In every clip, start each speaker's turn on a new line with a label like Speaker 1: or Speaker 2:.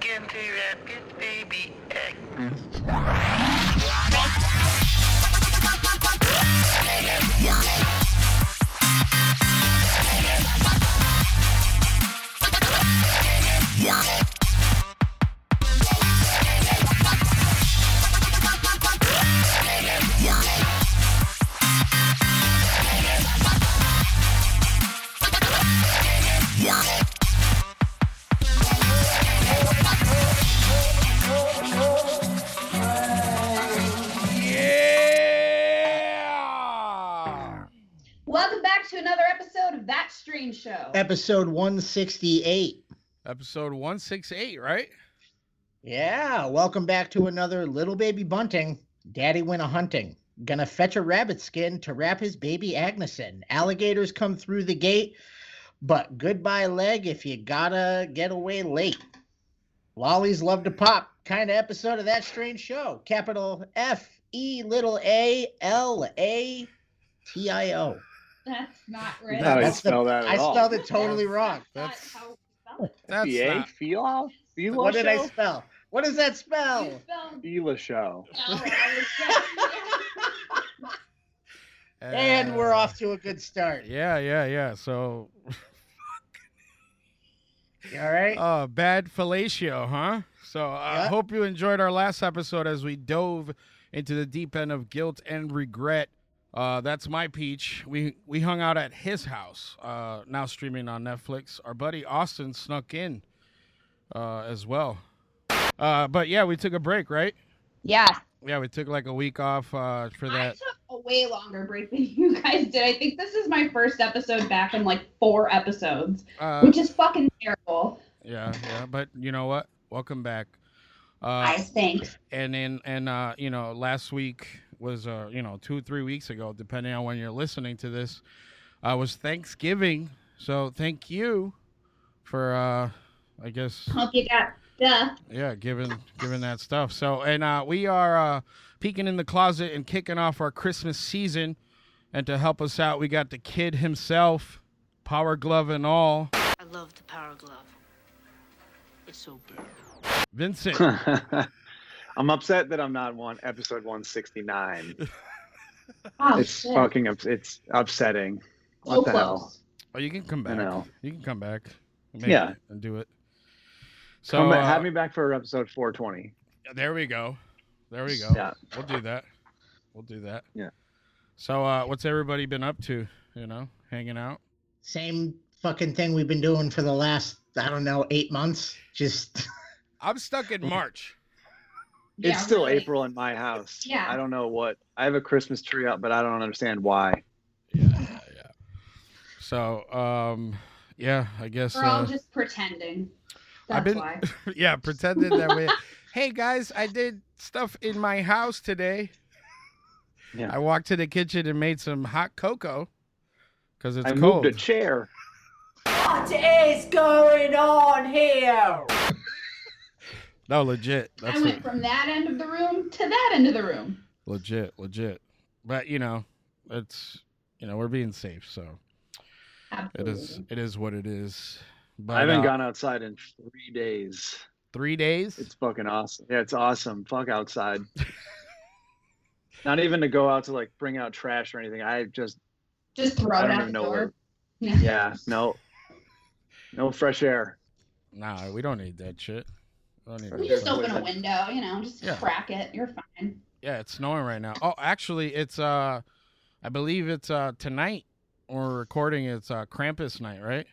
Speaker 1: can to rapid baby act.
Speaker 2: Yeah!
Speaker 3: Welcome back to another episode of That Stream Show.
Speaker 4: Episode 168.
Speaker 2: Episode 168, right?
Speaker 4: Yeah, welcome back to another Little Baby Bunting. Daddy went a hunting. Gonna fetch a rabbit skin to wrap his baby Agnes in. Alligators come through the gate, but goodbye leg if you gotta get away late. Lollies love to pop. Kind of episode of that strange show. Capital F E little A L A T I O.
Speaker 3: That's not right.
Speaker 5: That's how you
Speaker 4: That's the-
Speaker 5: spell that at
Speaker 4: I
Speaker 5: all.
Speaker 4: spelled it totally wrong.
Speaker 2: That's-
Speaker 3: not how we spell it.
Speaker 2: That's
Speaker 5: PA?
Speaker 2: not-
Speaker 5: Fila? Fila
Speaker 4: What did I
Speaker 5: show?
Speaker 4: spell? What does that
Speaker 3: You
Speaker 4: spell?
Speaker 3: spelled
Speaker 5: Fila show.
Speaker 3: L. I was guessing.
Speaker 4: And we're
Speaker 2: Uh,
Speaker 4: off to a good start.
Speaker 2: Yeah, yeah, yeah. So,
Speaker 4: You All right.
Speaker 2: uh, bad fellatio, huh? So, uh, I
Speaker 4: Yeah.
Speaker 2: hope you enjoyed our last episode as we dove into the deep end of guilt and regret. Uh, that's my peach. We we hung out at his house. Uh, now streaming on Netflix. Our buddy Austin snuck in, uh, as well. Uh, but yeah, we took a break, right?
Speaker 3: Yeah,
Speaker 2: Yeah, we took like a week off uh, for
Speaker 3: I
Speaker 2: that.
Speaker 3: took a way longer break than you guys did. I think this is my first episode back in like four episodes,
Speaker 2: Uh,
Speaker 3: which is fucking terrible.
Speaker 2: yeah, yeah. But you know what? Welcome back.
Speaker 3: I
Speaker 2: Uh,
Speaker 3: think.
Speaker 2: and then and uh, you know, last week was uh, you know two three weeks ago, depending on when you're listening to this. Uh, was Thanksgiving, so thank you for uh, I guess
Speaker 3: Hope you got the
Speaker 2: yeah, giving giving that stuff. So and uh, we are uh, peeking in the closet and kicking off our Christmas season. And to help us out, we got the kid himself, power glove and all,
Speaker 6: I love the power glove. It's so big.
Speaker 2: Vincent.
Speaker 5: I'm upset that I'm not on episode 169.
Speaker 3: oh,
Speaker 5: it's
Speaker 3: shit.
Speaker 5: fucking ups- it's upsetting. What
Speaker 3: So
Speaker 5: the hell?
Speaker 3: close.
Speaker 2: Oh, you can come
Speaker 5: I
Speaker 2: back.
Speaker 5: know.
Speaker 2: You can come back. and
Speaker 5: Yeah.
Speaker 2: it and do it. So
Speaker 5: Come back-
Speaker 2: uh,
Speaker 5: have me back for episode 420.
Speaker 2: there we go. There we go.
Speaker 5: Yeah.
Speaker 2: We'll do that. We'll do that.
Speaker 5: Yeah.
Speaker 2: So uh, what's everybody been up to? You know, hanging out.
Speaker 4: same fucking thing we've been doing for the last I don't know eight months. Just
Speaker 2: I'm stuck in March.
Speaker 3: Yeah,
Speaker 5: it's still
Speaker 3: really.
Speaker 5: April in my house.
Speaker 3: Yeah.
Speaker 5: I don't know what. I have a Christmas tree up, but I don't understand why.
Speaker 2: Yeah, yeah, yeah. So um, yeah, I guess.
Speaker 3: We're all
Speaker 2: uh,
Speaker 3: just pretending. That's
Speaker 2: I've been-
Speaker 3: why.
Speaker 2: yeah, pretended that we. hey guys, I did stuff in my house today.
Speaker 5: Yeah.
Speaker 2: I walked to the kitchen and made some hot cocoa because it's
Speaker 5: I
Speaker 2: cold.
Speaker 5: moved a chair.
Speaker 2: No, legit. That's
Speaker 3: I
Speaker 2: it.
Speaker 3: went from that end of the room to that end of the room.
Speaker 2: legit, legit. But you know, it's you know we're being safe, so it is
Speaker 3: Absolutely.
Speaker 2: it is what it is. But
Speaker 5: I haven't
Speaker 2: uh,
Speaker 5: gone outside in three days.
Speaker 2: three days.
Speaker 5: It's fucking awesome. Yeah, it's awesome. Fuck outside. Not even to go out to like bring out trash or anything. I just
Speaker 3: Just throw
Speaker 5: I
Speaker 3: it
Speaker 5: don't
Speaker 3: out
Speaker 5: even
Speaker 3: the
Speaker 5: know
Speaker 3: door.
Speaker 5: where.
Speaker 3: Yeah.
Speaker 5: Yeah, no, no fresh air.
Speaker 2: Nah, we don't need that shit. We don't need
Speaker 3: You
Speaker 2: that
Speaker 3: just
Speaker 2: shit.
Speaker 3: open a window, you know, just
Speaker 2: Yeah.
Speaker 3: crack it. You're fine.
Speaker 2: Yeah, it's snowing right now. Oh, actually, it's uh, I believe it's uh tonight. when We're recording. It's uh Krampus night, right?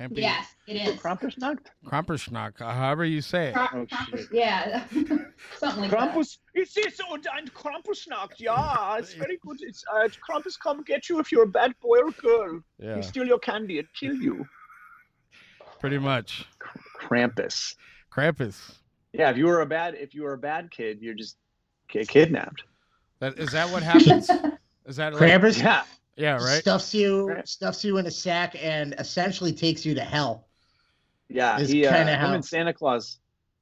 Speaker 2: Hampy
Speaker 3: Yes, it is.
Speaker 5: Krampus knocked.
Speaker 2: Krampusnacht, uh, however you say it.
Speaker 3: Cro-
Speaker 5: Oh,
Speaker 3: Krampus-
Speaker 5: shit.
Speaker 3: yeah, something like that.
Speaker 5: Krampus, it is so and Krampus knocked. Yeah, it's very good. It's uh, Krampus come get you if you're a bad boy or girl.
Speaker 2: Yeah,
Speaker 5: steal your candy and kill you.
Speaker 2: pretty much.
Speaker 5: Krampus.
Speaker 2: Krampus.
Speaker 5: Yeah, if you were a bad if you were a bad kid, you're just get kidnapped.
Speaker 2: That is that what happens? is that like,
Speaker 4: Krampus
Speaker 5: Yeah.
Speaker 2: yeah, right?
Speaker 4: stuffs you
Speaker 5: Right.
Speaker 4: stuffs you in a sack and essentially takes you to hell.
Speaker 5: Yeah,
Speaker 4: It's
Speaker 5: he, uh,
Speaker 4: kinda
Speaker 5: him
Speaker 4: how-
Speaker 5: and Santa Claus,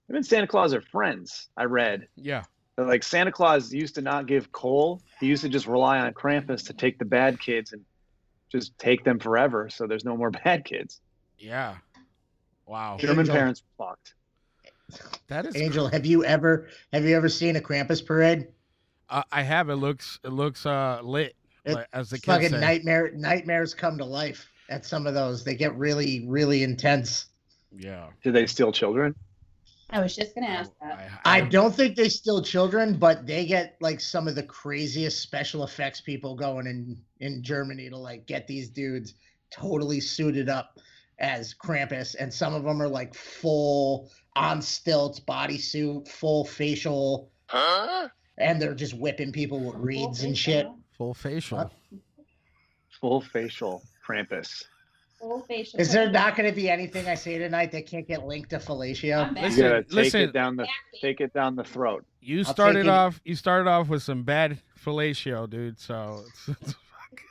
Speaker 5: him and Santa Claus are friends. I read
Speaker 2: Yeah.
Speaker 5: But, like Santa Claus used to not give coal. He used to just rely on Krampus to take the bad kids and just take them forever. So there's no more bad kids.
Speaker 2: Yeah. Wow.
Speaker 5: German
Speaker 4: Angel.
Speaker 5: parents fucked.
Speaker 2: That is
Speaker 4: Angel, have you ever have you ever seen a Krampus parade?
Speaker 2: I, uh, I have. It looks it looks uh lit
Speaker 4: It-
Speaker 2: like, as the kids
Speaker 4: Fucking
Speaker 2: say.
Speaker 4: nightmare nightmares come to life at some of those. They get really really intense.
Speaker 2: Yeah.
Speaker 5: Do they steal children?
Speaker 3: I was just gonna ask
Speaker 5: Oh,
Speaker 3: that.
Speaker 4: I
Speaker 2: Um,
Speaker 4: don't think they steal children, but they get like some of the craziest special effects people going in in Germany to like get these dudes totally suited up as Krampus, and some of them are like full on stilts bodysuit, full facial,
Speaker 6: Huh?
Speaker 4: and they're just whipping people with reeds and shit.
Speaker 2: full facial.
Speaker 4: What?
Speaker 5: Full facial Krampus.
Speaker 3: Full facial.
Speaker 4: Is there not going to be anything I say tonight that can't get linked to fellatio?
Speaker 3: I'm back.
Speaker 5: You gotta take
Speaker 2: Listen.
Speaker 5: it down the take it down the throat.
Speaker 2: You
Speaker 4: take
Speaker 2: started
Speaker 4: it.
Speaker 2: off. You started off with some bad fellatio, dude. So it's, it's fucking.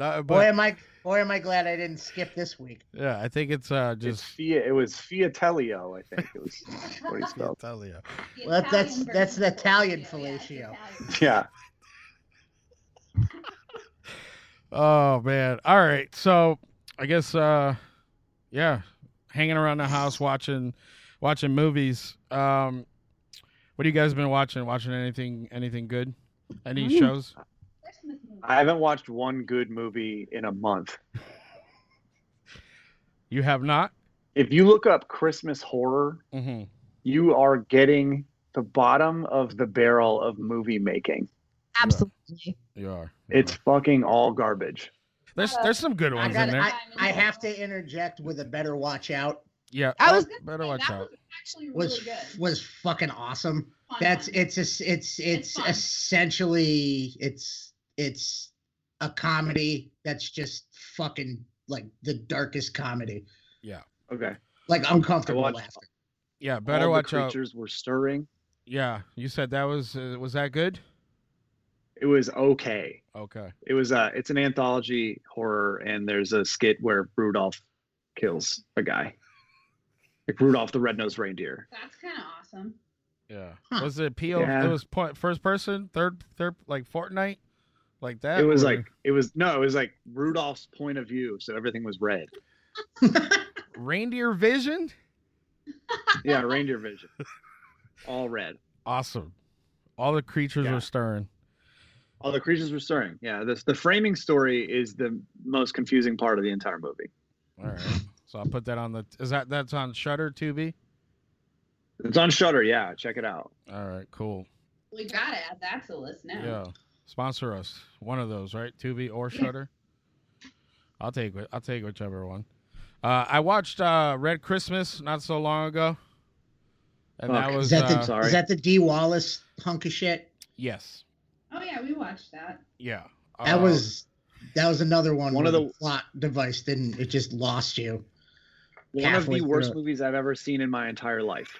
Speaker 2: Not, but
Speaker 4: Boy, am I boy, am I glad I didn't skip this week.
Speaker 2: yeah, I think it's uh
Speaker 5: It's
Speaker 2: just.
Speaker 5: Fia, it was Fiatelio, I think it was what he
Speaker 2: I'll
Speaker 5: spelled.
Speaker 2: tell you.
Speaker 3: The
Speaker 4: Well, that's-
Speaker 3: Italian
Speaker 4: that's the
Speaker 3: version of
Speaker 4: Italian
Speaker 3: Yeah,
Speaker 4: fellatio.
Speaker 3: it's Italian.
Speaker 5: Yeah.
Speaker 2: Oh man. All right. So I guess uh yeah, hanging around the house watching watching movies. Um what have you guys been watching? Watching anything anything good? Any
Speaker 3: Mm.
Speaker 2: shows?
Speaker 3: Christmas movie.
Speaker 5: I haven't watched one good movie in a month.
Speaker 2: You have not?
Speaker 5: If you look up Christmas horror,
Speaker 2: Mm-hmm.
Speaker 5: you are getting the bottom of the barrel of movie making.
Speaker 7: Absolutely.
Speaker 2: You are. You
Speaker 5: It's
Speaker 2: are.
Speaker 5: fucking all garbage.
Speaker 2: there's there's some good
Speaker 4: I
Speaker 2: ones
Speaker 4: got
Speaker 2: in
Speaker 4: to
Speaker 2: there.
Speaker 4: I, I have to interject with a better watch out.
Speaker 2: yeah.
Speaker 7: I was
Speaker 3: gonna
Speaker 2: better
Speaker 3: say,
Speaker 2: watch
Speaker 3: that
Speaker 2: out.
Speaker 3: Was actually really
Speaker 4: Was
Speaker 3: good.
Speaker 4: was fucking awesome.
Speaker 3: Fun
Speaker 4: That's
Speaker 3: one.
Speaker 4: it's es- it's it's
Speaker 3: fun.
Speaker 4: essentially it's it's a comedy that's just fucking like the darkest comedy,
Speaker 5: Okay.
Speaker 4: like uncomfortable
Speaker 5: watched-
Speaker 4: laughter.
Speaker 2: Yeah, better
Speaker 5: all
Speaker 2: watch
Speaker 5: the
Speaker 2: out.
Speaker 5: creatures were stirring.
Speaker 2: Yeah. You said that was uh, was that good?
Speaker 5: It was okay.
Speaker 2: Okay.
Speaker 5: It was uh it's an anthology horror and there's a skit where Rudolph kills a guy. Like Rudolph the Red-Nosed Reindeer.
Speaker 3: That's kind of awesome.
Speaker 2: Yeah.
Speaker 4: Huh.
Speaker 2: Was it PO
Speaker 5: Yeah.
Speaker 2: it was point first person, third third like Fortnite? Like that?
Speaker 5: It was
Speaker 2: or-
Speaker 5: like it was no, it was like Rudolph's point of view, so everything was red.
Speaker 2: reindeer vision?
Speaker 5: Yeah, reindeer vision. All red.
Speaker 2: Awesome. All the creatures
Speaker 5: Yeah.
Speaker 2: were stirring.
Speaker 5: All the creatures were stirring. Yeah, this the framing story is the most confusing part of the entire movie.
Speaker 2: All right. so I'll put that on the is that that's on Shutter Tubi?
Speaker 5: It's on Shutter. Yeah, check it out.
Speaker 2: All right, cool.
Speaker 3: We gotta add that to the list now.
Speaker 2: Yeah. Sponsor us. One of those, right? Tubi or
Speaker 3: Yeah.
Speaker 2: Shutter. I'll take it. I'll take whichever one. Uh, I watched uh, Red Christmas not so long ago. And that
Speaker 5: Okay.
Speaker 2: was
Speaker 4: Is that the
Speaker 2: uh,
Speaker 5: Sorry.
Speaker 4: is that the D Wallace punk of shit?
Speaker 2: yes.
Speaker 3: Oh yeah, we watched that.
Speaker 2: Yeah.
Speaker 4: That
Speaker 2: Uh,
Speaker 4: was that was another one.
Speaker 5: Oh. One
Speaker 4: where
Speaker 5: of
Speaker 4: the,
Speaker 5: the-
Speaker 4: plot device didn't it just lost you.
Speaker 5: One of
Speaker 4: Halfway
Speaker 5: the worst
Speaker 4: through.
Speaker 5: movies I've ever seen in my entire life.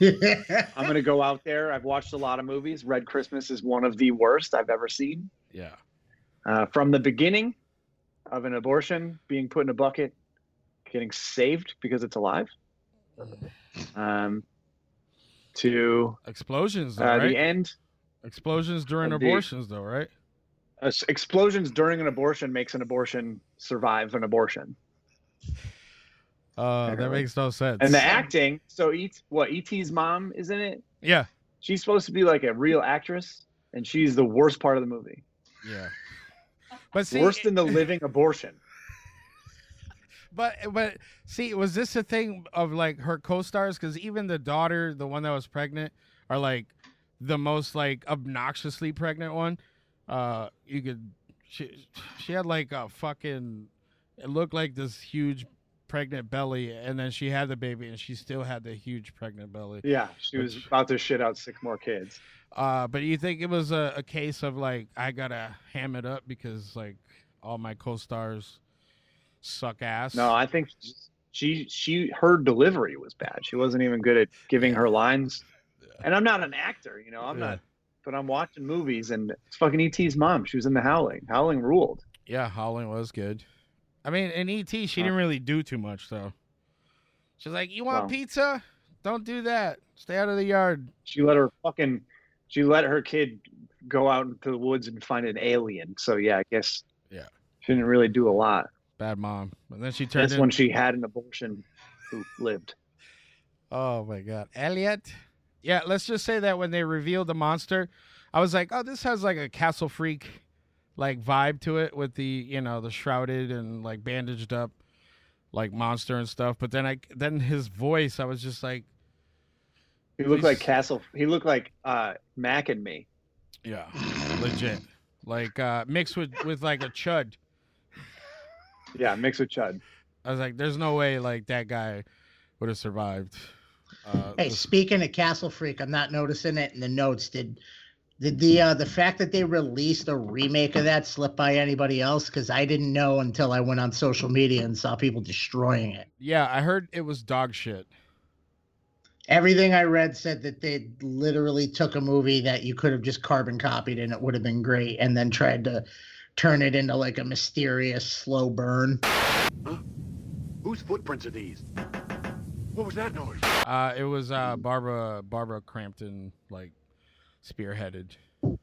Speaker 5: I'm gonna go out there. I've watched a lot of movies. Red Christmas is one of the worst I've ever seen.
Speaker 2: yeah.
Speaker 5: Uh, from the beginning of an abortion, being put in a bucket, getting saved because it's alive, um, to
Speaker 2: Explosions
Speaker 5: uh,
Speaker 2: though, right?
Speaker 5: the end.
Speaker 2: Explosions during
Speaker 5: Of the-
Speaker 2: abortions though, right?
Speaker 5: Uh, s- explosions during an abortion makes an abortion survive an abortion.
Speaker 2: Uh, that
Speaker 5: Apparently.
Speaker 2: makes no sense.
Speaker 5: And the acting. So et what et's mom is in it.
Speaker 2: yeah.
Speaker 5: She's supposed to be like a real actress, and she's the worst part of the movie.
Speaker 2: Yeah. But see,
Speaker 5: Worse than the living abortion.
Speaker 2: But but see, was this a thing of like her co-stars? Because even the daughter, the one that was pregnant, are like the most like obnoxiously pregnant one. Uh, you could she she had like a fucking it looked like this huge pregnant belly, and then she had the baby, and she still had the huge pregnant belly.
Speaker 5: Yeah, she was
Speaker 2: Which-
Speaker 5: about to shit out six more kids.
Speaker 2: Uh, but you think it was a, a case of like I gotta ham it up because like all my co-stars suck ass.
Speaker 5: No, I think she she her delivery was bad. She wasn't even good at giving her lines. And I'm not an actor, you know. I'm
Speaker 2: Yeah.
Speaker 5: not, but I'm watching movies and it's fucking ET's mom. She was in The Howling. Howling ruled.
Speaker 2: Yeah, Howling was good. I mean, in ET, she didn't really do too much though. She's like, "You want
Speaker 5: Well-
Speaker 2: pizza? Don't do that. Stay out of the yard."
Speaker 5: She let her fucking she let her kid go out into the woods and find an alien. So yeah, I guess
Speaker 2: Yeah.
Speaker 5: she didn't really do a lot.
Speaker 2: Bad mom. And then she turned
Speaker 5: That's
Speaker 2: in.
Speaker 5: when she had an abortion. Who lived?
Speaker 2: Oh my god, Elliot. Yeah, let's just say that when they revealed the monster, I was like, oh, this has like a Castle Freak like vibe to it with the you know the shrouded and like bandaged up like monster and stuff. But then I then his voice, I was just like,
Speaker 5: He looked like
Speaker 2: Please.
Speaker 5: Castle. He looked like uh, Mac and me.
Speaker 2: yeah, legit, like uh mixed with with like a chud.
Speaker 5: Yeah, mixed with Chud.
Speaker 2: I was like, there's no way like that guy would have survived. Uh,
Speaker 4: Hey,
Speaker 2: this-
Speaker 4: speaking of Castle Freak, I'm not noticing it in the notes. Did did the uh, the fact that they released a remake of that slip by anybody else? Because I didn't know until I went on social media and saw people destroying it.
Speaker 2: yeah, I heard it was dog shit.
Speaker 4: Everything I read said that they literally took a movie that you could have just carbon copied and it would have been great, and then tried to turn it into like a mysterious slow burn.
Speaker 7: Whose footprints are these? What was that noise?
Speaker 2: Uh, it was uh, Barbara Barbara Crampton like spearheaded.
Speaker 5: Oh,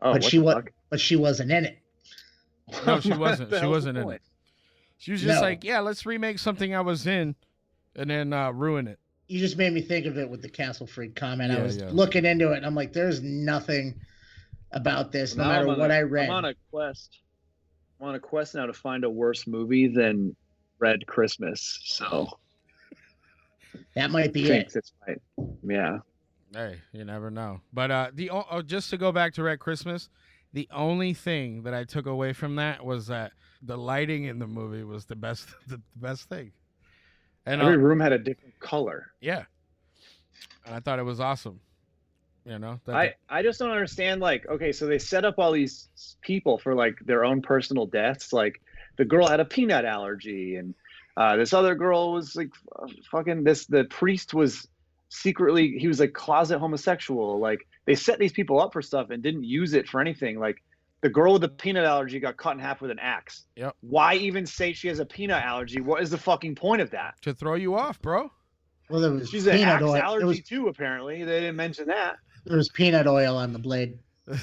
Speaker 4: But
Speaker 5: what
Speaker 4: she
Speaker 5: the
Speaker 4: wa-
Speaker 5: fuck?
Speaker 4: But she wasn't in it.
Speaker 2: No, she
Speaker 5: What
Speaker 2: wasn't.
Speaker 5: the
Speaker 2: She
Speaker 5: hell's
Speaker 2: wasn't
Speaker 5: the
Speaker 2: in
Speaker 5: point?
Speaker 2: it. She was just
Speaker 4: No.
Speaker 2: like, yeah, let's remake something I was in, and then uh, ruin it.
Speaker 4: you just made me think of it with the castle freak comment.
Speaker 2: Yeah,
Speaker 4: I was
Speaker 2: yeah.
Speaker 4: looking into it and I'm like, there's nothing about this, no
Speaker 5: Now
Speaker 4: matter
Speaker 5: I'm on
Speaker 4: what
Speaker 5: a-
Speaker 4: I read.
Speaker 5: I'm on a quest. I'm on a quest now to find a worse movie than Red Christmas. So
Speaker 4: that might be it.
Speaker 5: thanks. It's fine. Yeah.
Speaker 2: Hey, you never know. But uh, the o- oh, just to go back to Red Christmas, the only thing that I took away from that was that the lighting in the movie was the best, the best thing. And
Speaker 5: Every
Speaker 2: uh,
Speaker 5: room had a different color.
Speaker 2: yeah, and I thought it was awesome. You know, that-
Speaker 5: I, I just don't understand like okay so they set up all these people for like their own personal deaths like the girl had a peanut allergy and uh, this other girl was like f- fucking this the priest was secretly he was like closet homosexual like they set these people up for stuff and didn't use it for anything like the girl with the peanut allergy got cut in half with an axe
Speaker 2: Yep.
Speaker 5: why even say she has a peanut allergy what is the fucking point of that
Speaker 2: to throw you off, bro.
Speaker 4: Well, there was
Speaker 5: she's an
Speaker 4: peanut
Speaker 5: axe
Speaker 4: oil.
Speaker 5: allergy
Speaker 4: There was,
Speaker 5: too apparently they didn't mention that
Speaker 4: there was peanut oil on the blade.
Speaker 2: Yeah.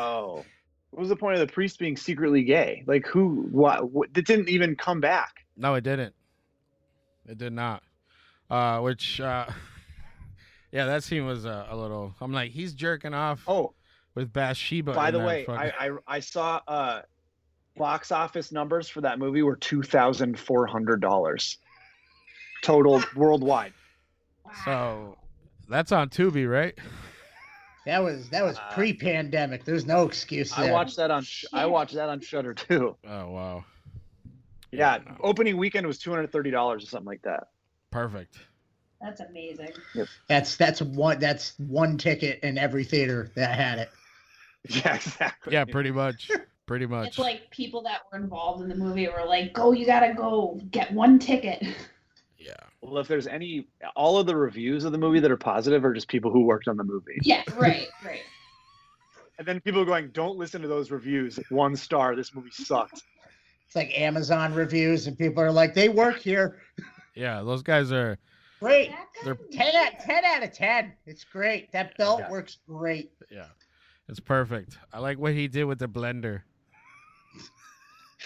Speaker 5: Oh. What was the point of the priest being secretly gay? Like who what, what that didn't even come back.
Speaker 2: No, it didn't. It did not. Uh, which, uh, yeah, that scene was uh, a little. I'm like, he's jerking off
Speaker 5: Oh,
Speaker 2: with Bathsheba.
Speaker 5: by
Speaker 2: in
Speaker 5: the
Speaker 2: that
Speaker 5: way,
Speaker 2: fucking-
Speaker 5: I, I I saw uh box office numbers for that movie were two thousand four hundred dollars total worldwide.
Speaker 2: so that's on Tubi, right?
Speaker 4: That was that was
Speaker 5: Uh,
Speaker 4: pre-pandemic. There's no excuse there.
Speaker 5: I watched that on Sh- I watched that on Shutter too.
Speaker 2: Oh wow,
Speaker 5: Yeah,
Speaker 2: no.
Speaker 5: opening weekend was two hundred thirty dollars or something like that.
Speaker 2: perfect.
Speaker 3: That's amazing.
Speaker 4: That's that's one that's one ticket in every theater that had it.
Speaker 5: Yeah, exactly.
Speaker 2: Yeah, pretty much, pretty
Speaker 3: It's
Speaker 2: much.
Speaker 3: like people that were involved in the movie were like, "Go, you gotta go get one ticket."
Speaker 2: yeah,
Speaker 5: Well, if there's any, all of the reviews of the movie that are positive are just people who worked on the movie.
Speaker 3: yeah, right, right.
Speaker 5: And then people going, don't listen to those reviews. One star. This movie sucked.
Speaker 4: It's like Amazon reviews and people are like, they work here.
Speaker 2: yeah. Those guys are.
Speaker 4: Great.
Speaker 3: That guy
Speaker 2: They're-
Speaker 3: was
Speaker 4: Ten out
Speaker 3: there.
Speaker 4: ten out of ten. It's great. That belt
Speaker 5: Yeah.
Speaker 4: works great.
Speaker 2: Yeah, it's perfect. I like what he did with the blender.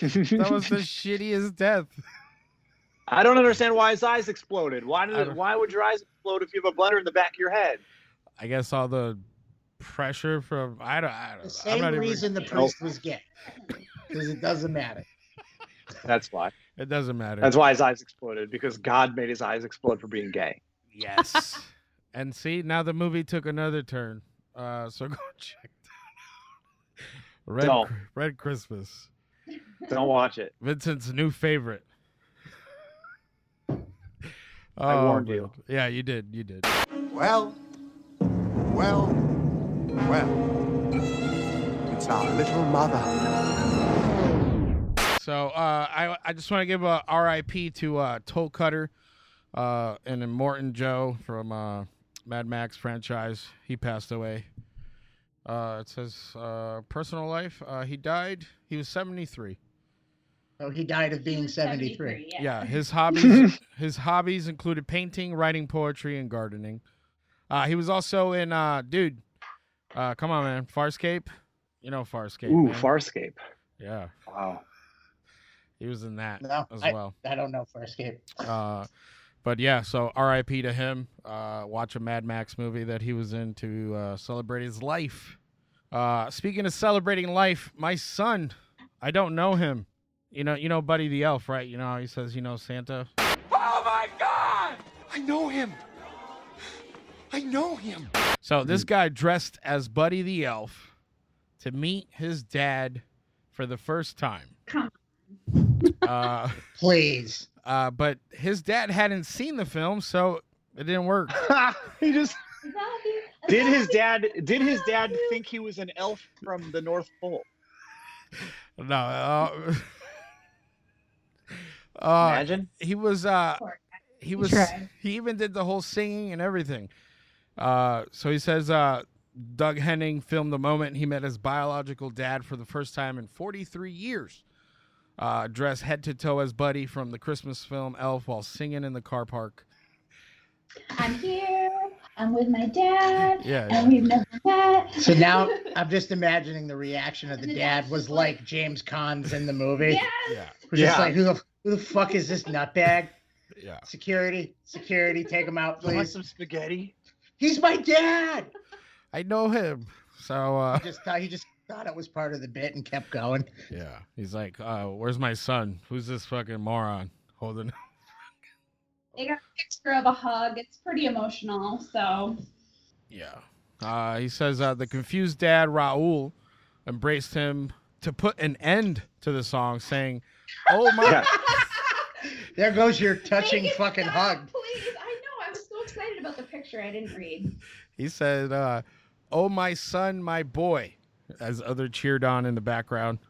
Speaker 2: That was the shittiest death.
Speaker 5: I don't understand why his eyes exploded. Why
Speaker 2: I
Speaker 5: did,
Speaker 2: don't-
Speaker 5: Why would your eyes explode if you have a blender in the back of your head?
Speaker 2: I guess all the pressure from I don't. I don't
Speaker 4: The
Speaker 2: I'm
Speaker 4: same
Speaker 2: not even-
Speaker 4: reason the
Speaker 5: Nope.
Speaker 4: priest was gay. Because it doesn't matter.
Speaker 5: That's why.
Speaker 2: It doesn't matter.
Speaker 5: That's why his eyes exploded because God made his eyes explode for being gay.
Speaker 2: Yes. and see, now the movie took another turn. Uh, so go check that out. Red,
Speaker 5: Don't.
Speaker 2: Cr- Red Christmas.
Speaker 5: Don't watch it.
Speaker 2: Vincent's new favorite.
Speaker 5: I warned you.
Speaker 2: man. Oh, Yeah, you did. You did.
Speaker 8: Well, well, well. It's our little mother.
Speaker 2: So uh, I I just want to give a RIP to uh, Toll Cutter uh, and then Morton Joe from uh, Mad Max franchise. He passed away. Uh, it says uh, personal life. Uh, he died. He was seventy three.
Speaker 4: So he died of
Speaker 3: He
Speaker 4: being
Speaker 3: was
Speaker 4: 73.
Speaker 2: Yeah, his hobbies his hobbies included painting, writing poetry, and gardening. Uh, he was also in uh, dude, uh, come on man, Farscape. You know Farscape.
Speaker 5: Ooh,
Speaker 2: man.
Speaker 5: Farscape.
Speaker 2: yeah,
Speaker 5: Wow.
Speaker 2: he was in that
Speaker 4: No,
Speaker 2: as
Speaker 4: I-
Speaker 2: well.
Speaker 4: I don't know Farscape.
Speaker 2: Uh, But yeah, so R.I.P. to him. Uh, watch a Mad Max movie that he was in to uh, celebrate his life. Uh, speaking of celebrating life, my son, I don't know him. You know, you know, Buddy the Elf, right? You know how he says, you know, Santa.
Speaker 8: Oh I know him. I know him.
Speaker 2: So this guy dressed as Buddy the Elf to meet his dad for the first time.
Speaker 3: Come
Speaker 2: Uh,
Speaker 4: Please.
Speaker 2: uh, but his dad hadn't seen the film, so it didn't work.
Speaker 5: he just
Speaker 3: Is that the- is
Speaker 5: did
Speaker 3: that
Speaker 5: his
Speaker 3: the-
Speaker 5: dad did his dad think he was an elf from the North Pole?
Speaker 2: No. Uh, uh,
Speaker 5: Imagine.
Speaker 2: he was uh he was
Speaker 3: tried.
Speaker 2: he even did the whole singing and everything uh so he says uh doug henning filmed the moment he met his biological dad for the first time in 43 years uh dressed head to toe as buddy from the christmas film elf while singing in the car park
Speaker 3: I'm here. I'm with my dad.
Speaker 2: Yeah,
Speaker 3: And we've never met.
Speaker 4: So now I'm just imagining the reaction of the
Speaker 3: The
Speaker 4: dad
Speaker 3: dad's
Speaker 4: was
Speaker 3: just like-
Speaker 4: like James Conn's in the movie.
Speaker 3: yeah.
Speaker 2: yeah
Speaker 4: We're just
Speaker 5: Yeah.
Speaker 4: like, who the, who the fuck is this nutbag?
Speaker 2: yeah
Speaker 4: Security, security, take him out,
Speaker 5: You want
Speaker 4: please.
Speaker 5: some spaghetti?
Speaker 4: He's my dad.
Speaker 2: i know him so uh
Speaker 4: He just thought he just thought it was part of the bit and kept going.
Speaker 2: yeah he's like uh where's my son who's this fucking moron holding
Speaker 3: They got a picture of a hug. It's pretty emotional. So
Speaker 2: Yeah. Uh, he says uh, the confused dad, Raul, embraced him to put an end to the song, saying, Oh my.
Speaker 5: Yeah.
Speaker 4: There goes your touching
Speaker 3: Make it
Speaker 4: fucking
Speaker 3: stop,
Speaker 4: hug.
Speaker 3: Please. I know. I was so excited about the picture I didn't read.
Speaker 2: He said, uh, Oh my son, my boy, as other cheered on in the background.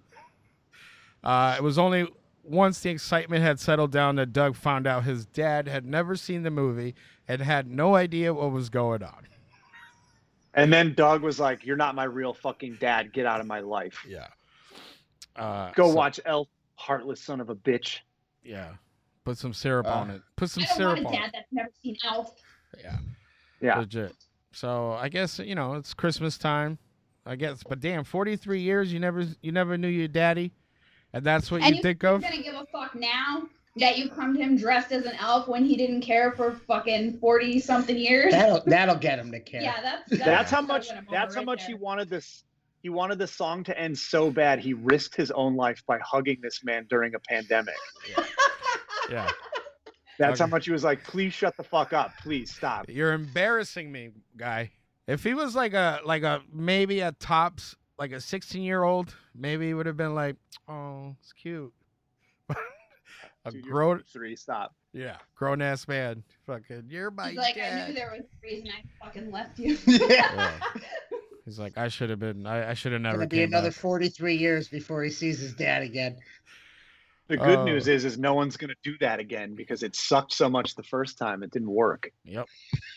Speaker 2: Uh, it was only once the excitement had settled down that Doug found out his dad had never seen the movie and had no idea what was going on.
Speaker 5: And then Doug was like, "You're not my real fucking dad. Get out of my life.
Speaker 2: Yeah. Uh,
Speaker 5: Go
Speaker 2: so-
Speaker 5: watch Elf, heartless son of a bitch."
Speaker 2: Yeah. Put some syrup
Speaker 4: Uh,
Speaker 2: on it. Put some
Speaker 3: I don't
Speaker 2: syrup
Speaker 3: want a
Speaker 2: on it.
Speaker 3: dad that's never seen Elf.
Speaker 2: Yeah.
Speaker 5: Yeah.
Speaker 2: Legit. So I guess you know it's Christmas time. I guess, but damn, forty three years you never you never knew your daddy, and that's what
Speaker 3: And
Speaker 2: you
Speaker 3: you-
Speaker 2: think of.
Speaker 3: I'm gonna give a fuck now that you come to him dressed as an elf when he didn't care for fucking forty something years.
Speaker 4: That'll that'll get him to care.
Speaker 3: yeah, that's
Speaker 5: That's how
Speaker 3: so
Speaker 5: much.
Speaker 3: what I'm over
Speaker 5: That's how
Speaker 3: right
Speaker 5: much
Speaker 3: there.
Speaker 5: he wanted this. He wanted the song to end so bad he risked his own life by hugging this man during a pandemic.
Speaker 2: Yeah,
Speaker 5: That's how
Speaker 2: Okay.
Speaker 5: much he was like, "Please shut the fuck up. Please stop."
Speaker 2: you're embarrassing me, guy. If he was like a like a maybe a tops like a sixteen year old, maybe he would have been like, oh, it's cute. a
Speaker 5: Dude, you're
Speaker 2: grown
Speaker 5: 43, stop.
Speaker 2: yeah grown ass man, fucking you're my
Speaker 3: He's like, I knew
Speaker 2: dad.
Speaker 3: there was a reason I fucking left you.
Speaker 4: Yeah.
Speaker 2: Yeah. He's like, I should have been. I, I should have never.
Speaker 4: It'll be
Speaker 2: came
Speaker 4: another
Speaker 2: back."
Speaker 4: 43 years before he sees his dad again.
Speaker 5: The good
Speaker 2: Oh.
Speaker 5: news is, is no one's gonna do that again because it sucked so much the first time it didn't work.
Speaker 2: Yep.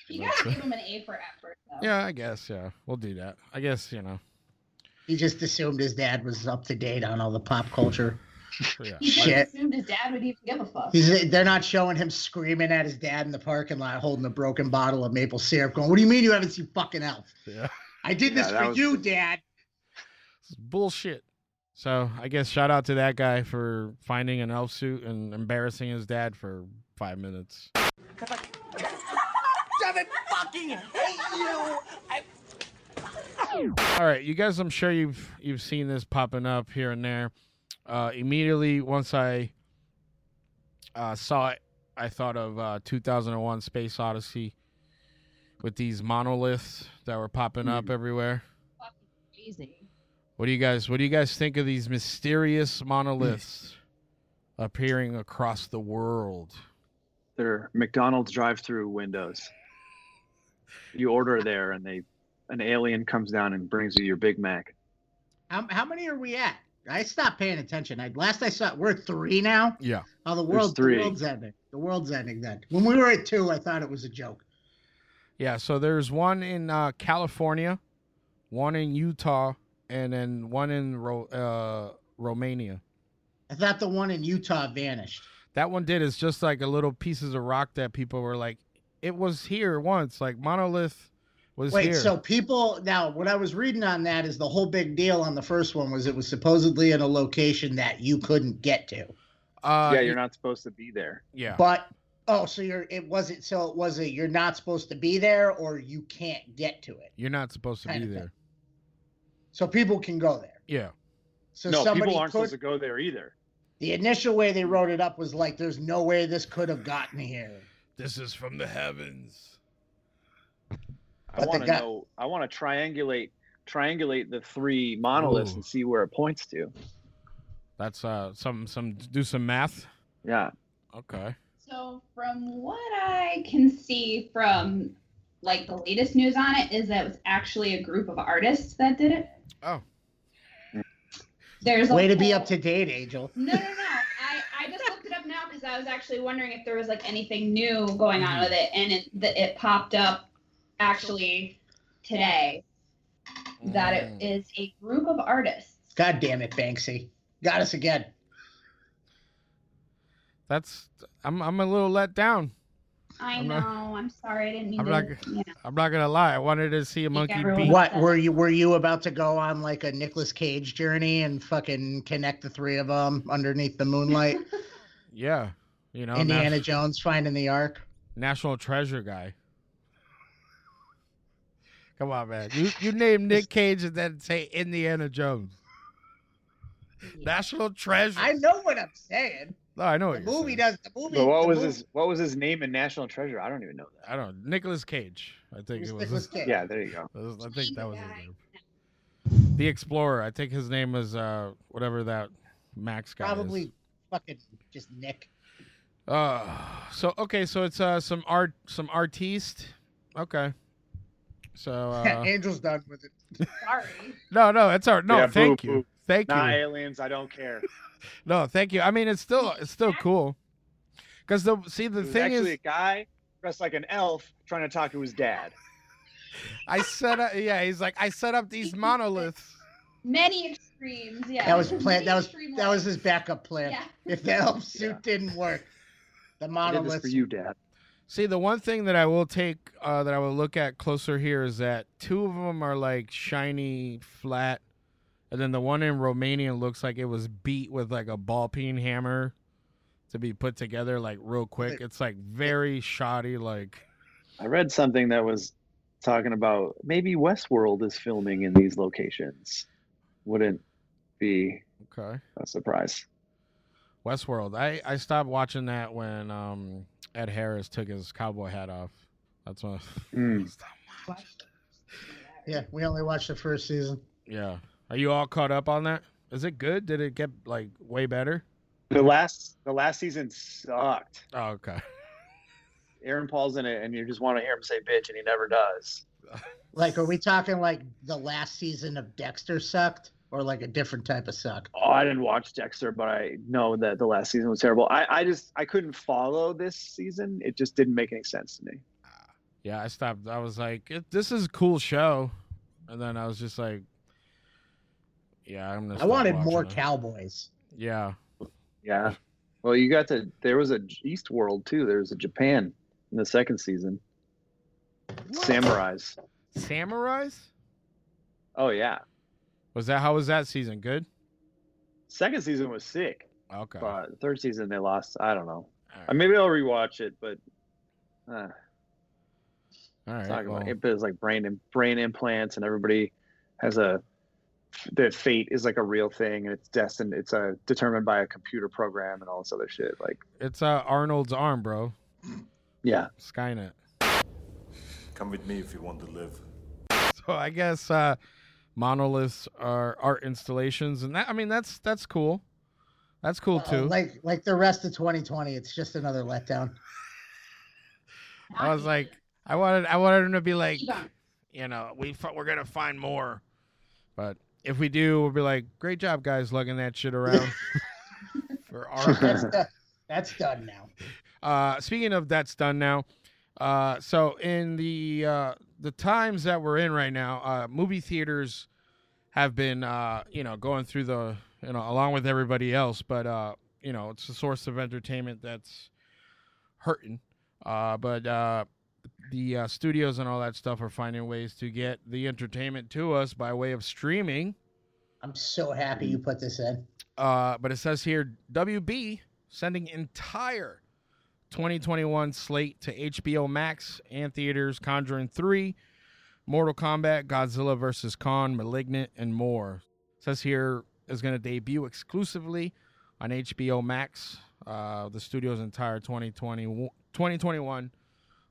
Speaker 3: You
Speaker 2: That's
Speaker 3: gotta give him an A for effort. Though.
Speaker 2: Yeah, I guess. Yeah, we'll do that. I guess you know.
Speaker 4: He just assumed his dad was up to date on all the pop culture.
Speaker 2: Yeah.
Speaker 3: He just
Speaker 4: Shit.
Speaker 3: assumed his dad would even give a fuck.
Speaker 4: He's they're not showing him screaming at his dad in the parking lot holding a broken bottle of maple syrup going, What do you mean you haven't seen fucking elf?
Speaker 2: Yeah.
Speaker 4: I did
Speaker 5: Yeah,
Speaker 4: this
Speaker 5: that
Speaker 4: for
Speaker 5: was-
Speaker 4: you, Dad.
Speaker 2: It's bullshit. So I guess shout out to that guy for finding an elf suit and embarrassing his dad for five minutes.
Speaker 8: Doesn't fucking hate you.
Speaker 2: All right, you guys. I'm sure you've you've seen this popping up here and there. Uh, immediately once I uh, saw it, I thought of uh, 2001: Space Odyssey with these monoliths that were popping up everywhere.
Speaker 6: Crazy.
Speaker 2: What do you guys what do you guys think of these mysterious monoliths appearing across the world?
Speaker 5: They're McDonald's drive-through windows. You order there, and they, an alien comes down and brings you your Big Mac.
Speaker 4: How, how many are we at? I stopped paying attention. I last I saw we're at three now.
Speaker 2: Yeah.
Speaker 4: Oh the
Speaker 5: There's
Speaker 4: world
Speaker 5: three.
Speaker 4: the world's ending. The world's ending then. When we were at two, I thought it was a joke.
Speaker 2: Yeah, so there's one in uh, California, one in Utah, and then one in Ro- uh, Romania.
Speaker 4: I thought the one in Utah vanished.
Speaker 2: That one did. It's just like a little pieces of rock that people were like, it was here once. Like monolith was
Speaker 4: Wait,
Speaker 2: here.
Speaker 4: so people now what I was reading on that is the whole big deal on the first one was it was supposedly in a location that you couldn't get to.
Speaker 2: uh,
Speaker 5: yeah, you're not supposed to be there.
Speaker 2: yeah.
Speaker 4: But Oh, so you're it wasn't so it was a you're not supposed to be there or you can't get to it.
Speaker 2: You're not supposed to
Speaker 4: Kind
Speaker 2: be
Speaker 4: of thing.
Speaker 2: there.
Speaker 4: So people can go there.
Speaker 2: Yeah.
Speaker 4: So
Speaker 5: no,
Speaker 4: somebody
Speaker 5: people aren't
Speaker 4: could,
Speaker 5: supposed to go there either.
Speaker 4: the initial way they wrote it up was like there's no way this could have gotten here.
Speaker 2: This is from the heavens.
Speaker 5: I
Speaker 4: But they
Speaker 5: want to
Speaker 4: got-
Speaker 5: know. I want to triangulate triangulate the three monoliths
Speaker 2: Ooh.
Speaker 5: and see where it points to.
Speaker 2: That's uh some some do some math.
Speaker 5: Yeah.
Speaker 2: Okay.
Speaker 3: So from what I can see from like the latest news on it is that it was actually a group of artists that did it.
Speaker 2: Oh.
Speaker 3: There's a
Speaker 4: Way to be
Speaker 3: whole-
Speaker 4: up to date, Angel.
Speaker 3: No, no, no. I, I just looked it up now because I was actually wondering if there was like anything new going
Speaker 2: Mm-hmm.
Speaker 3: on with it, and it the, it popped up actually today that it
Speaker 2: Mm.
Speaker 3: is a group of artists.
Speaker 4: God damn it, Banksy. Got us again.
Speaker 2: That's I'm I'm a little let down.
Speaker 3: I
Speaker 2: I'm
Speaker 3: know.
Speaker 2: not-
Speaker 3: I'm sorry. I didn't mean
Speaker 2: I'm
Speaker 3: to.
Speaker 2: not-
Speaker 3: you know.
Speaker 2: I'm not gonna lie. I wanted to see a monkey
Speaker 3: everyone-
Speaker 2: beat.
Speaker 4: What were you were you about to go on like a Nicolas Cage journey and fucking connect the three of them underneath the moonlight?
Speaker 2: Yeah. You know,
Speaker 4: Indiana
Speaker 2: nat-
Speaker 4: Jones finding the ark.
Speaker 2: National Treasure guy. Come on, man. You you name Nick Cage and then say Indiana Jones. National Treasure.
Speaker 4: I know what I'm saying.
Speaker 2: No, I know what
Speaker 4: The
Speaker 2: Oh, you're
Speaker 4: movie
Speaker 2: saying.
Speaker 4: does the movie.
Speaker 5: But
Speaker 4: the
Speaker 5: what was
Speaker 4: movie-
Speaker 5: his What was his name in National Treasure? I don't even know that.
Speaker 2: I don't. Nicholas Cage. I think
Speaker 4: was
Speaker 2: it was.
Speaker 4: Nicolas Cage.
Speaker 5: Yeah, there you go.
Speaker 2: I think that was his
Speaker 3: Guy.
Speaker 2: name. The Explorer. I think his name is uh whatever that Max guy is.
Speaker 4: Probably fucking just Nick.
Speaker 2: Uh, so okay, so it's uh some art, some artiste. Okay. So uh,
Speaker 4: Angel's done with it.
Speaker 3: Sorry.
Speaker 2: no, no, it's art. No,
Speaker 5: Yeah, boo,
Speaker 2: thank you,
Speaker 5: boo.
Speaker 2: thank you.
Speaker 5: Not aliens. I don't care.
Speaker 2: No, thank you. I mean, it's still, it's still cool. Because the see the
Speaker 5: It was
Speaker 2: thing
Speaker 5: actually
Speaker 2: is,
Speaker 5: a guy dressed like an elf trying to talk to his dad.
Speaker 2: I set up. Yeah, he's like, I set up these monoliths.
Speaker 3: Many extremes. Yeah.
Speaker 4: That was plan.
Speaker 3: Many
Speaker 4: That was
Speaker 3: extreme
Speaker 4: that was
Speaker 3: levels.
Speaker 4: his backup plan.
Speaker 3: Yeah.
Speaker 4: If the elf suit
Speaker 5: Yeah.
Speaker 4: didn't work, the
Speaker 5: I did this
Speaker 4: monolith.
Speaker 5: for you, Dad.
Speaker 2: See, the one thing that I will take, uh, that I will look at closer here is that two of them are like shiny, flat, and then the one in Romanian looks like it was beat with like a ball peen hammer to be put together like real quick. It's like very shoddy. Like,
Speaker 5: I read something that was talking about maybe Westworld is filming in these locations. Wouldn't be
Speaker 2: okay,
Speaker 5: a surprise.
Speaker 2: Westworld. I I stopped watching that when um Ed Harris took his cowboy hat off. That's when.
Speaker 5: Hmm.
Speaker 4: Yeah, we only watched the first season.
Speaker 2: Yeah. Are you all caught up on that? Is it good? Did it get like way better?
Speaker 5: The last the last season sucked.
Speaker 2: Oh, okay.
Speaker 5: Aaron Paul's in it, and you just want to hear him say "bitch," and he never does.
Speaker 4: Like, are we talking like the last season of Dexter sucked, or like a different type of suck?
Speaker 5: Oh, I didn't watch Dexter, but I know that the last season was terrible. I, I just I couldn't follow this season. It just didn't make any sense to me.
Speaker 2: Yeah, I stopped. I was like, it, this is a cool show. And then I was just like, yeah, I'm going to
Speaker 4: I wanted more
Speaker 2: cow.
Speaker 4: cowboys.
Speaker 2: Yeah.
Speaker 5: Yeah. Well, you got to. There was a J- East World too. There was a Japan in the second season. Samurais.
Speaker 2: Samurais?
Speaker 5: Oh yeah.
Speaker 2: Was that how was that season? Good?
Speaker 5: Second season was sick,
Speaker 2: Okay.
Speaker 5: but third season they lost. I don't know.
Speaker 2: All
Speaker 5: Uh,
Speaker 2: right.
Speaker 5: Maybe I'll rewatch it, but uh,
Speaker 2: All right,
Speaker 5: talking
Speaker 2: well,
Speaker 5: about it, but it's like brain im- brain implants, and everybody has a that fate is like a real thing, and it's destined. It's uh, determined by a computer program and all this other shit. Like
Speaker 2: it's uh, Arnold's arm, bro.
Speaker 5: yeah,
Speaker 2: Skynet.
Speaker 8: Come with me if you want to live.
Speaker 2: So I guess uh, monoliths are art installations, and that I mean that's that's cool. That's cool
Speaker 4: Uh,
Speaker 2: too.
Speaker 4: like, like the rest of 2020, it's just another letdown.
Speaker 2: I was like, I wanted I wanted him to be like,
Speaker 3: Keep on.
Speaker 2: you know, we f- we're gonna find more. But if we do, we'll be like, great job, guys, lugging that shit around for our.
Speaker 4: That's done, that's done now.
Speaker 2: Uh, speaking of that's done now. Uh, so in the uh, the times that we're in right now, uh, movie theaters have been uh, you know going through the you know along with everybody else, but uh, you know it's a source of entertainment that's hurting. Uh, but uh, the uh, studios and all that stuff are finding ways to get the entertainment to us by way of streaming.
Speaker 4: I'm so happy you put this in.
Speaker 2: Uh, but it says here WB sending entire 2021 slate to HBO Max and theaters Conjuring 3, Mortal Kombat, Godzilla vs. Kong, Malignant, and more. Says here is going to debut exclusively on HBO Max, uh, the studio's entire 2020, 2021,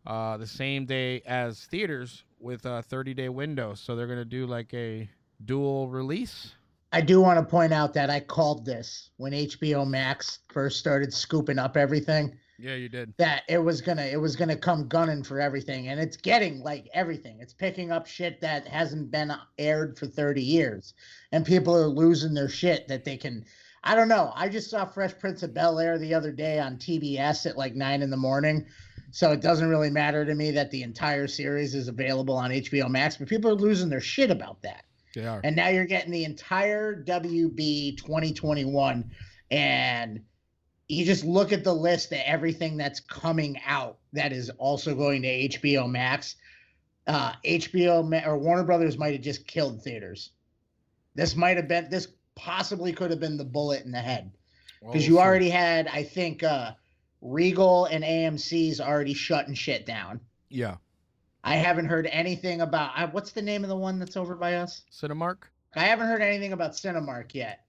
Speaker 2: uh, the same day as theaters with a 30 day window. So they're going to do like a dual release.
Speaker 4: I do want to point out that I called this when HBO Max first started scooping up everything
Speaker 2: Yeah, you did.
Speaker 4: that it was gonna it was gonna come gunning for everything and it's getting like everything it's picking up shit that hasn't been aired for 30 years and people are losing their shit that they can i don't know i just saw fresh prince of bel air the other day on tbs at like 9 in the morning so it doesn't really matter to me that the entire series is available on hbo max but people are losing their shit about that
Speaker 2: They are.
Speaker 4: and now you're getting the entire WB 2021 and you just look at the list of everything that's coming out that is also going to HBO Max. Uh, HBO Ma- or Warner Brothers might have just killed theaters. This might have been this possibly could have been the bullet in the head
Speaker 2: Oh,
Speaker 4: because you already had I think uh, Regal and AMC's already shutting shit down.
Speaker 2: Yeah.
Speaker 4: I haven't heard anything about I, what's the name of the one that's over by us.
Speaker 2: Cinemark?
Speaker 4: I haven't heard anything about Cinemark yet,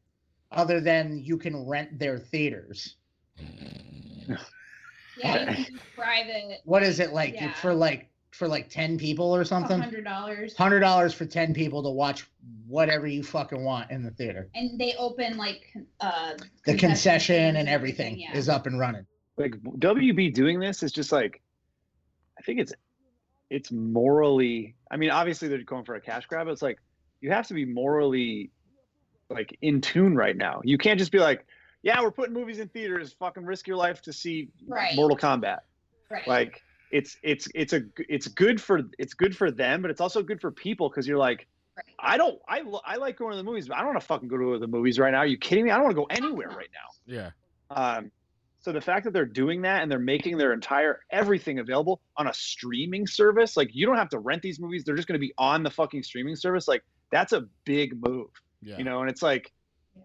Speaker 4: other than you can rent their theaters.
Speaker 3: Yeah, you can do private.
Speaker 4: What is it like
Speaker 3: Yeah.
Speaker 4: for like for like ten people or something?
Speaker 3: hundred dollars.
Speaker 4: Hundred dollars for ten people to watch whatever you fucking want in the theater.
Speaker 3: And they open like uh
Speaker 4: The
Speaker 3: concession
Speaker 4: concession
Speaker 3: stands
Speaker 4: and everything
Speaker 3: yeah.
Speaker 4: is up and running.
Speaker 5: like WB doing this is just like I think it's it's morally I mean obviously they're going for a cash grab but it's like you have to be morally like in tune right now. You can't just be like yeah, we're putting movies in theaters, fucking risk your life to see
Speaker 3: Right.
Speaker 5: Mortal Kombat.
Speaker 3: right.
Speaker 5: Like it's it's it's a it's good for it's good for them, but it's also good for people cuz you're like
Speaker 3: Right.
Speaker 5: I don't I lo- I like going to the movies, but I don't want to fucking go to the movies right now. Are you kidding me? I don't want to go anywhere right now.
Speaker 2: Yeah.
Speaker 5: Um, so the fact that they're doing that and they're making their entire everything available on a streaming service, like you don't have to rent these movies; they're just going to be on the fucking streaming service. Like that's a big move,
Speaker 2: Yeah.
Speaker 5: you know. And it's like,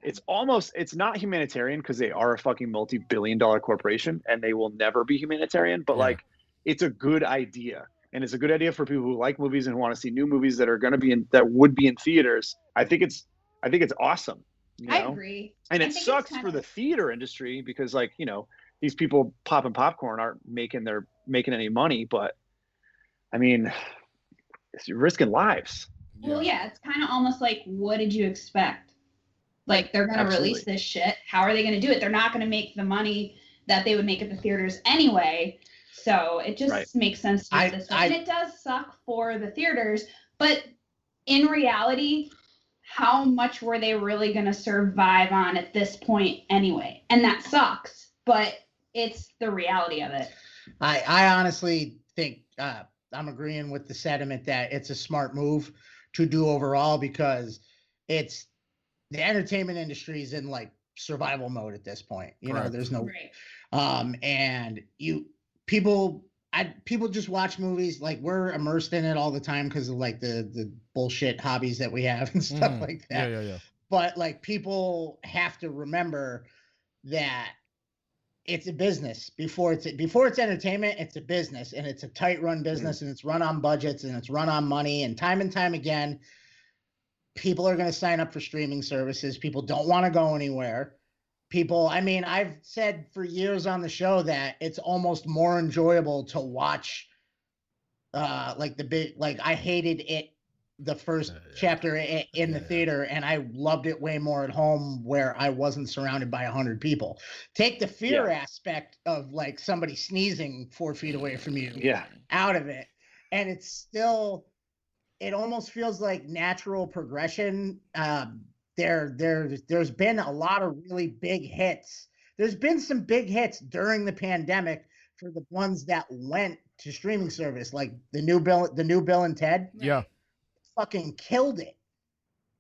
Speaker 5: it's almost it's not humanitarian because they are a fucking multi-billion-dollar corporation and they will never be humanitarian. But
Speaker 2: Yeah.
Speaker 5: like, it's a good idea, and it's a good idea for people who like movies and who want to see new movies that are going to be in that would be in theaters. I think it's I think it's awesome. You know?
Speaker 3: I agree.
Speaker 5: and
Speaker 3: I
Speaker 5: it
Speaker 3: think it's
Speaker 5: sucks
Speaker 3: kind
Speaker 5: for
Speaker 3: of-
Speaker 5: the theater industry because like you know these people popping popcorn aren't making their making any money but i mean it's- you're risking lives
Speaker 3: Well, yeah, it's kind of almost like, what did you expect? Like, they're going to release
Speaker 5: Absolutely.
Speaker 3: this shit. How are they going to do it? They're not going to make the money that they would make at the theaters anyway. So it just
Speaker 5: Right.
Speaker 3: makes sense to do
Speaker 4: I-
Speaker 3: it this way. and
Speaker 4: I-
Speaker 3: it does suck for the theaters, but in reality, how much were they really going to survive on at this point anyway? And that sucks, but it's the reality of it.
Speaker 4: I I honestly think uh, I'm agreeing with the sentiment that it's a smart move to do overall because it's the entertainment industry is in like survival mode at this point. You know,
Speaker 2: Correct.
Speaker 4: there's no
Speaker 3: Right.
Speaker 4: um and you people i people just watch movies like we're immersed in it all the time because of like the the bullshit hobbies that we have and stuff
Speaker 2: Mhm.
Speaker 4: like that
Speaker 2: Yeah, yeah, yeah.
Speaker 4: but like people have to remember that it's a business before it's before it's entertainment it's a business and it's a tight run
Speaker 2: Mm-hmm.
Speaker 4: business and it's run on budgets and it's run on money and time and time again people are going to sign up for streaming services people don't want to go anywhere people i mean i've said for years on the show that it's almost more enjoyable to watch uh like the big like i hated it the first
Speaker 2: Uh, yeah.
Speaker 4: chapter i- in the
Speaker 2: Yeah.
Speaker 4: theater and i loved it way more at home where i wasn't surrounded by 100 people take the fear aspect of like somebody sneezing four feet away from you
Speaker 5: yeah
Speaker 4: out of it and it's still it almost feels like natural progression um there there there's been a lot of really big hits there's been some big hits during the pandemic for the ones that went to streaming service like the new bill the new bill and ted
Speaker 2: Yeah.
Speaker 4: fucking killed it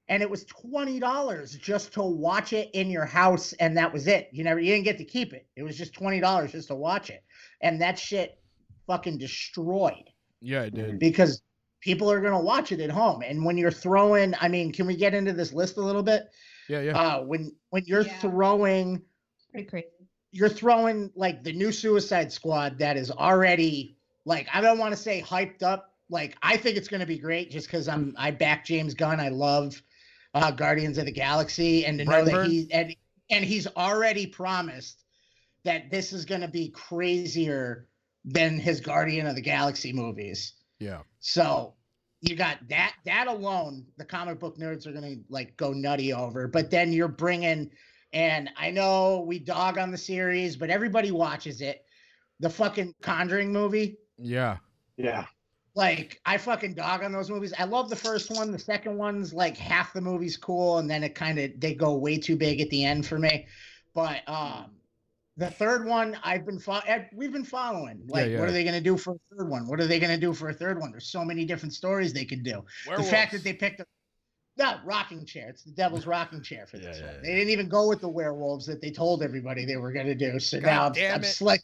Speaker 4: and it was $20 just to watch it in your house and that was it you never you didn't get to keep it it was just $20 just to watch it and that shit fucking destroyed
Speaker 2: Yeah, it did.
Speaker 4: because people are going to watch it at home and when you're throwing i mean can we get into this list a little bit
Speaker 2: Yeah, yeah.
Speaker 4: uh when when you're
Speaker 3: Yeah.
Speaker 4: throwing
Speaker 3: Pretty crazy.
Speaker 4: you're throwing like the new Suicide Squad that is already like I don't want to say hyped up. Like I think it's going to be great just because I'm I back James Gunn. I love uh, Guardians of the Galaxy, and to know that
Speaker 2: Brightburn?
Speaker 4: he and and he's already promised that this is going to be crazier than his Guardian of the Galaxy movies.
Speaker 2: Yeah.
Speaker 4: So you got that that alone the comic book nerds are going to like go nutty over. But then you're bringing and I know we dog on the series, but everybody watches it. The fucking Conjuring movie.
Speaker 2: Yeah.
Speaker 5: Yeah.
Speaker 4: Like I fucking dog on those movies. I love the first one. The second one's like half the movie's cool, and then it kind of they go way too big at the end for me. But um, the third one I've been fo- eh, we've been following. Like,
Speaker 2: yeah.
Speaker 4: what are they gonna do for a third one? What are they gonna do for a third one? There's so many different stories they could do.
Speaker 2: Werewolves.
Speaker 4: The fact that they picked up no rocking chair. It's the devil's rocking chair for
Speaker 2: Yeah,
Speaker 4: this
Speaker 2: yeah,
Speaker 4: one.
Speaker 2: yeah.
Speaker 4: They didn't even go with the werewolves that they told everybody they were gonna do. So
Speaker 2: God
Speaker 4: now
Speaker 2: damn
Speaker 4: I'm, I'm
Speaker 2: it.
Speaker 4: slick.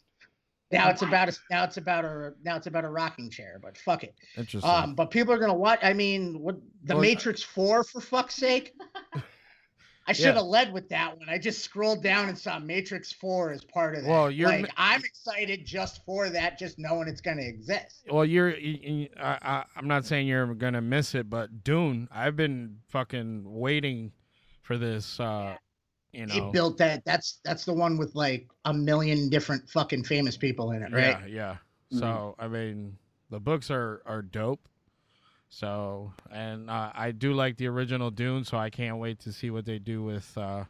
Speaker 4: Now it's about a now it's about a now it's about a rocking chair, but fuck it.
Speaker 2: Interesting.
Speaker 4: Um, but people are gonna watch. I mean, what the
Speaker 2: Well,
Speaker 4: Matrix Four for fuck's sake? I should have
Speaker 2: Yeah.
Speaker 4: led with that one. I just scrolled down and saw Matrix Four as part of that.
Speaker 2: Well, you're-
Speaker 4: like, I'm excited just for that, just knowing it's gonna exist.
Speaker 2: well, you're. You, you, I, I, I'm not saying you're gonna miss it, but Dune. I've been fucking waiting for this. Uh, you know.
Speaker 4: It built that. That's that's the one with like a million different fucking famous people in it, right? Mm-hmm.
Speaker 2: Yeah, yeah. So I mean, the books are are dope. So and uh, I do like the original Dune, so I can't wait to see what they do with uh,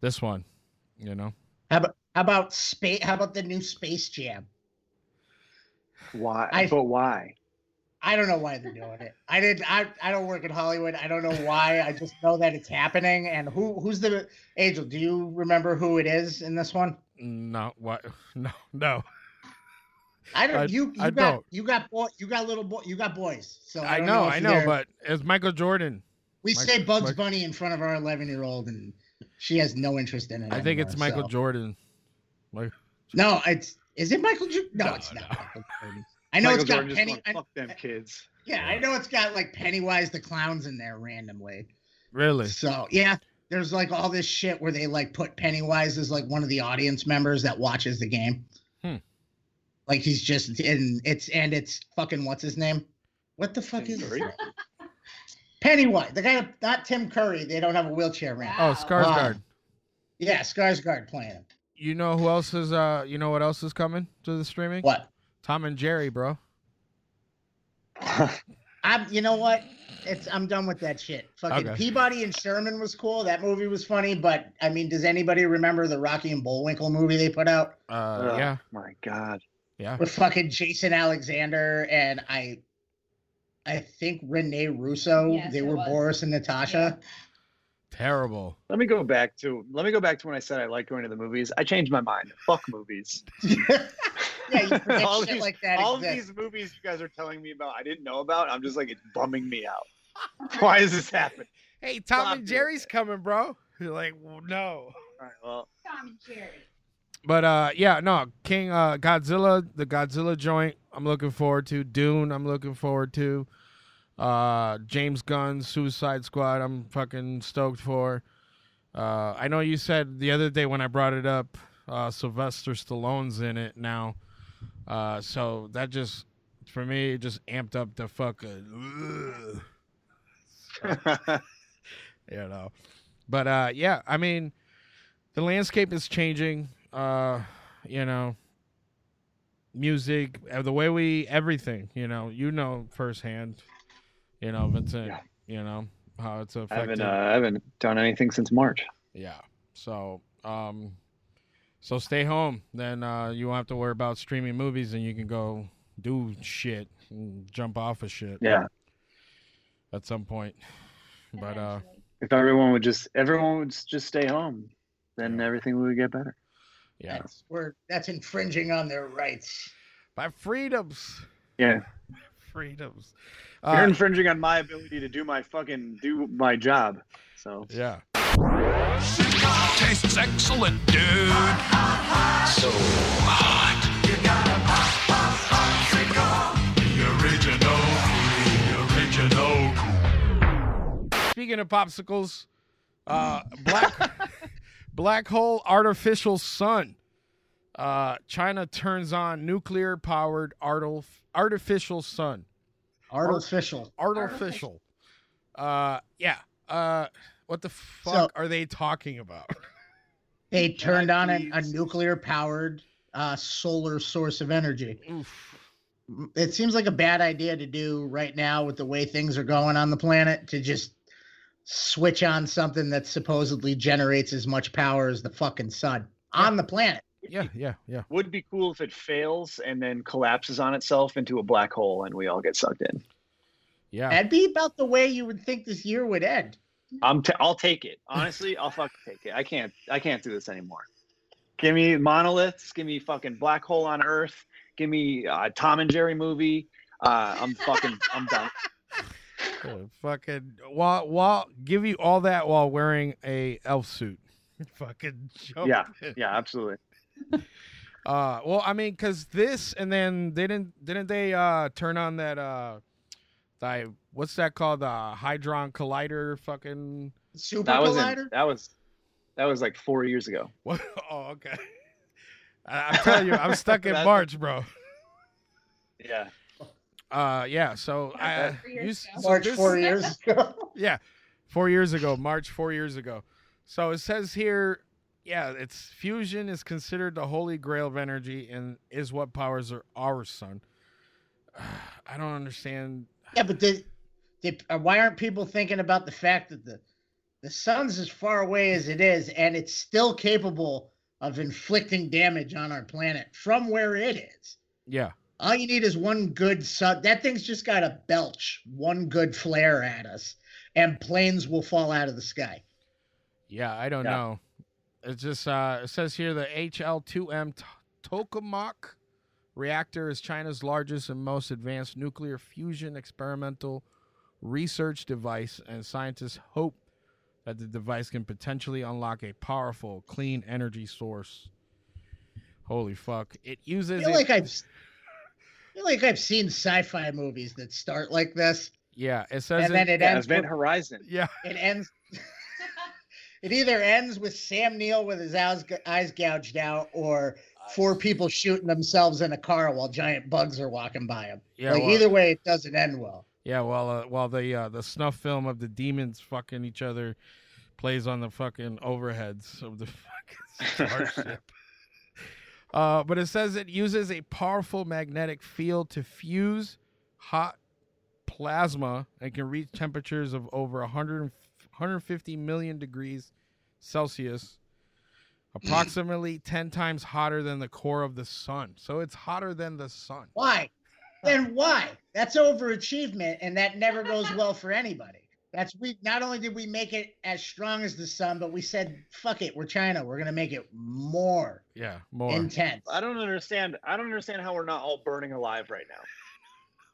Speaker 2: this one. You know,
Speaker 4: How about how about space? How about the new Space Jam?
Speaker 5: Why?
Speaker 4: I-
Speaker 5: but why?
Speaker 4: I don't know why they're doing it. I didn't. I, I don't work in Hollywood. I don't know why. I just know that it's happening. And who who's the Angel? Do you remember who it is in this one?
Speaker 2: no, what? No, no.
Speaker 4: I don't.
Speaker 2: I-
Speaker 4: you you
Speaker 2: I
Speaker 4: got
Speaker 2: don't.
Speaker 4: you got boy you got little boy you got boys. So I,
Speaker 2: I
Speaker 4: don't
Speaker 2: know,
Speaker 4: if
Speaker 2: I know,
Speaker 4: they're-
Speaker 2: but it's Michael Jordan.
Speaker 4: we
Speaker 2: Mike-
Speaker 4: say Bugs
Speaker 2: Mike-
Speaker 4: Bunny in front of our eleven year old, and she has no interest in it.
Speaker 2: I think
Speaker 4: anymore,
Speaker 2: it's Michael
Speaker 4: so.
Speaker 2: Jordan.
Speaker 4: No, it's is it Michael Jordan? No,
Speaker 2: No,
Speaker 4: it's not.
Speaker 2: no.
Speaker 4: Michael Jordan. I know
Speaker 5: Michael
Speaker 4: it's got
Speaker 5: Jordan just
Speaker 4: Penny.
Speaker 5: going,
Speaker 4: I-
Speaker 5: fuck them kids.
Speaker 4: yeah, I know it's got like Pennywise the clowns in there randomly.
Speaker 2: Really?
Speaker 4: So yeah, there's like all this shit where they like put Pennywise as like one of the audience members that watches the game.
Speaker 2: Hmm.
Speaker 4: Like he's just in it's and it's fucking what's his name? What the fuck
Speaker 5: Tim
Speaker 4: is his
Speaker 5: Curry?
Speaker 4: name? Pennywise? The guy, not Tim Curry. They don't have a wheelchair ramp.
Speaker 2: Oh, Skarsgård.
Speaker 4: Yeah, Skarsgård playing him.
Speaker 2: You know who else is? Uh, you know what else is coming to the streaming?
Speaker 4: What?
Speaker 2: Tom and Jerry, bro.
Speaker 4: I'm. You know what? It's. I'm done with that shit. Fucking
Speaker 2: Okay.
Speaker 4: Peabody and Sherman was cool. That movie was funny, but I mean, does anybody remember the Rocky and Bullwinkle movie they put out?
Speaker 2: Uh,
Speaker 5: Ugh,
Speaker 2: yeah,
Speaker 5: My God.
Speaker 2: yeah.
Speaker 4: with fucking Jason Alexander and I I think Renee Russo.
Speaker 3: Yes,
Speaker 4: they
Speaker 3: it
Speaker 4: were
Speaker 3: was.
Speaker 4: Boris and Natasha.
Speaker 2: Terrible.
Speaker 5: Let me go back to let me go back to when I said I like going to the movies. I changed my mind. Fuck movies.
Speaker 4: Yeah, you forget
Speaker 5: All
Speaker 4: shit
Speaker 5: these-
Speaker 4: like that.
Speaker 5: All of
Speaker 4: exists.
Speaker 5: these movies you guys are telling me about, I didn't know about. I'm just like it's bumming me out. Why is this happening?
Speaker 2: Hey, Tom
Speaker 5: Stop doing
Speaker 2: and Jerry's
Speaker 5: that.
Speaker 2: coming, bro. You're like, well, no.
Speaker 5: All right, well,
Speaker 3: Tom and Jerry.
Speaker 2: But uh, yeah, no, King uh, Godzilla, the Godzilla joint, I'm looking forward to. Dune, I'm looking forward to. Uh, James Gunn's Suicide Squad, I'm fucking stoked for. Uh, I know you said the other day when I brought it up, uh, Sylvester Stallone's in it now. Uh, so that just, for me, it just amped up the fucking. you know. But uh, yeah, I mean, the landscape is changing. Uh, you know, music, uh, the way we everything. You know, you know firsthand. You know, Vincent.
Speaker 5: Yeah.
Speaker 2: You know how it's
Speaker 5: I haven't
Speaker 2: affected.
Speaker 5: uh, I haven't done anything since March.
Speaker 2: Yeah. So, um, so stay home. Then uh, you won't have to worry about streaming movies, and you can go do shit, and jump off of shit.
Speaker 5: Yeah.
Speaker 2: At some point. But uh,
Speaker 3: Eventually.
Speaker 5: If everyone would just everyone would s- just stay home, then everything would get better.
Speaker 2: yeah,
Speaker 4: That's where that's infringing on their rights.
Speaker 2: my freedoms.
Speaker 5: Yeah.
Speaker 2: freedoms.
Speaker 5: You're
Speaker 2: Uh,
Speaker 5: infringing on my ability to do my fucking do my job. So
Speaker 2: yeah.
Speaker 8: Tastes excellent, dude. So hot. You gotta pop, pop, pop, The original, the original cool.
Speaker 2: Speaking of popsicles, uh, black Black hole artificial sun. Uh, China turns on nuclear powered artificial sun.
Speaker 4: Artificial.
Speaker 2: Artificial. Uh, yeah. Uh, what the fuck are they talking about?
Speaker 4: They turned on a, a nuclear powered uh, solar source of energy. It seems like a bad idea to do right now with the way things are going on the planet to just switch on something that supposedly generates as much power as the fucking sun on the planet.
Speaker 2: Yeah, yeah, yeah.
Speaker 5: Would be cool if it fails and then collapses on itself into a black hole and we all get sucked in.
Speaker 2: Yeah.
Speaker 4: That'd be about the way you would think this year would end.
Speaker 5: I'm t- I'll take it. Honestly, I'll fucking take it. I can't I can't do this anymore. Give me monoliths. Give me fucking black hole on Earth. Give me uh, Tom and Jerry movie. Uh, I'm fucking I'm done.
Speaker 2: Uh, fucking while while give you all that while wearing a elf suit. fucking jump
Speaker 5: Yeah,
Speaker 2: in.
Speaker 5: yeah, absolutely.
Speaker 2: Uh, well, I mean, cause this and then they didn't didn't they uh turn on that uh, thy what's that called the hadron collider fucking
Speaker 4: Super
Speaker 5: That was
Speaker 4: collider?
Speaker 5: in, that was that was like four years ago.
Speaker 2: what? Oh, okay. I, I'm telling you, I'm stuck in
Speaker 5: That-
Speaker 2: March, bro.
Speaker 5: Yeah.
Speaker 2: Uh, yeah. So I
Speaker 3: That's four
Speaker 2: you,
Speaker 3: years
Speaker 2: s-
Speaker 3: ago.
Speaker 2: so
Speaker 4: March
Speaker 2: this-
Speaker 4: four years ago.
Speaker 2: Yeah, four years ago, March four years ago. So it says here, yeah, it's fusion is considered the holy grail of energy and is what powers our, our sun. I don't understand.
Speaker 4: yeah, but they, they, uh, why aren't people thinking about the fact that the the sun's as far away as it is, and it's still capable of inflicting damage on our planet from where it is?
Speaker 2: Yeah,
Speaker 4: All you need is one good sun. That thing's just got to belch one good flare at us, and planes will fall out of the sky.
Speaker 2: yeah, I don't
Speaker 5: Yeah.
Speaker 2: know. It just uh, it says here the HL2M t- tokamak reactor is China's largest and most advanced nuclear fusion experimental research device, and scientists hope that the device can potentially unlock a powerful, clean energy source. Holy fuck! It
Speaker 4: I
Speaker 2: uses
Speaker 4: feel
Speaker 2: it-
Speaker 4: like I've, I feel like I've seen sci-fi movies that start like this,
Speaker 2: yeah. It says
Speaker 4: and then
Speaker 2: it,
Speaker 4: it
Speaker 5: yeah
Speaker 4: ends.
Speaker 5: Event
Speaker 4: with-
Speaker 5: Horizon.
Speaker 2: yeah.
Speaker 4: it ends. it either ends with Sam Neill with his eyes, eyes gouged out, or four people shooting themselves in a car while giant bugs are walking by them.
Speaker 2: Yeah,
Speaker 4: like
Speaker 2: well-
Speaker 4: either way, it doesn't end well.
Speaker 2: Yeah, while uh, while the uh, the snuff film of the demons fucking each other plays on the fucking overheads of the fucking starship. uh, but it says it uses a powerful magnetic field to fuse hot plasma and can reach temperatures of over 100, 150 million degrees Celsius, approximately ten times hotter than the core of the sun. So it's hotter than the sun.
Speaker 4: Why? Then why? That's overachievement, and that never goes well for anybody. That's we. Not only did we make it as strong as the sun, but we said, "Fuck it, we're China. We're gonna make it more,
Speaker 2: Yeah, more.
Speaker 4: intense."
Speaker 5: I don't understand. I don't understand how we're not all burning alive right now.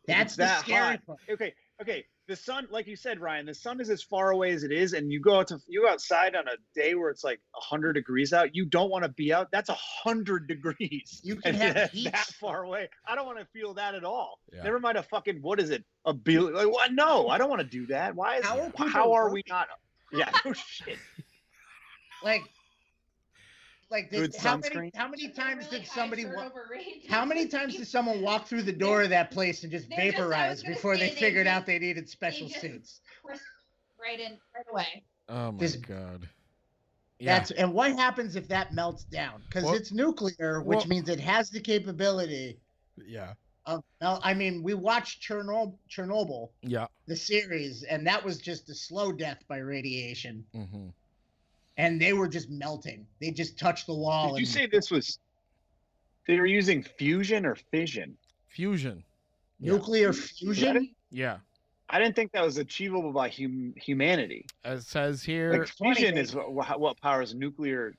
Speaker 4: That's the
Speaker 5: that
Speaker 4: scary
Speaker 5: hot.
Speaker 4: part.
Speaker 5: okay okay the sun like you said ryan the sun is as far away as it is and you go out to you go outside on a day where it's like 100 degrees out you don't want to be out that's 100 degrees
Speaker 4: You can
Speaker 5: And
Speaker 4: have
Speaker 5: that-
Speaker 4: heat
Speaker 5: that
Speaker 4: stroke.
Speaker 5: far away i don't want to feel that at all
Speaker 2: Yeah.
Speaker 5: never mind a fucking what is it a billion like what no i don't want to do that why is
Speaker 4: How
Speaker 5: how
Speaker 4: are people
Speaker 5: are, we not yeah no shit
Speaker 4: Like, like did,
Speaker 5: Good
Speaker 4: how many
Speaker 5: sunscreen.
Speaker 4: how many times
Speaker 3: Really
Speaker 4: did
Speaker 3: high
Speaker 4: somebody wa-
Speaker 3: turnover rate.
Speaker 4: how many times did someone walk through the door of that place and just
Speaker 3: They're just- I was
Speaker 4: vaporize
Speaker 3: gonna
Speaker 4: before they
Speaker 3: say they
Speaker 4: figured
Speaker 3: just-
Speaker 4: out they needed special
Speaker 3: just-
Speaker 4: suits?
Speaker 3: right in right away?
Speaker 2: Oh my
Speaker 4: This-
Speaker 2: god.
Speaker 4: That's and what happens if that melts down? Because
Speaker 2: Well-
Speaker 4: it's nuclear, which
Speaker 2: well-
Speaker 4: means it has the capability
Speaker 2: yeah.
Speaker 4: of mel- I mean, we watched Chernobyl, Chernobyl,
Speaker 2: Yeah.
Speaker 4: the series, and that was just a slow death by radiation,
Speaker 2: Mm-hmm.
Speaker 4: and they were just melting. They just touched the wall.
Speaker 5: did you
Speaker 4: and-
Speaker 5: say this was they were using fusion or fission
Speaker 2: Fusion. Yeah.
Speaker 4: nuclear fusion?
Speaker 2: Yeah.
Speaker 5: i didn't think that was achievable by hum- humanity
Speaker 2: It says here.
Speaker 5: Like fusion
Speaker 4: Funny
Speaker 5: is what, what what powers nuclear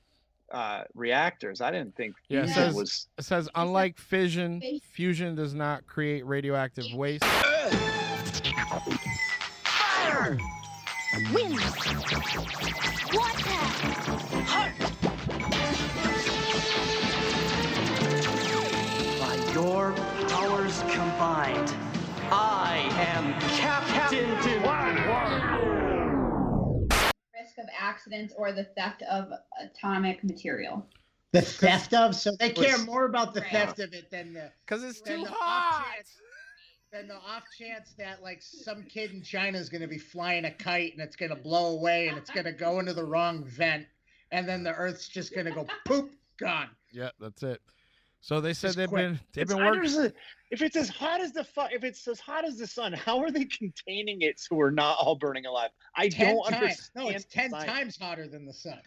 Speaker 5: uh, reactors. I didn't think
Speaker 2: Yeah,
Speaker 5: fusion
Speaker 2: it
Speaker 3: says-
Speaker 5: was.
Speaker 2: It says unlike fission,
Speaker 3: Face-
Speaker 2: fusion does not create radioactive waste.
Speaker 6: Fire! Wind! Water! Heart!
Speaker 9: By your powers combined, I am Captain.
Speaker 3: risk of accidents or the theft of atomic material.
Speaker 4: The theft of, so they care
Speaker 5: Was-
Speaker 4: more about the
Speaker 3: Right.
Speaker 4: theft of it than the
Speaker 2: Because it's
Speaker 4: than
Speaker 2: too
Speaker 4: the
Speaker 2: hot.
Speaker 4: off chance than the off chance that like some kid in China is going to be flying a kite and it's going to blow away and it's going to go into the wrong vent and then the Earth's just going to go poop gone.
Speaker 2: Yeah, that's it. So they said
Speaker 5: Just
Speaker 2: they've
Speaker 5: quick.
Speaker 2: been they've
Speaker 5: It's
Speaker 2: been working.
Speaker 5: under the- if it's as hot as the fu- if it's as hot as the sun, how are they containing it so we're not all burning alive? I
Speaker 4: Ten
Speaker 5: don't
Speaker 4: times.
Speaker 5: understand.
Speaker 4: No, it's ten
Speaker 5: science.
Speaker 4: times hotter than the sun.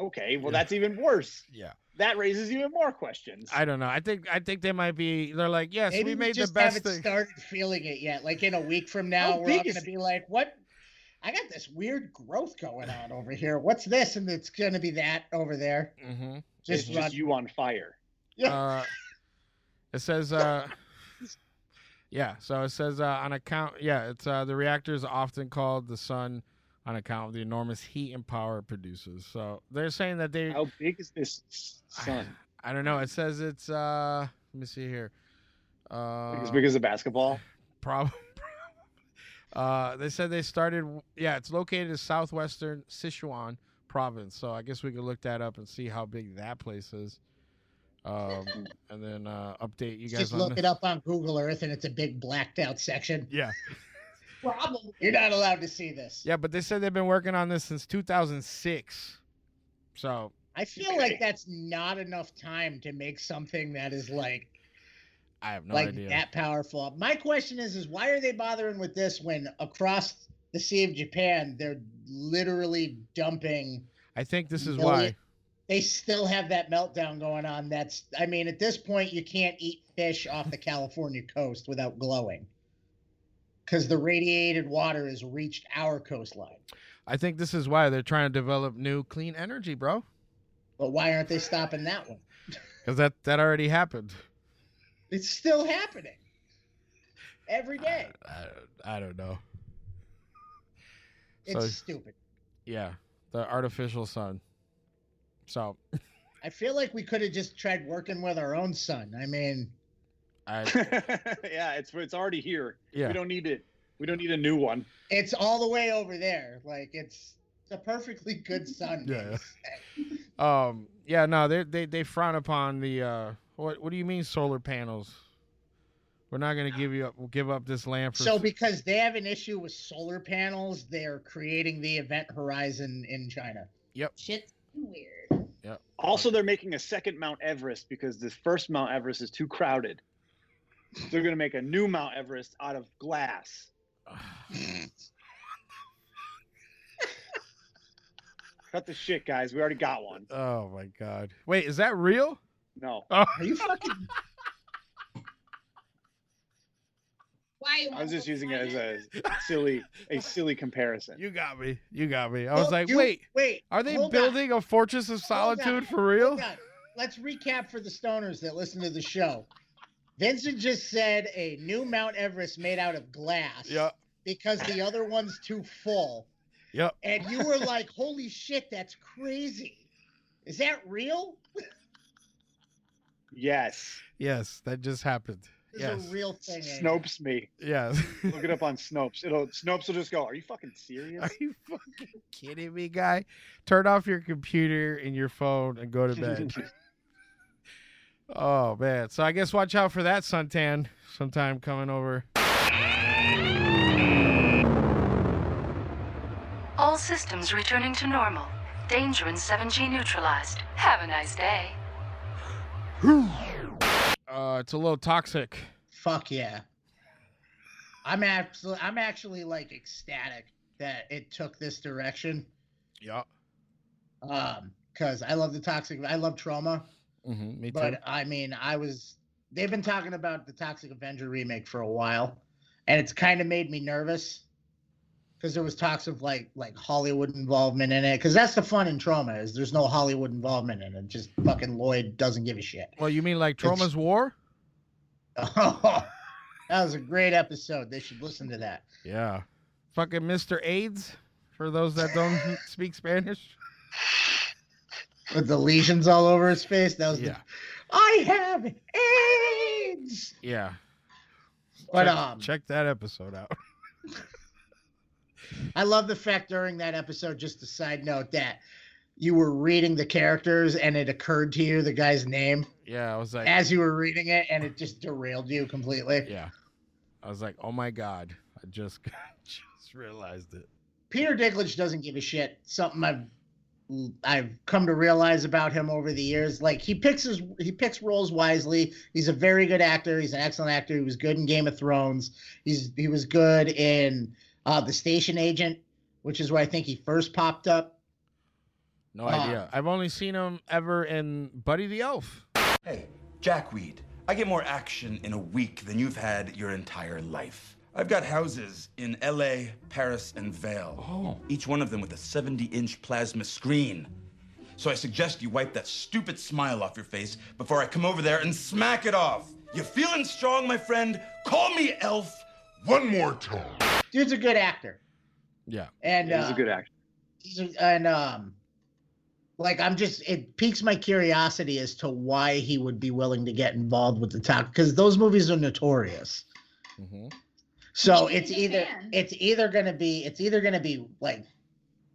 Speaker 5: Okay, well
Speaker 2: Yeah.
Speaker 5: that's even worse.
Speaker 2: Yeah,
Speaker 5: That raises even more questions.
Speaker 2: I don't know. I think I think they might be. They're like, yes,
Speaker 4: Maybe
Speaker 2: we made the
Speaker 4: just
Speaker 2: best
Speaker 4: haven't
Speaker 2: thing.
Speaker 4: started feeling it yet. Like in a week from now,
Speaker 5: How
Speaker 4: we're
Speaker 5: big
Speaker 4: all going to
Speaker 5: is
Speaker 4: be like, "What? I got this weird growth going on over here. What's this?" And it's going to be that over there.
Speaker 2: Mhm.
Speaker 5: it's
Speaker 4: Just
Speaker 5: just
Speaker 4: run.
Speaker 5: you on fire.
Speaker 2: Uh, it says, uh, yeah. So it says uh, on account. Yeah, it's uh, the reactor is often called the sun on account of the enormous heat and power it produces. So they're saying that they.
Speaker 5: How big is this s- sun?
Speaker 2: I don't know. It says it's. uh Let me see here.
Speaker 5: Like,
Speaker 2: Uh,
Speaker 5: as big as a basketball?
Speaker 2: Probably. Uh, they said they started. Yeah, it's located in southwestern Sichuan province. So I guess we could look that up and see how big that place is, um, and then uh, update you guys.
Speaker 4: Just
Speaker 2: on
Speaker 4: look
Speaker 2: the-
Speaker 4: it up on Google Earth, and it's a big blacked out section.
Speaker 2: Yeah,
Speaker 3: Probably.
Speaker 4: You're not allowed to see this.
Speaker 2: yeah, but they said they've been working on this since 2006. So
Speaker 4: I feel like that's not enough time to make something that is like
Speaker 2: I have no
Speaker 4: like
Speaker 2: idea.
Speaker 4: that powerful. My question is, is why are they bothering with this when across the Sea of Japan they're literally dumping?
Speaker 2: I think this is
Speaker 4: Million-
Speaker 2: why.
Speaker 4: They still have that meltdown going on. That's I mean, at this point you can't eat fish off the California coast without glowing. Because the radiated water has reached our coastline.
Speaker 2: I think this is why they're trying to develop new clean energy, bro.
Speaker 4: But why aren't they stopping that one?
Speaker 2: Because that that already happened.
Speaker 4: It's still happening. Every day.
Speaker 2: I, I don't know.
Speaker 4: It's
Speaker 2: So-
Speaker 4: stupid.
Speaker 2: Yeah, the artificial sun. So
Speaker 4: I feel like we could have just tried working with our own son. I mean,
Speaker 2: I
Speaker 5: yeah, it's it's already here.
Speaker 2: yeah
Speaker 5: We don't need it. We don't need a new one.
Speaker 4: it's all the way over there. Like it's a perfectly good son.
Speaker 2: Yeah.
Speaker 4: base.
Speaker 2: um yeah no they they they frown upon the uh what what do you mean solar panels? We're not gonna give you up give up this land for
Speaker 4: So because they have an issue with solar panels, they're creating the event horizon in China.
Speaker 3: Shit's weird.
Speaker 5: Also, they're making a second Mount Everest because the first Mount Everest is too crowded. They're going to make a new Mount Everest out of glass. Cut the shit, guys. We already got one.
Speaker 2: oh my god wait is that real?
Speaker 5: No,
Speaker 2: Oh
Speaker 4: Are you fucking
Speaker 3: Why?
Speaker 5: I was just using it as a silly, a silly comparison.
Speaker 2: you got me you got me I was
Speaker 4: Well,
Speaker 2: like
Speaker 4: you-
Speaker 2: wait
Speaker 4: wait?
Speaker 2: are they
Speaker 4: hold on,
Speaker 2: building a fortress of
Speaker 4: Hold on,
Speaker 2: solitude for real?
Speaker 4: hold on. Let's recap for the stoners that listen to the show. Vincent just said a new Mount Everest made out of glass.
Speaker 2: Yeah
Speaker 4: because the other one's too full.
Speaker 2: Yep.
Speaker 4: And you were like, holy shit, that's crazy. Is that real?
Speaker 5: Yes,
Speaker 2: yes that just happened
Speaker 4: This
Speaker 2: yes
Speaker 4: is a real thing. ain't it?
Speaker 5: Snopes me.
Speaker 2: yes.
Speaker 5: Look it up on Snopes. It'll Snopes will just go. Are you fucking serious?
Speaker 2: Are you fucking kidding me, guy? Turn off your computer and your phone and go to bed. oh man. So I guess watch out for that suntan sometime coming over.
Speaker 6: All systems returning to normal. Danger in 7G neutralized. Have a nice day.
Speaker 2: Uh it's a little toxic.
Speaker 4: Fuck yeah. I'm absolutely, I'm actually like ecstatic that it took this direction.
Speaker 2: Yeah.
Speaker 4: Um, because I love the toxic, I love trauma,
Speaker 2: Mm-hmm. Me too.
Speaker 4: but I mean, I was. They've been talking about the Toxic Avenger remake for a while, and it's kind of made me nervous because there was talks of like like Hollywood involvement in it. Because that's the fun in trauma is there's no Hollywood involvement in it. Just fucking Lloyd doesn't give a shit.
Speaker 2: well, you mean like Troma's War?
Speaker 4: that was a great episode. They should listen to that.
Speaker 2: Yeah. Fucking Mr. AIDS for those that don't speak Spanish.
Speaker 4: With the lesions all over his face. That was
Speaker 2: Yeah.
Speaker 4: the I have AIDS.
Speaker 2: Yeah.
Speaker 4: But
Speaker 2: check,
Speaker 4: um
Speaker 2: check that episode out.
Speaker 4: I love the fact during that episode, just a side note, that you were reading the characters and it occurred to you the guy's name
Speaker 2: Yeah, I was like,
Speaker 4: as you were reading it and it just derailed you completely.
Speaker 2: yeah, I was like, oh my god, I just just realized it.
Speaker 4: Peter Dinklage doesn't give a shit. Something I've I've come to realize about him over the years. Like he picks his he picks roles wisely. He's a very good actor. He's an excellent actor. He was good in Game of Thrones. He's he was good in uh, The Station Agent, which is where I think he first popped up.
Speaker 2: No
Speaker 4: Ah.
Speaker 2: idea. I've only seen him ever in Buddy the Elf.
Speaker 8: Hey, Jackweed, I get more action in a week than you've had your entire life. I've got houses in LA, Paris, and Vale. Oh. Each one of them with a 70 inch plasma screen. So I suggest you wipe that stupid smile off your face before I come over there and smack it off. You feeling strong, my friend? Call me Elf one more time.
Speaker 4: Dude's a good actor.
Speaker 2: Yeah,
Speaker 4: And
Speaker 5: He's
Speaker 4: uh,
Speaker 5: a good actor.
Speaker 4: he's a- and um like I'm just it piques my curiosity as to why he would be willing to get involved with the top because those movies are notorious. Mm-hmm.
Speaker 2: hmm
Speaker 4: So
Speaker 3: Even
Speaker 4: it's
Speaker 3: in
Speaker 4: either
Speaker 3: Japan.
Speaker 4: it's either gonna be it's either gonna be like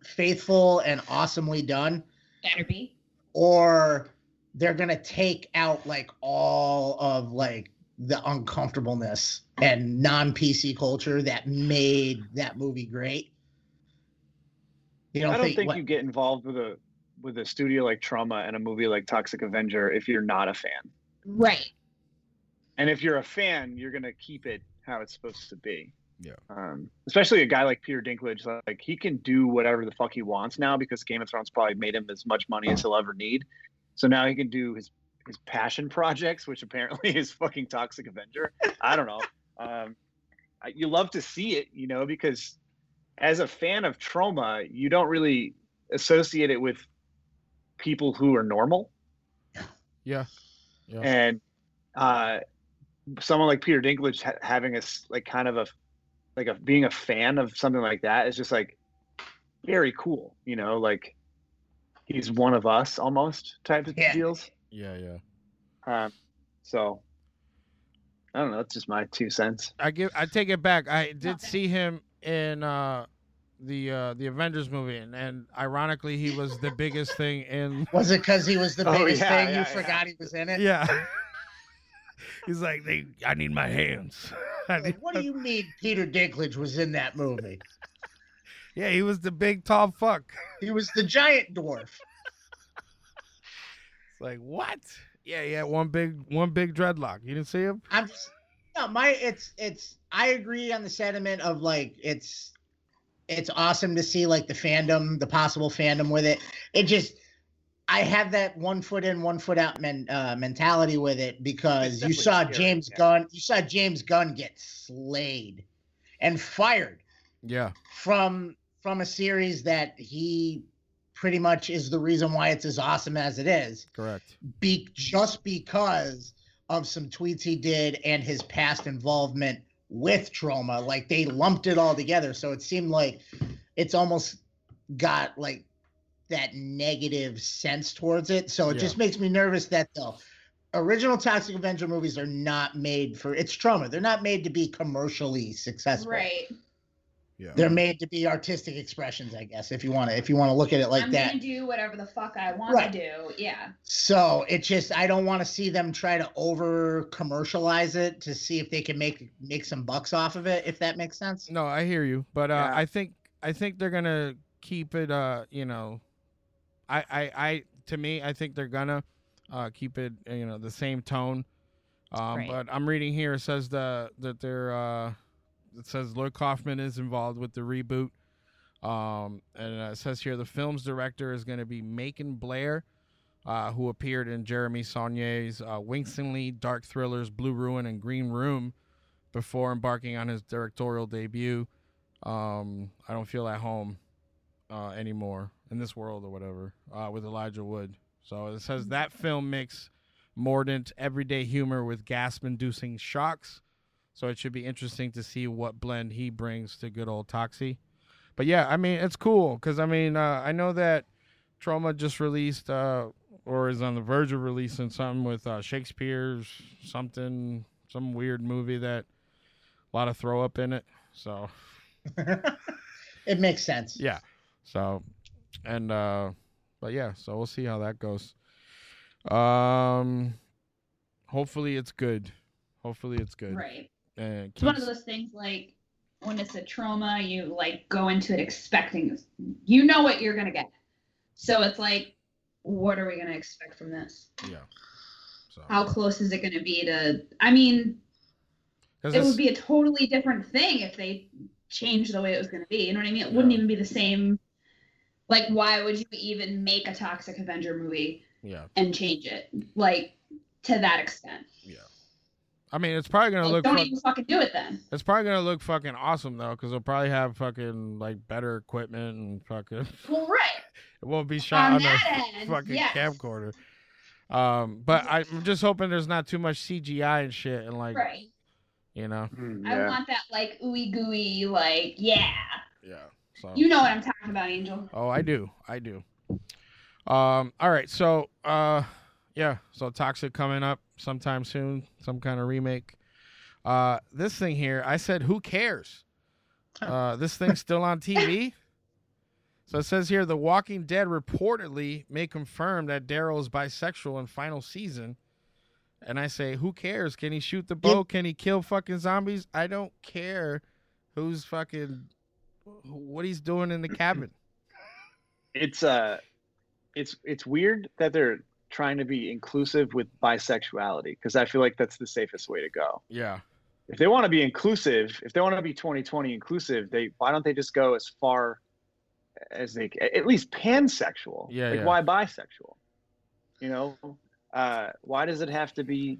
Speaker 4: faithful and awesomely done,
Speaker 3: Better be.
Speaker 4: or they're gonna take out like all of like the uncomfortableness and non PC culture that made that movie great. You don't,
Speaker 5: I don't think
Speaker 4: what-
Speaker 5: you get involved with a with a studio like Trauma and a movie like Toxic Avenger if you're not a fan.
Speaker 3: Right.
Speaker 5: And if you're a fan, you're gonna keep it how it's supposed to be.
Speaker 2: Yeah.
Speaker 5: Um, especially a guy like Peter Dinklage, like he can do whatever the fuck he wants now because Game of Thrones probably made him as much money as he'll ever need. So now he can do his his passion projects, which apparently is fucking Toxic Avenger. I don't know. Um, I- you love to see it, you know, because as a fan of trauma, you don't really associate it with people who are normal
Speaker 2: yeah, yeah.
Speaker 5: and uh, someone like Peter Dinklage ha- having a s- like kind of a like a being a fan of something like that is just like very cool, you know, like he's one of us almost type of
Speaker 4: Yeah.
Speaker 5: deals.
Speaker 2: yeah, yeah.
Speaker 5: Um, so I don't know, that's just my two cents.
Speaker 2: I give I take it back. I did
Speaker 3: Okay.
Speaker 2: see him in uh the uh the Avengers movie and, and ironically he was the biggest thing in
Speaker 4: was it because he was the
Speaker 5: Oh,
Speaker 4: biggest
Speaker 5: yeah,
Speaker 4: thing?
Speaker 5: yeah,
Speaker 4: you
Speaker 5: yeah.
Speaker 4: forgot he was in it.
Speaker 2: Yeah. He's like they I need my hands. I
Speaker 4: Like,
Speaker 2: need
Speaker 4: what do you mean Peter Dinklage was in that movie?
Speaker 2: Yeah, he was the big tall fuck.
Speaker 4: He was the giant dwarf.
Speaker 2: It's like what? Yeah, yeah, one big one big dreadlock. You didn't see him?
Speaker 4: I'm just no, my it's it's I agree on the sentiment of like it's it's awesome to see like the fandom, the possible fandom with it. It just I have that one foot in, one foot out men, uh, mentality with it because you
Speaker 5: definitely
Speaker 4: saw
Speaker 5: scary,
Speaker 4: James
Speaker 5: yeah.
Speaker 4: Gunn, you saw James Gunn get slayed and fired
Speaker 2: Yeah.
Speaker 4: from from a series that he pretty much is the reason why it's as awesome as it is
Speaker 2: Correct.
Speaker 4: be just because of some tweets he did and his past involvement with trauma like they lumped it all together so it seemed like it's almost got like that negative sense towards it so it
Speaker 2: Yeah.
Speaker 4: just makes me nervous that the original toxic avenger movies are not made for it's trauma they're not made to be commercially successful
Speaker 3: right.
Speaker 2: Yeah.
Speaker 4: they're made to be artistic expressions i guess if you want to if you want to look at it like
Speaker 3: I'm
Speaker 4: that
Speaker 3: gonna do whatever the fuck I want
Speaker 4: Right.
Speaker 3: to do. Yeah.
Speaker 4: So it just I don't want to see them try to over commercialize it to see if they can make make some bucks off of it, if that makes sense.
Speaker 2: No, I hear you, but uh,
Speaker 5: Yeah.
Speaker 2: I think I think they're gonna keep it. Uh, you know, I, I, I to me, I think they're gonna uh, keep it. uh, You know, the same tone. Um,
Speaker 3: Right.
Speaker 2: But I'm reading here. It says the that they're. Uh, it says Lloyd Kaufman is involved with the reboot. Um, and uh, it says here the film's director is going to be Macon Blair, uh, who appeared in Jeremy Saulnier's uh, Winstonley, Dark Thrillers, Blue Ruin, and Green Room before embarking on his directorial debut. Um, I don't feel at home uh, anymore in this world or whatever uh, with Elijah Wood. So it says that film mix mordant everyday humor with gasp-inducing shocks. So it should be interesting to see what blend he brings to good old Toxie. But yeah, I mean it's cool because I mean uh, I know that Trauma just released uh, or is on the verge of releasing something with uh, Shakespeare's something, some weird movie that a lot of throw up in it. So
Speaker 4: It makes sense.
Speaker 2: yeah. So, and uh, but yeah, so we'll see how that goes. Um, hopefully it's good. Hopefully it's good.
Speaker 3: Right.
Speaker 2: Uh,
Speaker 3: It's one of
Speaker 2: keeps-
Speaker 3: those things like when it's a trauma, you like go into it expecting, you know what you're going to get. So it's like, what are we going to expect from this?
Speaker 2: yeah. So,
Speaker 3: How close is it going to be to, I mean,
Speaker 2: 'cause
Speaker 3: it
Speaker 2: this-
Speaker 3: would be a totally different thing if they changed the way it was going to be. You know what I mean? It wouldn't
Speaker 2: Yeah.
Speaker 3: even be the same. Like, why would you even make a Toxic Avenger movie
Speaker 2: yeah,
Speaker 3: and change it like to that extent?
Speaker 2: yeah. I mean, it's probably gonna
Speaker 3: Like,
Speaker 2: look.
Speaker 3: don't
Speaker 2: fuck-
Speaker 3: even fucking do it then.
Speaker 2: It's probably gonna look fucking awesome though, because they'll probably have fucking like better equipment and fucking.
Speaker 3: Well, right.
Speaker 2: It won't be shot on,
Speaker 3: On
Speaker 2: a
Speaker 3: that end,
Speaker 2: fucking
Speaker 3: yes.
Speaker 2: camcorder. Um, but I'm just hoping there's not too much CGI and shit, and like
Speaker 3: Right.
Speaker 2: you know,
Speaker 3: I want that like ooey gooey, like, yeah.
Speaker 2: yeah. So
Speaker 3: You know what I'm talking about, Angel.
Speaker 2: oh, I do, I do. Um, all right, so uh, yeah, so Toxic coming up sometime soon, some kind of remake. Uh, this thing here, I said, who cares? Uh, this thing's still on TV. So it says here, The Walking Dead reportedly may confirm that Daryl is bisexual in final season. And I say, who cares? Can he shoot the bow? Can he kill fucking zombies? I don't care who's fucking what he's doing in the cabin.
Speaker 5: It's uh, it's it's weird that they're trying to be inclusive with bisexuality because I feel like that's the safest way to go.
Speaker 2: Yeah.
Speaker 5: If they want to be inclusive, if they want to be 2020 inclusive, they why don't they just go as far as they at least pansexual?
Speaker 2: Yeah,
Speaker 5: Like
Speaker 2: yeah.
Speaker 5: why bisexual? You know, uh, why does it have to be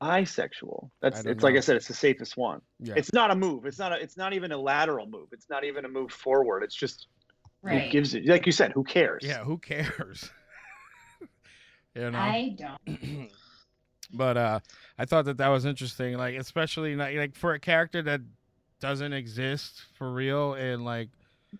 Speaker 5: bisexual? That's
Speaker 2: don't
Speaker 5: it's like
Speaker 2: know.
Speaker 5: I said, it's the safest one.
Speaker 2: Yeah.
Speaker 5: It's not a move. It's not a. It's not even a lateral move. It's not even a move forward. It's just who
Speaker 3: Right.
Speaker 5: gives it like you said who cares
Speaker 2: yeah, who cares? you know.
Speaker 3: I don't.
Speaker 2: but uh I thought that that was interesting like especially like, like for a character that doesn't exist for real and like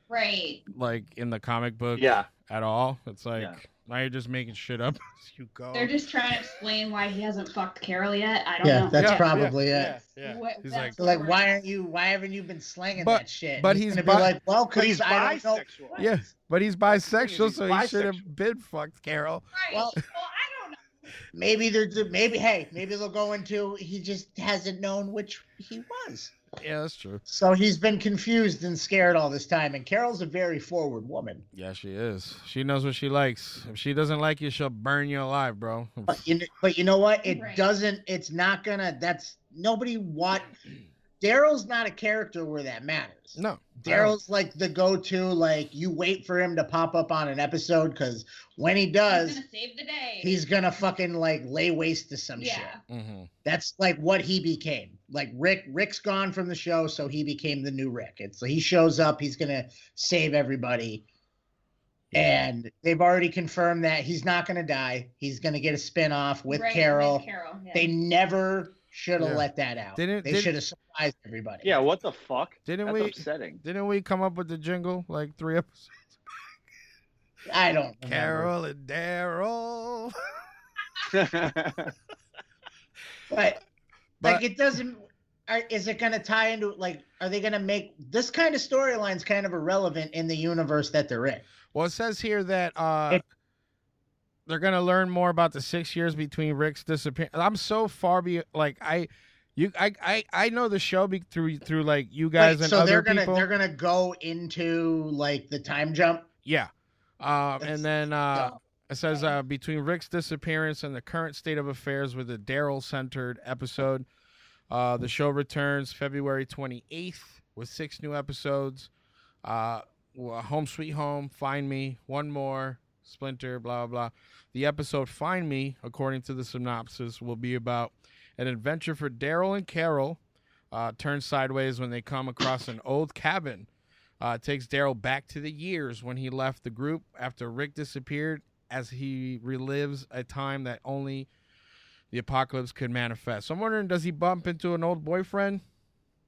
Speaker 3: Right.
Speaker 2: like in the comic book
Speaker 5: yeah
Speaker 2: at all. It's like
Speaker 5: Yeah.
Speaker 2: now you're just making shit up as you go.
Speaker 3: They're just trying to explain why he hasn't fucked Carol yet. I don't
Speaker 4: Yeah,
Speaker 3: know.
Speaker 4: that's probably it.
Speaker 2: Yeah.
Speaker 3: What-
Speaker 2: He's
Speaker 3: that's
Speaker 4: They're like,
Speaker 3: what-
Speaker 4: why aren't you? Why haven't you been slanging
Speaker 2: But-
Speaker 4: that shit?
Speaker 2: but
Speaker 4: And
Speaker 2: he's
Speaker 4: gonna
Speaker 2: bi-
Speaker 4: be like, well,
Speaker 5: but he's
Speaker 4: because I don't know.
Speaker 5: bisexual
Speaker 2: Yeah, but he's bisexual,
Speaker 5: He's
Speaker 2: so he should have
Speaker 5: bisexual.
Speaker 2: been fucked, Carol.
Speaker 3: Right.
Speaker 4: Well-
Speaker 3: Well, I don't know.
Speaker 4: Maybe they're maybe hey, maybe they'll go into he just hasn't known which he was.
Speaker 2: Yeah, that's true.
Speaker 4: So he's been confused and scared all this time. And Carol's a very forward woman.
Speaker 2: Yeah, she is. She knows what she likes. If she doesn't like you, she'll burn you alive, bro.
Speaker 4: But you, kn- but you know what? It
Speaker 3: Right.
Speaker 4: doesn't. It's not gonna. That's nobody. What? Daryl's not a character where that matters.
Speaker 2: No. I don't-
Speaker 4: Daryl's like the go-to. Like you wait for him to pop up on an episode because when he
Speaker 3: He's
Speaker 4: does,
Speaker 3: gonna save the day.
Speaker 4: he's gonna fucking like lay waste to some shit.
Speaker 3: yeah.
Speaker 2: Mhm.
Speaker 4: That's like what he became. Like Rick, Rick's gone from the show, so he became the new Rick. It's he shows up, he's gonna save everybody. And they've already confirmed that he's not gonna die. He's gonna get a spin-off with
Speaker 3: Right,
Speaker 4: Carol.
Speaker 3: Carol. yeah.
Speaker 4: They never should have
Speaker 2: Yeah.
Speaker 4: let that out.
Speaker 2: Didn't-
Speaker 4: they
Speaker 2: didn't-
Speaker 4: should have surprised everybody.
Speaker 5: yeah what the fuck
Speaker 2: Didn't
Speaker 5: that's
Speaker 2: we
Speaker 5: upsetting
Speaker 2: didn't we come up with the jingle like three episodes?
Speaker 4: I don't remember.
Speaker 2: Carol and Daryl.
Speaker 4: But,
Speaker 2: But-
Speaker 4: like it doesn't are, is it going to tie into like are they going to make this kind of storyline's kind of irrelevant in the universe that they're in
Speaker 2: Well, it says here that uh,
Speaker 4: It-
Speaker 2: they're gonna learn more about the six years between Rick's disappearance. I'm so far be like I, you I I, I know the show be through through like you guys
Speaker 4: Wait,
Speaker 2: and
Speaker 4: so
Speaker 2: other
Speaker 4: they're gonna
Speaker 2: people.
Speaker 4: they're gonna go into like the time jump
Speaker 2: Yeah, um, and
Speaker 4: That's
Speaker 2: then uh,
Speaker 4: dumb.
Speaker 2: it says uh, between Rick's disappearance and the current state of affairs with the Daryl centered episode, uh, the show returns February 28th with six new episodes. uh, well, Home Sweet Home, Find Me, One More, Splinter, blah, blah, blah. The episode Find Me, according to the synopsis, will be about an adventure for Daryl and Carol. Uh, turn sideways when they come across an old cabin. Uh, it takes Daryl back to the years when he left the group after Rick disappeared, as he relives a time that only the apocalypse could manifest. So I'm wondering, does he bump into an old boyfriend?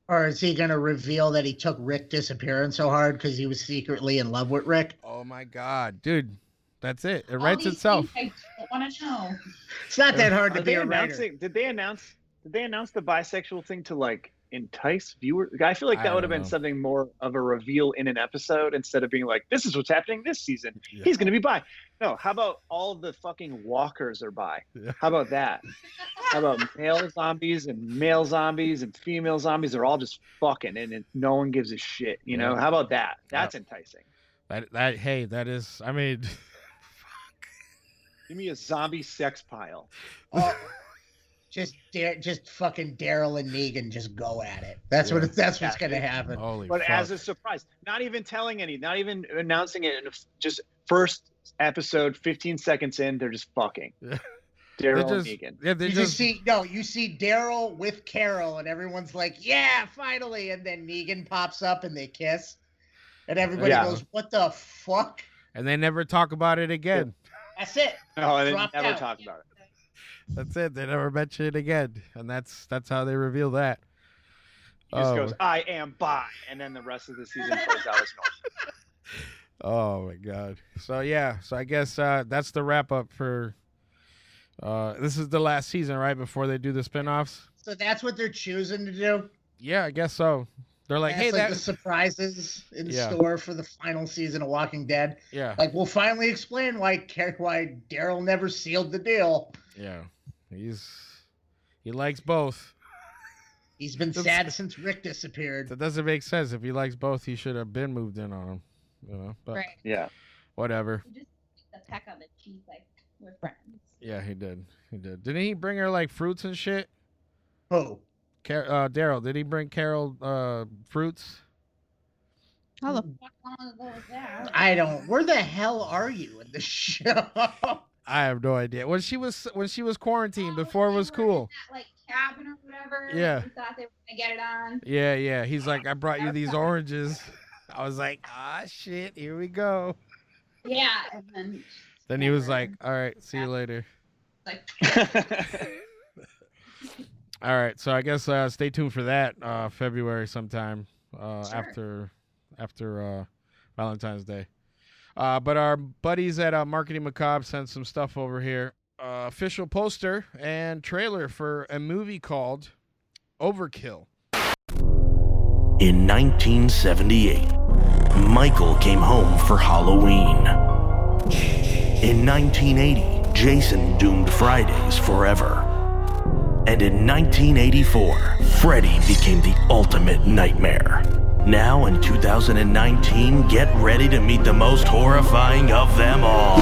Speaker 4: or is he going to reveal that he took rick disappearing so hard because he was secretly in love with rick
Speaker 2: Oh my God, dude, that's it. It
Speaker 3: All
Speaker 2: writes
Speaker 3: these
Speaker 2: itself.
Speaker 3: things I don't want to know.
Speaker 4: it's not that hard to
Speaker 5: Are
Speaker 4: be
Speaker 5: they
Speaker 4: a writer
Speaker 5: announcing, did they announce did they announce the bisexual thing to like entice viewers? I feel like
Speaker 2: I
Speaker 5: that would have
Speaker 2: don't
Speaker 5: been
Speaker 2: know.
Speaker 5: something more of a reveal in an episode instead of being like, "This is what's happening this season.
Speaker 2: Yeah.
Speaker 5: He's going to be by." No, how about all the fucking walkers are by?
Speaker 2: Yeah.
Speaker 5: How about that? how about male zombies and male zombies and female zombies? They're all just fucking, and it, no one gives a shit. You know?
Speaker 2: Yeah.
Speaker 5: How about that? That's enticing.
Speaker 2: That that hey, that is. I mean,
Speaker 5: Give me a zombie sex pile.
Speaker 4: Oh, just dare, just fucking Daryl and Negan just go at it. That's
Speaker 2: Yeah.
Speaker 4: what it- that's what's
Speaker 5: Yeah. Oh,
Speaker 4: gonna happen.
Speaker 2: holy.
Speaker 5: but
Speaker 2: fuck.
Speaker 5: as a surprise, not even telling any, not even announcing it. And just first episode, 15 seconds in, they're just fucking.
Speaker 2: Yeah.
Speaker 5: Daryl
Speaker 2: They just-
Speaker 5: Negan.
Speaker 2: yeah, they
Speaker 4: you
Speaker 2: just
Speaker 4: just see no, you see Daryl with Carol, and everyone's like, "Yeah, finally!" And then Negan pops up, and they kiss, and everybody
Speaker 5: Yeah.
Speaker 4: goes, "What the fuck?"
Speaker 2: and they never talk about it again.
Speaker 4: That's it.
Speaker 5: No, Oh, and then
Speaker 4: dropped
Speaker 5: never
Speaker 4: out.
Speaker 5: talk about it.
Speaker 2: That's it. They never mention it again, and that's that's how they reveal that.
Speaker 5: He just
Speaker 2: Oh.
Speaker 5: goes, I am bi. And then the rest of the season plays out as normal.
Speaker 2: Oh my god. So yeah, so I guess uh that's the wrap up for uh this is the last season, right? Before they do the spin-offs.
Speaker 4: So that's what they're choosing to do.
Speaker 2: Yeah, I guess so. They're like,
Speaker 4: that's
Speaker 2: "Hey,
Speaker 4: like
Speaker 2: that
Speaker 4: the surprises in
Speaker 2: Yeah.
Speaker 4: store for the final season of Walking Dead.
Speaker 2: yeah.
Speaker 4: Like, we'll finally explain why Car- why Daryl never sealed the deal.
Speaker 2: Yeah. He's he likes both.
Speaker 4: He's been
Speaker 2: That's-
Speaker 4: sad since Rick disappeared.
Speaker 2: That doesn't make sense. If he likes both, he should have been moved in on him, you know. But
Speaker 3: Right.
Speaker 5: Yeah.
Speaker 2: whatever.
Speaker 3: Just the peck of it. She's like, we're friends.
Speaker 2: Yeah, he did. He did. Didn't he bring her like fruits and shit?
Speaker 4: Who?
Speaker 2: Car- uh Daryl, did he bing Carol uh fruits?
Speaker 10: How the
Speaker 3: Fuck long ago was that?
Speaker 4: I don't. Where the hell are you in the show?
Speaker 2: I have no idea. When she was when she was quarantined,
Speaker 3: Oh,
Speaker 2: before it
Speaker 3: they
Speaker 2: was
Speaker 3: were in
Speaker 2: cool.
Speaker 3: That, like cabin or whatever.
Speaker 2: Yeah.
Speaker 3: We thought they were gonna get it on.
Speaker 2: Yeah, yeah. He's like, I brought you these oranges. I was like, ah, shit, here we go.
Speaker 3: Yeah, and then
Speaker 2: Then he was like, all right, see you later.
Speaker 3: like
Speaker 2: All right, so I guess uh, stay tuned for that uh, February sometime uh,
Speaker 3: Sure.
Speaker 2: after after uh, Valentine's Day. Uh, but our buddies at uh, Marketing Macabre sent some stuff over here. Uh, official poster and trailer for a movie called Overkill.
Speaker 11: In 1978, Michael came home for Halloween. In 1980, Jason doomed Fridays forever. And in 1984, Freddy became the ultimate nightmare. Now in 2019, get ready to meet the most horrifying of them all.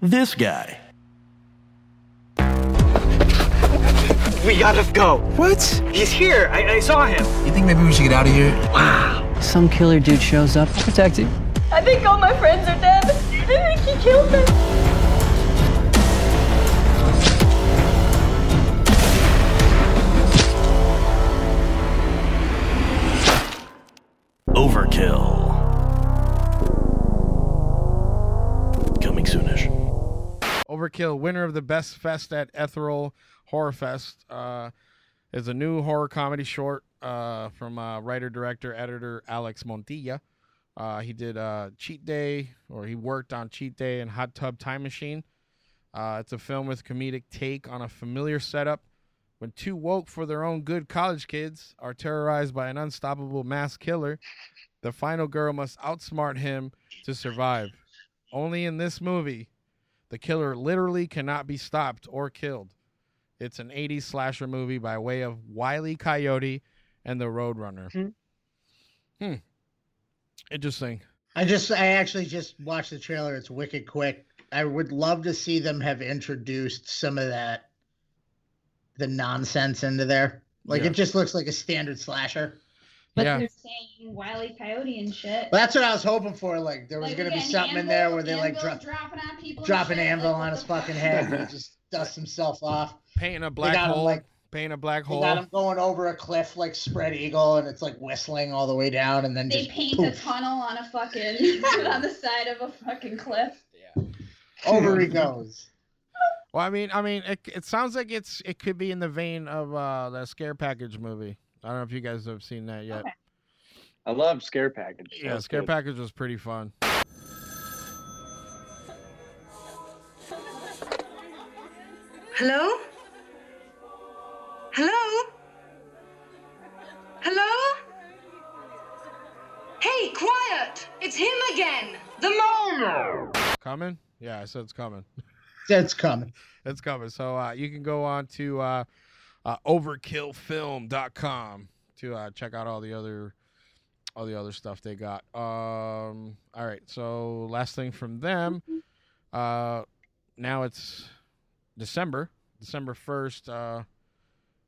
Speaker 11: This guy.
Speaker 9: We gotta go. What? He's here. I, I saw him. You think maybe we should get out of here? Wow. Some killer dude shows up. Protect him.
Speaker 10: I think all my friends are dead. I think he killed them.
Speaker 11: Overkill. Coming soonish.
Speaker 2: Overkill, winner of the Best Fest at Ethereal Horror Fest, uh, is a new horror comedy short uh, from uh, writer, director, editor Alex Montilla. Uh, he did uh, Cheat Day, or he worked on Cheat Day and Hot Tub Time Machine. Uh, it's a film with comedic take on a familiar setup when two woke for their own good college kids are terrorized by an unstoppable mass killer. The final girl must outsmart him to survive. Only in this movie the killer literally cannot be stopped or killed. It's an 80s slasher movie by way of Wiley Coyote and the Roadrunner.
Speaker 5: Hmm.
Speaker 2: Hmm. Interesting.
Speaker 4: I just, I actually just watched the trailer. It's wicked quick. I would love to see them have introduced some of that, the nonsense into there. Like
Speaker 2: Yeah.
Speaker 4: it just looks like a standard slasher.
Speaker 3: but
Speaker 2: Yeah.
Speaker 3: they're saying Wiley Coyote and shit.
Speaker 4: Well, that's what I was hoping for. Like there was
Speaker 3: Like,
Speaker 4: gonna
Speaker 3: we
Speaker 4: be
Speaker 3: got an
Speaker 4: something in
Speaker 3: anvil-
Speaker 4: there where they like
Speaker 3: anvil's
Speaker 4: drop
Speaker 3: dropping on people and
Speaker 4: drop an
Speaker 3: shit,
Speaker 4: anvil
Speaker 3: like,
Speaker 4: on
Speaker 3: what
Speaker 4: his
Speaker 3: the fuck?
Speaker 4: fucking head and he just dusts himself off.
Speaker 2: Painting a black
Speaker 4: got him,
Speaker 2: hole.
Speaker 4: like-
Speaker 2: painting a black
Speaker 4: They
Speaker 2: hole.
Speaker 4: got him going over a cliff like spread eagle and it's like whistling all the way down and then
Speaker 3: They
Speaker 4: just
Speaker 3: paint a
Speaker 4: poof,
Speaker 3: tunnel on a fucking on the side of a fucking cliff.
Speaker 4: over he goes.
Speaker 2: Well, I mean, I mean, it, it sounds like it's it could be in the vein of uh the Scare Package movie. I don't know if you guys have seen that yet.
Speaker 3: Okay.
Speaker 5: I love Scare Package.
Speaker 2: Yeah,
Speaker 5: That's
Speaker 2: Scare
Speaker 5: good.
Speaker 2: Package was pretty fun.
Speaker 6: Hello?
Speaker 12: Hello? Hello? Hey, quiet! It's him again! The mole!
Speaker 2: Coming? Yeah, I said it's coming.
Speaker 4: That's coming.
Speaker 2: It's coming. So uh, you can go on to uh, uh, overkillfilm.com to uh, check out all the other all the other stuff they got. Um, all right. So last thing from them. Uh, now it's December, December first. Uh,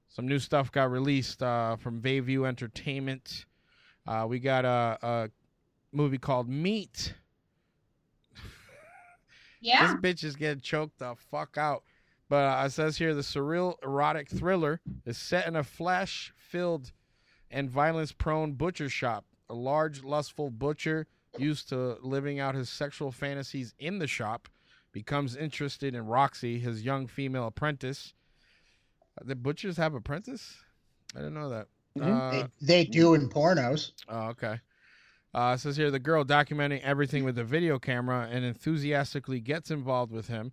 Speaker 2: some new stuff got released uh, from Bayview Entertainment. Uh, we got a, a movie called Meat.
Speaker 3: Yeah.
Speaker 2: This bitch is getting choked the fuck out. But uh, it says here the surreal erotic thriller is set in a flesh filled and violence prone butcher shop. A large, lustful butcher, used to living out his sexual fantasies in the shop, becomes interested in Roxy, his young female apprentice. Uh, The butchers have apprentice? I didn't know that. Uh,
Speaker 4: they, they do in pornos.
Speaker 2: Oh, okay. Uh, it says here the girl documenting everything with the video camera and enthusiastically gets involved with him.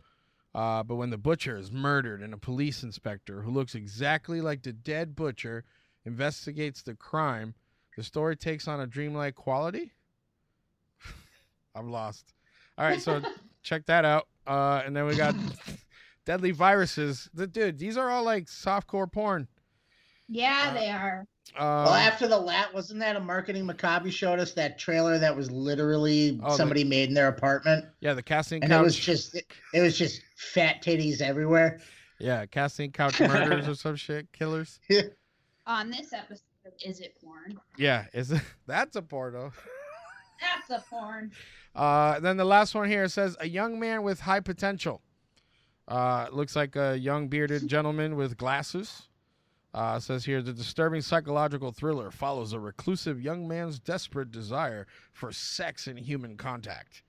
Speaker 2: Uh, but when the butcher is murdered and a police inspector who looks exactly like the dead butcher investigates the crime, the story takes on a dreamlike quality. I'm lost. All right, so check that out. Uh, and then we got Deadly Viruses. The, dude, these are all like softcore porn.
Speaker 3: Yeah, they are.
Speaker 2: Uh,
Speaker 4: well, after the lat, wasn't that a marketing macabre showed us that trailer that was literally
Speaker 2: Oh, the-
Speaker 4: somebody made in their apartment,
Speaker 2: yeah, the casting
Speaker 4: and
Speaker 2: couch.
Speaker 4: it was just it, it was just fat titties everywhere.
Speaker 2: yeah, casting couch murders or some shit, killers.
Speaker 3: On this episode of Is It Porn?
Speaker 2: Yeah, is that's a porno.
Speaker 3: That's a porn.
Speaker 2: Uh, then the last one here says a young man with high potential. Uh, it looks like a young bearded gentleman with glasses. Uh, it says here the disturbing psychological thriller follows a reclusive young man's desperate desire for sex and human contact.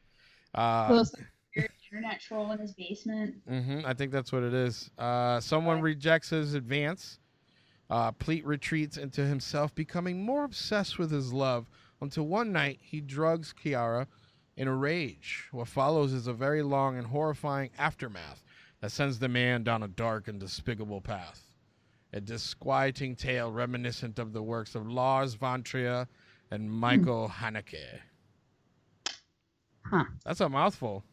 Speaker 2: Uh,
Speaker 3: Close internet troll in his basement.
Speaker 2: hmm I think that's what it is. Uh, someone rejects his advance. Uh, Pleat retreats into himself, becoming more obsessed with his love until one night he drugs Kiara in a rage. What follows is a very long and horrifying aftermath that sends the man down a dark and despicable path. A disquieting tale reminiscent of the works of Lars von Trier and Michael Haneke.
Speaker 4: Huh.
Speaker 2: That's a mouthful.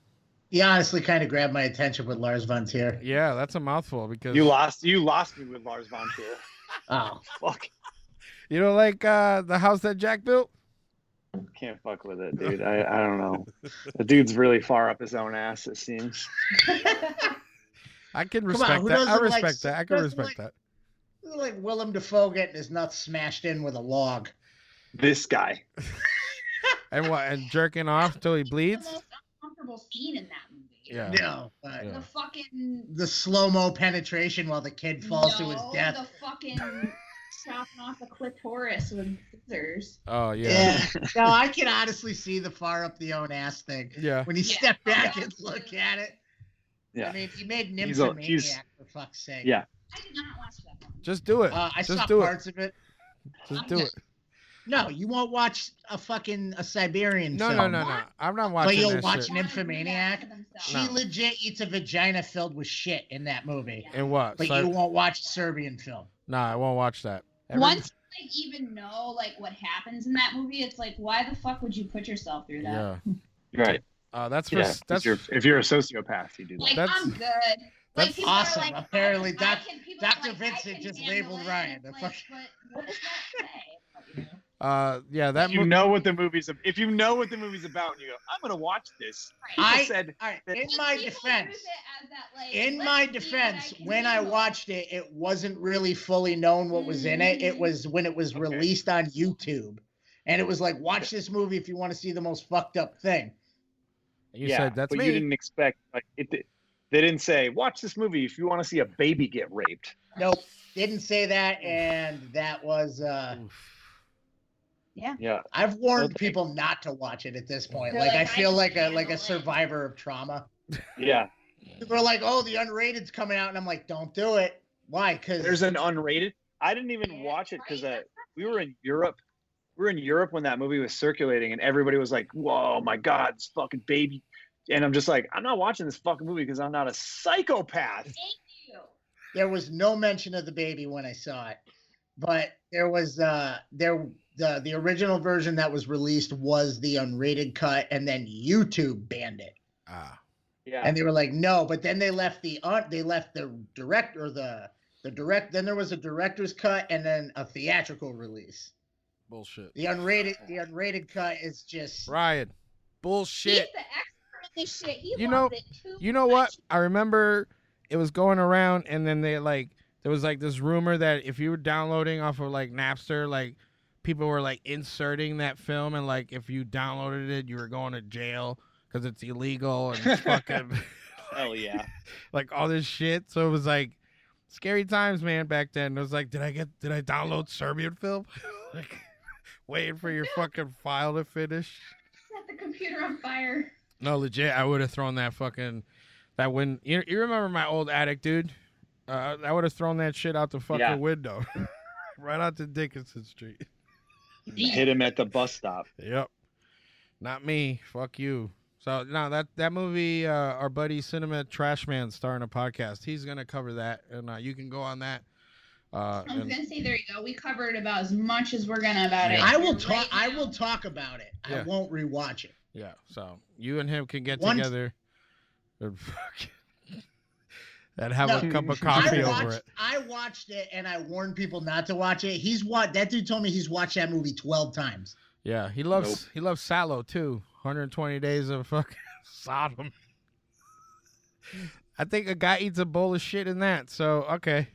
Speaker 4: He honestly kind of grabbed my attention with Lars von Trier.
Speaker 2: Yeah, that's a mouthful because
Speaker 5: You lost. You lost me with Lars von Trier.
Speaker 4: Oh,
Speaker 5: Fuck.
Speaker 2: You know, like uh, the house that Jack built.
Speaker 5: Can't fuck with it, dude. I, I don't know. The dude's really far up his own ass. It seems.
Speaker 2: I
Speaker 4: Come
Speaker 2: can
Speaker 4: on,
Speaker 2: respect
Speaker 4: who
Speaker 2: that. I
Speaker 4: doesn't like-
Speaker 2: respect that. I can
Speaker 4: doesn't like-
Speaker 2: respect that.
Speaker 4: This is like Willem Dafoe getting his nuts smashed in with a log.
Speaker 5: This guy.
Speaker 2: And what? And jerking off till he bleeds.
Speaker 3: Comfortable scene in that movie.
Speaker 2: Yeah.
Speaker 4: No, but
Speaker 2: Yeah.
Speaker 3: The fucking
Speaker 4: the slow mo penetration while the kid falls to his
Speaker 3: No,
Speaker 4: death.
Speaker 3: The fucking chopping off the clitoris with scissors.
Speaker 2: Oh yeah.
Speaker 4: no, I can honestly see the far up the own ass thing.
Speaker 2: Yeah.
Speaker 4: When you
Speaker 3: Yeah.
Speaker 4: step back and look at it.
Speaker 5: Yeah.
Speaker 4: I mean, he made
Speaker 5: He's a-
Speaker 4: Nymphomaniac,
Speaker 5: he's-
Speaker 4: for fuck's sake.
Speaker 5: Yeah.
Speaker 3: I did not watch that one.
Speaker 2: Just do it.
Speaker 4: Uh, I
Speaker 2: Just
Speaker 4: saw
Speaker 2: do it.
Speaker 4: parts of it.
Speaker 2: Just
Speaker 4: I'm
Speaker 2: do it.
Speaker 4: just- No, you won't watch a fucking a Siberian
Speaker 2: No,
Speaker 4: film.
Speaker 2: no, no, no. I'm not watching
Speaker 4: but you'll
Speaker 2: that
Speaker 4: watch
Speaker 2: shit.
Speaker 4: Nymphomaniac. She
Speaker 2: No.
Speaker 4: legit eats a vagina filled with shit in that movie.
Speaker 2: And what?
Speaker 4: But
Speaker 2: So-
Speaker 4: you won't watch a Serbian film.
Speaker 2: Nah, I won't watch that. Every-
Speaker 3: Once you like even know like what happens in that movie, it's like why the fuck would you put yourself through that?
Speaker 2: Yeah.
Speaker 5: Right.
Speaker 2: Uh, that's for
Speaker 5: Yeah.
Speaker 2: s- that's
Speaker 5: if, you're, if you're a sociopath, you do that.
Speaker 3: Like
Speaker 2: That's-
Speaker 3: I'm good.
Speaker 2: that's-
Speaker 3: Like, people are
Speaker 4: Awesome.
Speaker 3: like, oh,
Speaker 4: Apparently
Speaker 3: I
Speaker 4: doc-
Speaker 3: can- people are
Speaker 4: Dr.
Speaker 3: like, I
Speaker 4: Vincent
Speaker 3: can
Speaker 4: just
Speaker 3: handle
Speaker 4: labeled
Speaker 3: it.
Speaker 4: Ryan.
Speaker 3: It's
Speaker 4: The
Speaker 3: Like,
Speaker 4: fuck-
Speaker 3: but what does that say?
Speaker 2: uh, yeah, that
Speaker 5: you
Speaker 2: mo-
Speaker 5: know what the movie's ab- if you know what the movie's about, and you go, "I'm gonna watch this." People
Speaker 4: I-
Speaker 5: said,
Speaker 4: All right, in
Speaker 3: Like,
Speaker 4: my
Speaker 3: people
Speaker 4: defense,
Speaker 3: use it as that, like,
Speaker 4: in
Speaker 3: let's
Speaker 4: my
Speaker 3: see what
Speaker 4: defense,
Speaker 3: can
Speaker 4: when I
Speaker 3: handle.
Speaker 4: watched it, it wasn't really fully known what was in it. It
Speaker 3: Mm.
Speaker 4: was when it was
Speaker 5: Okay.
Speaker 4: released on YouTube. And it was like, watch this movie if you want to see the most fucked up thing.
Speaker 2: you
Speaker 5: "Yeah,"
Speaker 2: said that's
Speaker 5: but
Speaker 2: me.
Speaker 5: you didn't expect like it. di- They didn't say, "Watch this movie if you want to see a baby get raped."
Speaker 4: Nope, didn't say that. And that was, uh,
Speaker 5: Yeah,
Speaker 4: I've warned
Speaker 5: Okay.
Speaker 4: people not to watch it at this point.
Speaker 3: They're
Speaker 4: Like,
Speaker 3: like,
Speaker 4: I feel
Speaker 3: "I
Speaker 4: like a
Speaker 3: can't
Speaker 4: like
Speaker 3: handle
Speaker 4: a
Speaker 3: it."
Speaker 4: survivor of trauma.
Speaker 5: yeah.
Speaker 4: People are like, oh, the unrated's coming out, and I'm like, don't do it. Why? Because
Speaker 5: There's an unrated. I didn't even
Speaker 3: Yeah,
Speaker 5: watch it because
Speaker 3: right?
Speaker 5: uh, we were in Europe. We were in Europe when that movie was circulating, and everybody was like, "Whoa, my God, this fucking baby!" And I'm just like, "I'm not watching this fucking movie because I'm not a psychopath."
Speaker 3: Thank you.
Speaker 4: there was no mention of the baby when I saw it, but there was uh there the the original version that was released was the unrated cut, and then YouTube banned it.
Speaker 2: Ah.
Speaker 5: Yeah.
Speaker 4: And they were like, no, but then they left the uh, they left the director the the direct then there was a director's cut and then a theatrical release.
Speaker 2: Bullshit.
Speaker 4: The unrated the unrated cut is just
Speaker 2: Ryan, bullshit.
Speaker 3: He's the expert in this shit. He
Speaker 2: You
Speaker 3: loves
Speaker 2: know-
Speaker 3: it too.
Speaker 2: You know what? I remember it was going around, and then they like there was like this rumor that if you were downloading off of like Napster, like people were like inserting that film, and like if you downloaded it, you were going to jail because it's illegal and it's fucking
Speaker 5: Hell yeah.
Speaker 2: like all this shit. So it was like scary times, man, back then. It was like, did I get did I download Serbian film? like waiting for your fucking file to finish.
Speaker 3: Set the computer on fire.
Speaker 2: No, legit, I would have thrown that fucking that win. You, you remember my old attic, dude? Uh, I would have thrown that shit out the fucking
Speaker 5: Yeah.
Speaker 2: window, right out to Dickinson Street.
Speaker 5: Hit him at the bus stop.
Speaker 2: Yep, not me. Fuck you. So no, that that movie, uh, our buddy Cinema Trash Man starring a podcast. He's gonna cover that, and uh, you can go on that. Uh,
Speaker 3: I was
Speaker 2: and-
Speaker 3: gonna say, there you go. We covered about as much as we're gonna about it.
Speaker 4: I will talk I will talk about it.
Speaker 2: Yeah.
Speaker 4: I won't rewatch it.
Speaker 2: yeah, so you and him can get
Speaker 4: One-
Speaker 2: together and fucking and have a
Speaker 4: No.
Speaker 2: cup of coffee
Speaker 4: I
Speaker 2: over
Speaker 4: watched,
Speaker 2: it.
Speaker 4: I watched it and I warned people not to watch it. He's what that dude told me he's watched that movie twelve times.
Speaker 2: Yeah, he loves
Speaker 5: Nope.
Speaker 2: he loves Sallow too. 120 days of fucking Sodom. I think a guy eats a bowl of shit in that. So okay,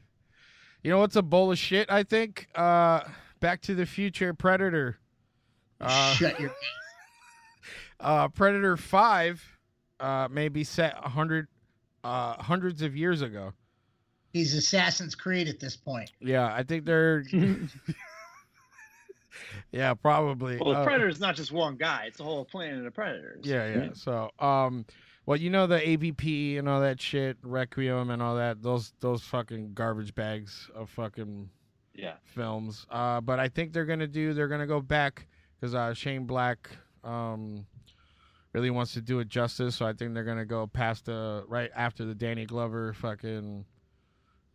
Speaker 2: you know what's a bowl of shit? I think uh, Back to the Future Predator. Uh,
Speaker 4: Shut your
Speaker 2: uh, Predator Five uh, may be set a hundred uh, hundreds of years ago.
Speaker 4: he's Assassin's Creed at this point.
Speaker 2: Yeah, I think they're. yeah, probably.
Speaker 5: Well, the
Speaker 2: Uh,
Speaker 5: predator's not just one guy; it's a whole planet of predators.
Speaker 2: Yeah, yeah. So, um, well, you know the ABP and all that shit, Requiem and all that. Those those fucking garbage bags of fucking
Speaker 5: yeah.
Speaker 2: films. Uh, but I think they're gonna do. They're gonna go back because uh, Shane Black um really wants to do it justice. So I think they're gonna go past the right after the Danny Glover fucking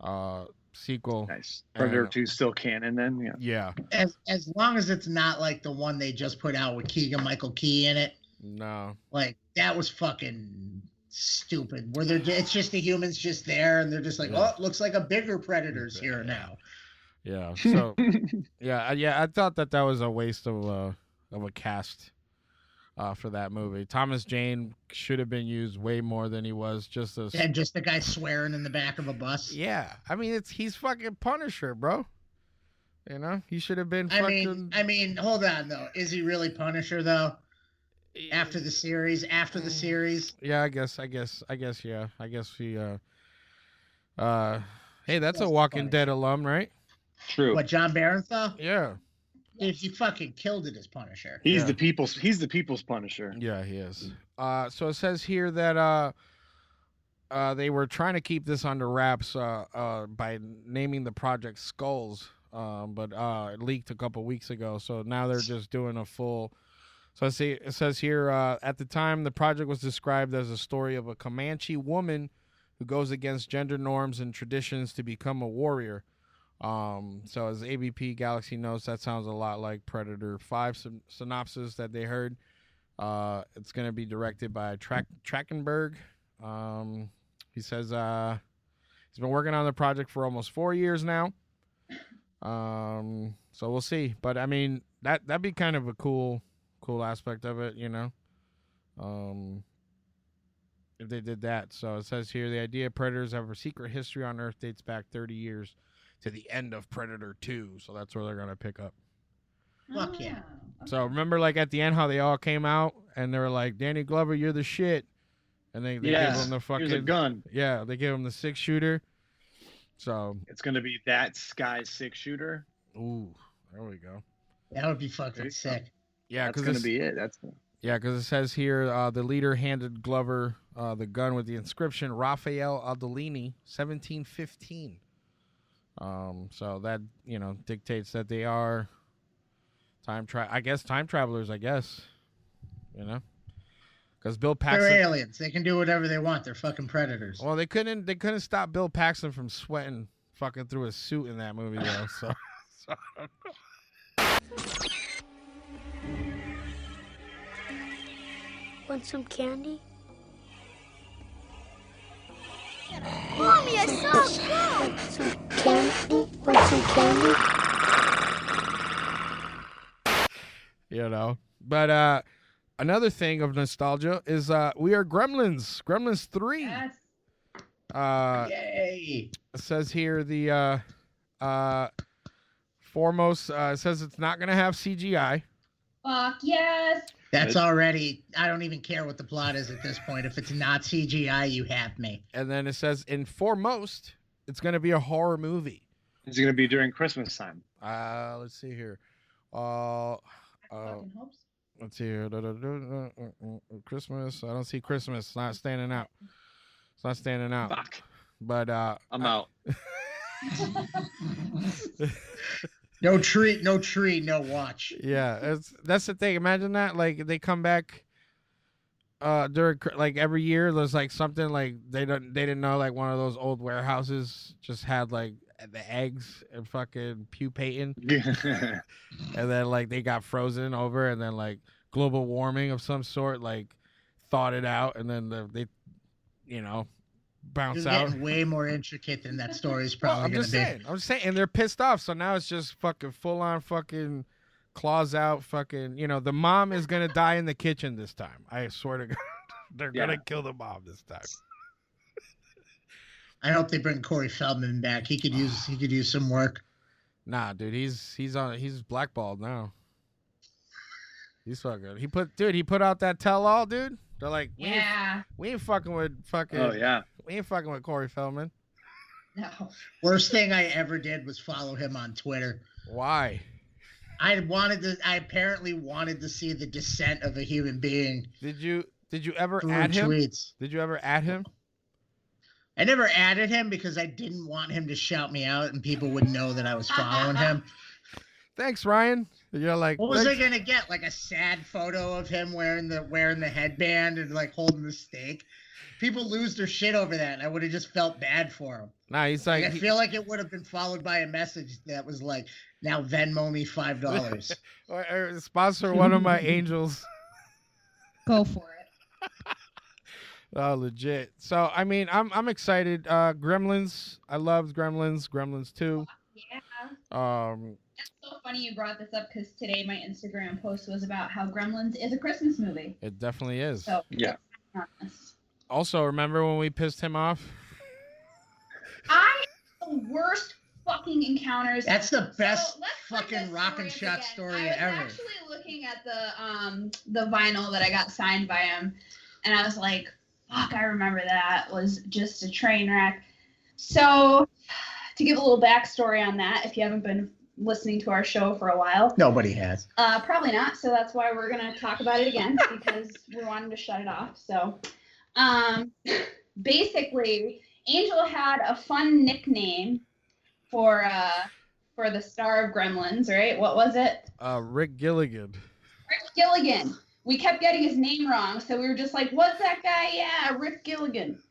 Speaker 2: uh sequel.
Speaker 5: Nice. Predator
Speaker 2: And-
Speaker 5: Two still canon then. Yeah.
Speaker 2: Yeah.
Speaker 4: As as long as it's not like the one they just put out with Keegan Michael Key in it.
Speaker 2: No.
Speaker 4: Like that was fucking stupid. Where they're it's just the humans just there and they're just like,
Speaker 2: Yeah.
Speaker 4: oh, it looks like a bigger predator's here now.
Speaker 2: Yeah. So yeah, I- yeah, I thought that that was a waste of a of a cast uh, for that movie. Thomas Jane should have been used way more than he was. Just as
Speaker 4: And just the guy swearing in the back of a bus.
Speaker 2: yeah, I mean it's he's fucking Punisher, bro. You know he should have been
Speaker 4: I
Speaker 2: fucking.
Speaker 4: mean, I mean, hold on though. Is he really Punisher though? After the series, after
Speaker 2: Mm.
Speaker 4: the series,
Speaker 2: yeah, I guess, I guess, I guess, yeah, I guess he. Uh, uh, hey, that's a Walking Dead alum, right?
Speaker 5: True.
Speaker 4: what John Barenthal?
Speaker 2: Yeah,
Speaker 4: Dude, he fucking killed it as Punisher.
Speaker 5: He's
Speaker 2: Yeah.
Speaker 5: the people's. He's the people's Punisher.
Speaker 2: yeah, he is. Uh, so it says here that uh, uh, they were trying to keep this under wraps uh, uh, by naming the project Skulls, um, but uh, it leaked a couple weeks ago. So now they're just doing a full. So I see it says here uh, at the time the project was described as a story of a Comanche woman who goes against gender norms and traditions to become a warrior. Um, so as ABP Galaxy notes, that sounds a lot like Predator Five syn- synopsis that they heard. Uh, it's going to be directed by Track Trackenberg. Um, he says uh, he's been working on the project for almost four years now. Um, so we'll see. But I mean, that that'd be kind of a cool, cool aspect of it, you know. Um, if they did that. So it says here the idea of predators have a secret history on Earth dates back 30 years to the end of Predator 2. So that's where they're going to pick up.
Speaker 4: Fuck
Speaker 3: Oh,
Speaker 4: yeah.
Speaker 2: So remember, like at the end, how they all came out and they were like, "Danny Glover, you're the shit," and they, they
Speaker 5: Yeah.
Speaker 2: give him the
Speaker 5: Here's a
Speaker 2: fucking
Speaker 5: gun.
Speaker 2: yeah, they give him the six shooter. So
Speaker 5: It's gonna be that Sky's six shooter.
Speaker 2: ooh, there we go.
Speaker 4: That would be fucking sick.
Speaker 2: Yeah,
Speaker 5: That's
Speaker 2: because
Speaker 5: gonna be it. That's
Speaker 2: Yeah, because it says here uh, the leader handed Glover uh, the gun with the inscription Raphael Adelini, 1715. Um, so that, you know, dictates that they are time tra- I guess time travelers, I guess. You know. because Bill
Speaker 4: They're
Speaker 2: Paxton.
Speaker 4: aliens. They can do whatever they want. They're fucking predators.
Speaker 2: Well, they couldn't. They couldn't stop Bill Paxton from sweating fucking through his suit in that movie, though. So, so I don't know.
Speaker 13: Want some candy? Mommy, I saw a girl. Some candy? Want some candy?
Speaker 2: you know. But uh, another thing of nostalgia is uh, we are Gremlins. Gremlins three. Yes. Uh,
Speaker 4: Yay!
Speaker 2: It says here the uh, uh, foremost uh, it says it's not gonna have CGI.
Speaker 3: Fuck yes.
Speaker 4: That's already. I don't even care what the plot is at this point. If it's not CGI, you have me.
Speaker 2: And then it says in foremost, it's gonna be a horror movie.
Speaker 5: Is it going to be during Christmas time?
Speaker 2: Uh, let's see here. Uh, uh let's see here. Da, da, da, da, uh, uh, Christmas. I don't see Christmas. It's not standing out. It's not standing out. But uh,
Speaker 5: I'm out.
Speaker 4: No tree, no tree, no watch.
Speaker 2: Yeah, that's that's the thing. Imagine that. Like they come back uh during cr- like every year there's like something like they don't they didn't know like one of those old warehouses just had like the eggs and fucking pupating and then like they got frozen over and then like global warming of some sort like thawed it out and then the, they you know bounce
Speaker 4: It's
Speaker 2: out
Speaker 4: getting way more intricate than that story's probably
Speaker 2: I'm
Speaker 4: going
Speaker 2: just
Speaker 4: to be.
Speaker 2: saying. I'm just saying, and they're pissed off. So now it's just fucking full on fucking claws out. Fucking, you know, the mom is gonna die in the kitchen this time. I swear to God, they're
Speaker 4: Yeah.
Speaker 2: gonna kill the mom this time.
Speaker 4: I hope they bring Corey Feldman back. He could use he could use some work.
Speaker 2: Nah, dude, he's he's on he's blackballed now. He's fucking. He put dude. He put out that tell all, dude. They're like, we
Speaker 3: Yeah.
Speaker 2: ain't, we ain't fucking with fucking.
Speaker 5: Oh, yeah.
Speaker 2: we ain't fucking with Corey Feldman.
Speaker 3: No.
Speaker 4: Worst thing I ever did was follow him on Twitter.
Speaker 2: Why?
Speaker 4: I wanted to. I apparently wanted to see the descent of a human being.
Speaker 2: Did you did you ever
Speaker 4: Through
Speaker 2: add him?
Speaker 4: tweets.
Speaker 2: Did you ever add him?
Speaker 4: I never added him because I didn't want him to shout me out and people would know that I was following him.
Speaker 2: Thanks, Ryan. You're like,
Speaker 4: What was I
Speaker 2: "Thanks."
Speaker 4: gonna get? Like a sad photo of him wearing the wearing the headband and like holding the stake. People lose their shit over that. and I would have just felt bad for him.
Speaker 2: Nah, he's
Speaker 4: Like,
Speaker 2: like,
Speaker 4: I feel like it would have been followed by a message that was like, "Now Venmo me five dollars."
Speaker 2: or, or sponsor one of my angels.
Speaker 3: Go for it.
Speaker 2: Oh, legit. So I mean, I'm I'm excited. Uh, Gremlins. I loved Gremlins. Gremlins two.
Speaker 3: Yeah.
Speaker 2: Um,
Speaker 3: That's so funny you brought this up because today my Instagram post was about how Gremlins is a Christmas movie.
Speaker 2: it definitely is.
Speaker 3: So
Speaker 2: Also, remember when we pissed him off?
Speaker 3: I had the worst fucking encounters.
Speaker 4: That's the best
Speaker 3: let's
Speaker 4: fucking rock and shot story
Speaker 3: I was
Speaker 4: ever.
Speaker 3: actually looking at the um the vinyl that I got signed by him, and I was like, "Fuck, I remember that was just a train wreck." So, to give a little backstory on that, if you haven't been listening to our show for a while,
Speaker 4: Nobody has.
Speaker 3: uh, probably not. So that's why we're gonna talk about it again because we wanted to shut it off. So, um, basically, Angel had a fun nickname for uh for the star of Gremlins, right? What was it?
Speaker 2: Uh, Rick Gilligan.
Speaker 3: Rick Gilligan. We kept getting his name wrong, so we were just like, "What's that guy? Yeah, Rick Gilligan."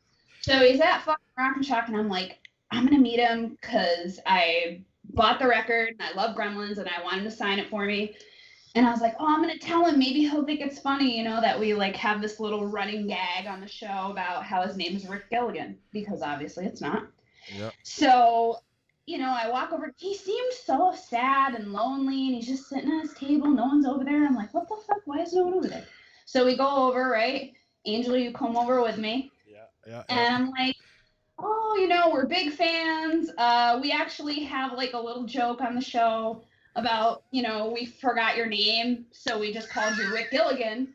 Speaker 3: So he's at fucking Rock and Shock, and I'm like, "I'm gonna meet him because I bought the record and I love Gremlins and I want him to sign it for me." And I was like, oh, I'm gonna tell him. Maybe he'll think it's funny, you know, that we like have this little running gag on the show about how his name is Rick Gilligan because obviously it's not.
Speaker 2: Yep.
Speaker 3: So, you know, I walk over. He seemed so sad and lonely, and he's just sitting at his table. No one's over there. I'm like, what the fuck? Why is no one over there? So we go over, right? Angel, you come over with me.
Speaker 2: Yeah.
Speaker 3: And I'm like, oh, you know, we're big fans. Uh, we actually have like a little joke on the show about, you know, we forgot your name, so we just called you Rick Gilligan,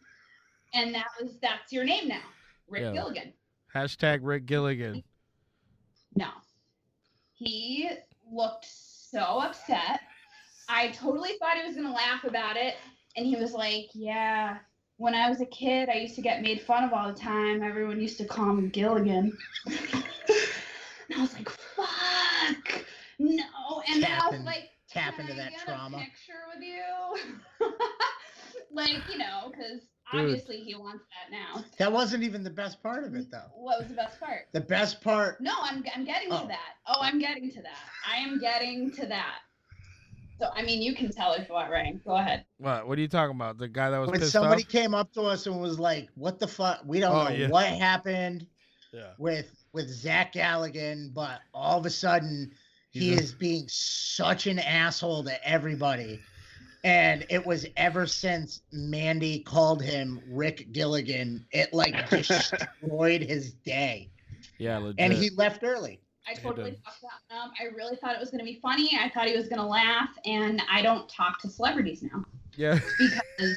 Speaker 3: and that was that's your name now, Rick
Speaker 2: Yeah.
Speaker 3: Gilligan.
Speaker 2: Hashtag Rick Gilligan.
Speaker 3: No, he looked so upset. I totally thought he was gonna laugh about it, and he was like, yeah. When I was a kid, I used to get made fun of all the time. Everyone used to call me Gilligan. And I was like, fuck, no. And then I was
Speaker 4: Tapping-
Speaker 3: like,
Speaker 4: tap
Speaker 3: "Can
Speaker 4: into
Speaker 3: I
Speaker 4: that
Speaker 3: get a
Speaker 4: trauma."
Speaker 3: picture with you? like, you know, because
Speaker 2: Dude.
Speaker 3: obviously he wants that now.
Speaker 4: That wasn't even the best part of it, though.
Speaker 3: What was the best part?
Speaker 4: The best part.
Speaker 3: No, I'm, I'm getting
Speaker 4: Oh.
Speaker 3: to that. Oh, I'm getting to that. I am getting to that. So, I mean, you can tell if you want, Ryan. Go ahead.
Speaker 2: What? What are you talking about? The guy that was
Speaker 4: when
Speaker 2: pissed
Speaker 4: somebody
Speaker 2: off.
Speaker 4: came up to us and was like, "What the fuck? We don't
Speaker 2: Oh,
Speaker 4: know
Speaker 2: yeah.
Speaker 4: what happened
Speaker 2: Yeah.
Speaker 4: with with Zach Galligan, but all of a sudden he
Speaker 2: He's a-
Speaker 4: is being such an asshole to everybody." And it was ever since Mandy called him Rick Gilligan, it like destroyed his day,
Speaker 2: Yeah, legit.
Speaker 4: and he left early.
Speaker 3: I
Speaker 2: Yeah,
Speaker 3: totally
Speaker 2: done.
Speaker 3: fucked that up. Um, I really thought it was going to be funny. I thought he was going to laugh, and I don't talk to celebrities now.
Speaker 2: Yeah.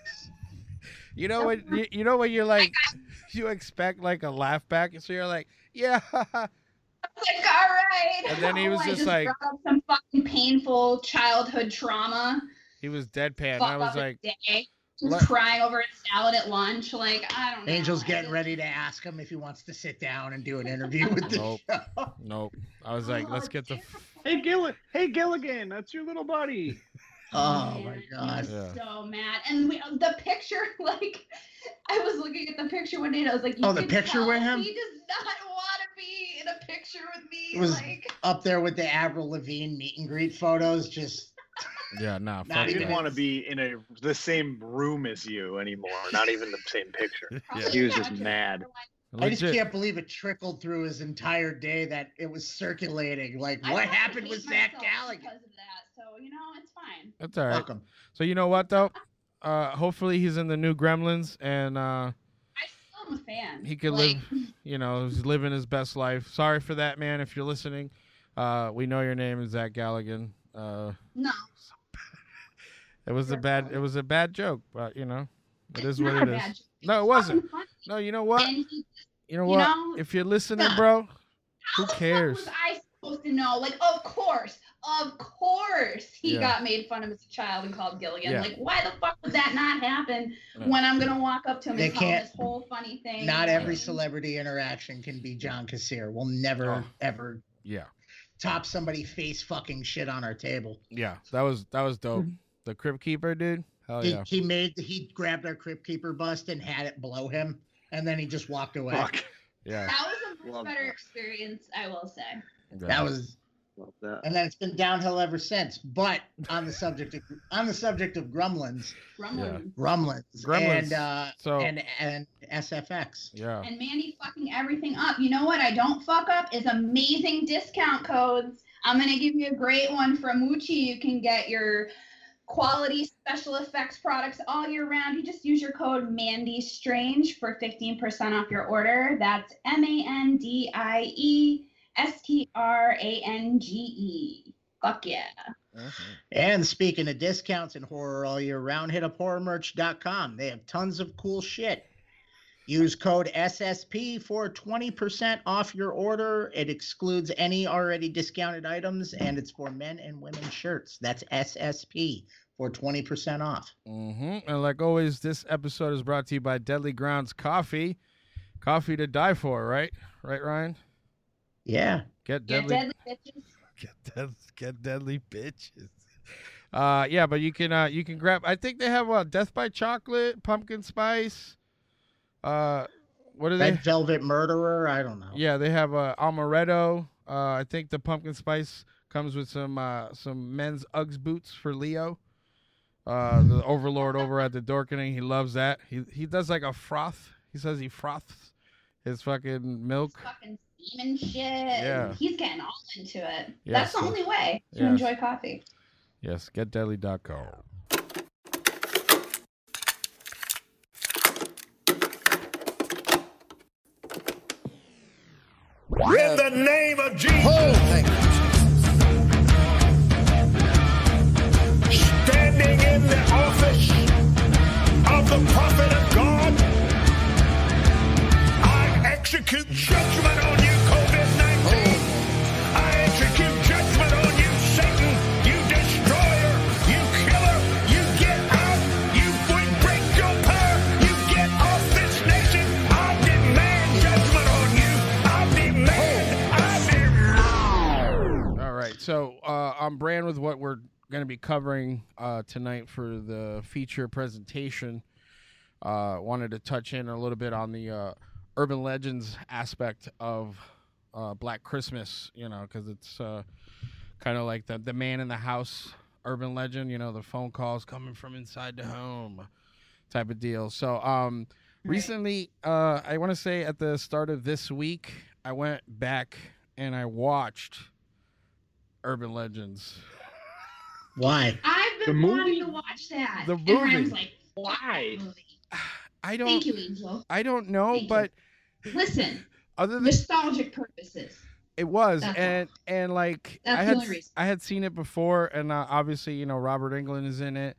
Speaker 2: you know what? You, you know when you're like, you expect like a laugh back, so you're like, yeah.
Speaker 3: Like, all right.
Speaker 2: And then he was
Speaker 3: I
Speaker 2: just like-
Speaker 3: brought up some fucking painful childhood trauma.
Speaker 2: he was deadpan.
Speaker 3: fucked
Speaker 2: I was
Speaker 3: up
Speaker 2: like,
Speaker 3: his day. He was
Speaker 2: "Let-
Speaker 3: crying over his salad at lunch. Like, I don't know.
Speaker 4: Angel's getting ready to ask him if he wants to sit down and do an interview with the
Speaker 2: Nope.
Speaker 4: show.
Speaker 2: nope. I was
Speaker 3: Oh,
Speaker 2: like, let's get the. f-
Speaker 5: Hey Gill, hey Gilligan, that's your little buddy.
Speaker 4: Oh my god.
Speaker 2: Yeah.
Speaker 3: so mad. And we, the picture, like, I was looking at the picture one day and I was like, you
Speaker 4: Oh, the
Speaker 3: can
Speaker 4: picture
Speaker 3: tell
Speaker 4: with him?
Speaker 3: He does not want to be in a picture with me.
Speaker 4: It was
Speaker 3: like,
Speaker 4: up there with the Avril Lavigne meet and greet photos. Just
Speaker 2: Yeah, nah.
Speaker 4: Not
Speaker 2: fuck
Speaker 5: he
Speaker 4: even-
Speaker 5: didn't
Speaker 2: that.
Speaker 5: want to be in a the same room as you anymore. Not even the same picture.
Speaker 2: Yeah.
Speaker 5: He was just mad.
Speaker 4: I just
Speaker 2: Legit.
Speaker 4: can't believe it trickled through his entire day that it was circulating. Like
Speaker 3: I
Speaker 4: what
Speaker 3: fucking
Speaker 4: happened
Speaker 3: hate
Speaker 4: with Zach
Speaker 3: myself
Speaker 4: Gallagher?
Speaker 3: Because of that. So, you know, it's fine.
Speaker 2: That's all right.
Speaker 4: Fuck him.
Speaker 2: So you know what though? Uh, hopefully he's in the new Gremlins and uh,
Speaker 3: I still am a fan.
Speaker 2: he could
Speaker 3: Like,
Speaker 2: live, you know, he's living his best life. Sorry for that, man. If you're listening, uh, we know your name is Zach Galligan. Uh,
Speaker 3: No.
Speaker 2: it was a bad, it was a bad joke, but you know, it is what
Speaker 3: not
Speaker 2: it
Speaker 3: a bad
Speaker 2: is.
Speaker 3: joke.
Speaker 2: No, it wasn't.
Speaker 3: Funny.
Speaker 2: No, you know what?
Speaker 3: And he,
Speaker 2: You know
Speaker 3: you
Speaker 2: what?
Speaker 3: know,
Speaker 2: if you're listening,
Speaker 3: nah.
Speaker 2: bro, who
Speaker 3: how the fuck
Speaker 2: cares?
Speaker 3: was I supposed to know? Like, of course, of course, he
Speaker 2: Yeah.
Speaker 3: got made fun of as a child and called Gilligan.
Speaker 4: Yeah.
Speaker 3: Like, why the fuck would that not happen
Speaker 2: Yeah.
Speaker 3: when I'm gonna walk up to him
Speaker 4: They
Speaker 3: and call him
Speaker 4: can't-
Speaker 3: this whole funny thing?
Speaker 4: Not every
Speaker 3: Like,
Speaker 4: celebrity interaction can be John Kassir. We'll never
Speaker 2: Oh.
Speaker 4: ever
Speaker 2: Yeah,
Speaker 4: top somebody face fucking shit on our table.
Speaker 2: yeah. That was that was dope. The Crypt Keeper, dude. Hell
Speaker 4: he,
Speaker 2: Oh, yeah.
Speaker 4: he made he grabbed our crypt keeper bust and had it blow him, and then he just walked away.
Speaker 5: Fuck.
Speaker 2: Yeah.
Speaker 3: That was a much
Speaker 5: Love
Speaker 3: better
Speaker 5: that.
Speaker 3: experience, I will say.
Speaker 4: That was
Speaker 5: Love that.
Speaker 4: and then it's been downhill ever since. But on the subject of on the subject of Gremlins,
Speaker 3: Rumbling.
Speaker 4: Gremlins,
Speaker 2: Gremlins. Oh.
Speaker 4: and uh,
Speaker 2: So-
Speaker 4: and and SFX.
Speaker 2: Yeah.
Speaker 3: And Mandy fucking everything up. You know what I don't fuck up is amazing discount codes. I'm gonna give you a great one from Wuchi. You can get your quality special effects products all year round. You just use your code Mandy Strange for 15% off your order. That's M A N D I E S T R A N G E. Fuck yeah.
Speaker 4: And speaking of discounts and horror all year round, hit up horrormerch.com. They have tons of cool shit. Use code SSP for 20% off your order. It excludes any already discounted items and it's for men and women shirts. That's SSP for 20% off.
Speaker 2: hmm And like always, this episode is brought to you by Deadly Grounds Coffee. Coffee to die for, right? Right, Ryan?
Speaker 4: Yeah.
Speaker 2: Get
Speaker 3: Yeah,
Speaker 2: deadly.
Speaker 3: deadly bitches.
Speaker 2: Get, dead, get deadly bitches. Uh, yeah, but you can uh, you can grab. I think they have uh, Death by Chocolate, Pumpkin Spice. Uh, what are they?
Speaker 4: Red Velvet Murderer, I don't know.
Speaker 2: Yeah, they have uh, amaretto. Uh, I think the pumpkin spice comes with some uh, some men's Uggs boots for Leo. Uh, the overlord over at the Dorkening, he loves that. He he does like a froth. He says he froths his fucking milk.
Speaker 3: Fucking steam and shit.
Speaker 2: Yeah.
Speaker 3: He's getting all into it. That's
Speaker 2: Yes.
Speaker 3: the only way to
Speaker 2: Yes.
Speaker 3: enjoy coffee.
Speaker 2: Yes, getdeadly.com.
Speaker 11: In the name of Jesus. Standing in the office of the prophet of God, I execute judgment on you, COVID 19. I execute judgment on you, Satan, you destroyer, you killer. You get out. You would break your power. You get off this nation. I demand judgment on you. I demand. I demand.
Speaker 2: All right. So uh, on brand with what we're going to be covering uh, tonight for the feature presentation, Uh, wanted to touch in a little bit on the uh, urban legends aspect of uh, Black Christmas, you know, because it's uh, kind of like the, the man in the house urban legend, you know, the phone calls coming from inside the home type of deal. So, um, recently, uh, I want to say at the start of this week, I went back and I watched Urban Legends.
Speaker 4: Why?
Speaker 3: I've been
Speaker 2: The
Speaker 3: wanting
Speaker 2: movie?
Speaker 3: to watch that.
Speaker 2: The
Speaker 3: And Ryan's
Speaker 2: movie.
Speaker 3: like, why?
Speaker 2: I don't.
Speaker 3: Thank you, Angel.
Speaker 2: I don't know, but
Speaker 3: Listen,
Speaker 2: other than
Speaker 3: nostalgic purposes.
Speaker 2: It was,
Speaker 3: That's all.
Speaker 2: and and like
Speaker 3: That's
Speaker 2: I
Speaker 3: the
Speaker 2: had
Speaker 3: only reason.
Speaker 2: I had seen it before, and uh, obviously you know Robert England is in it,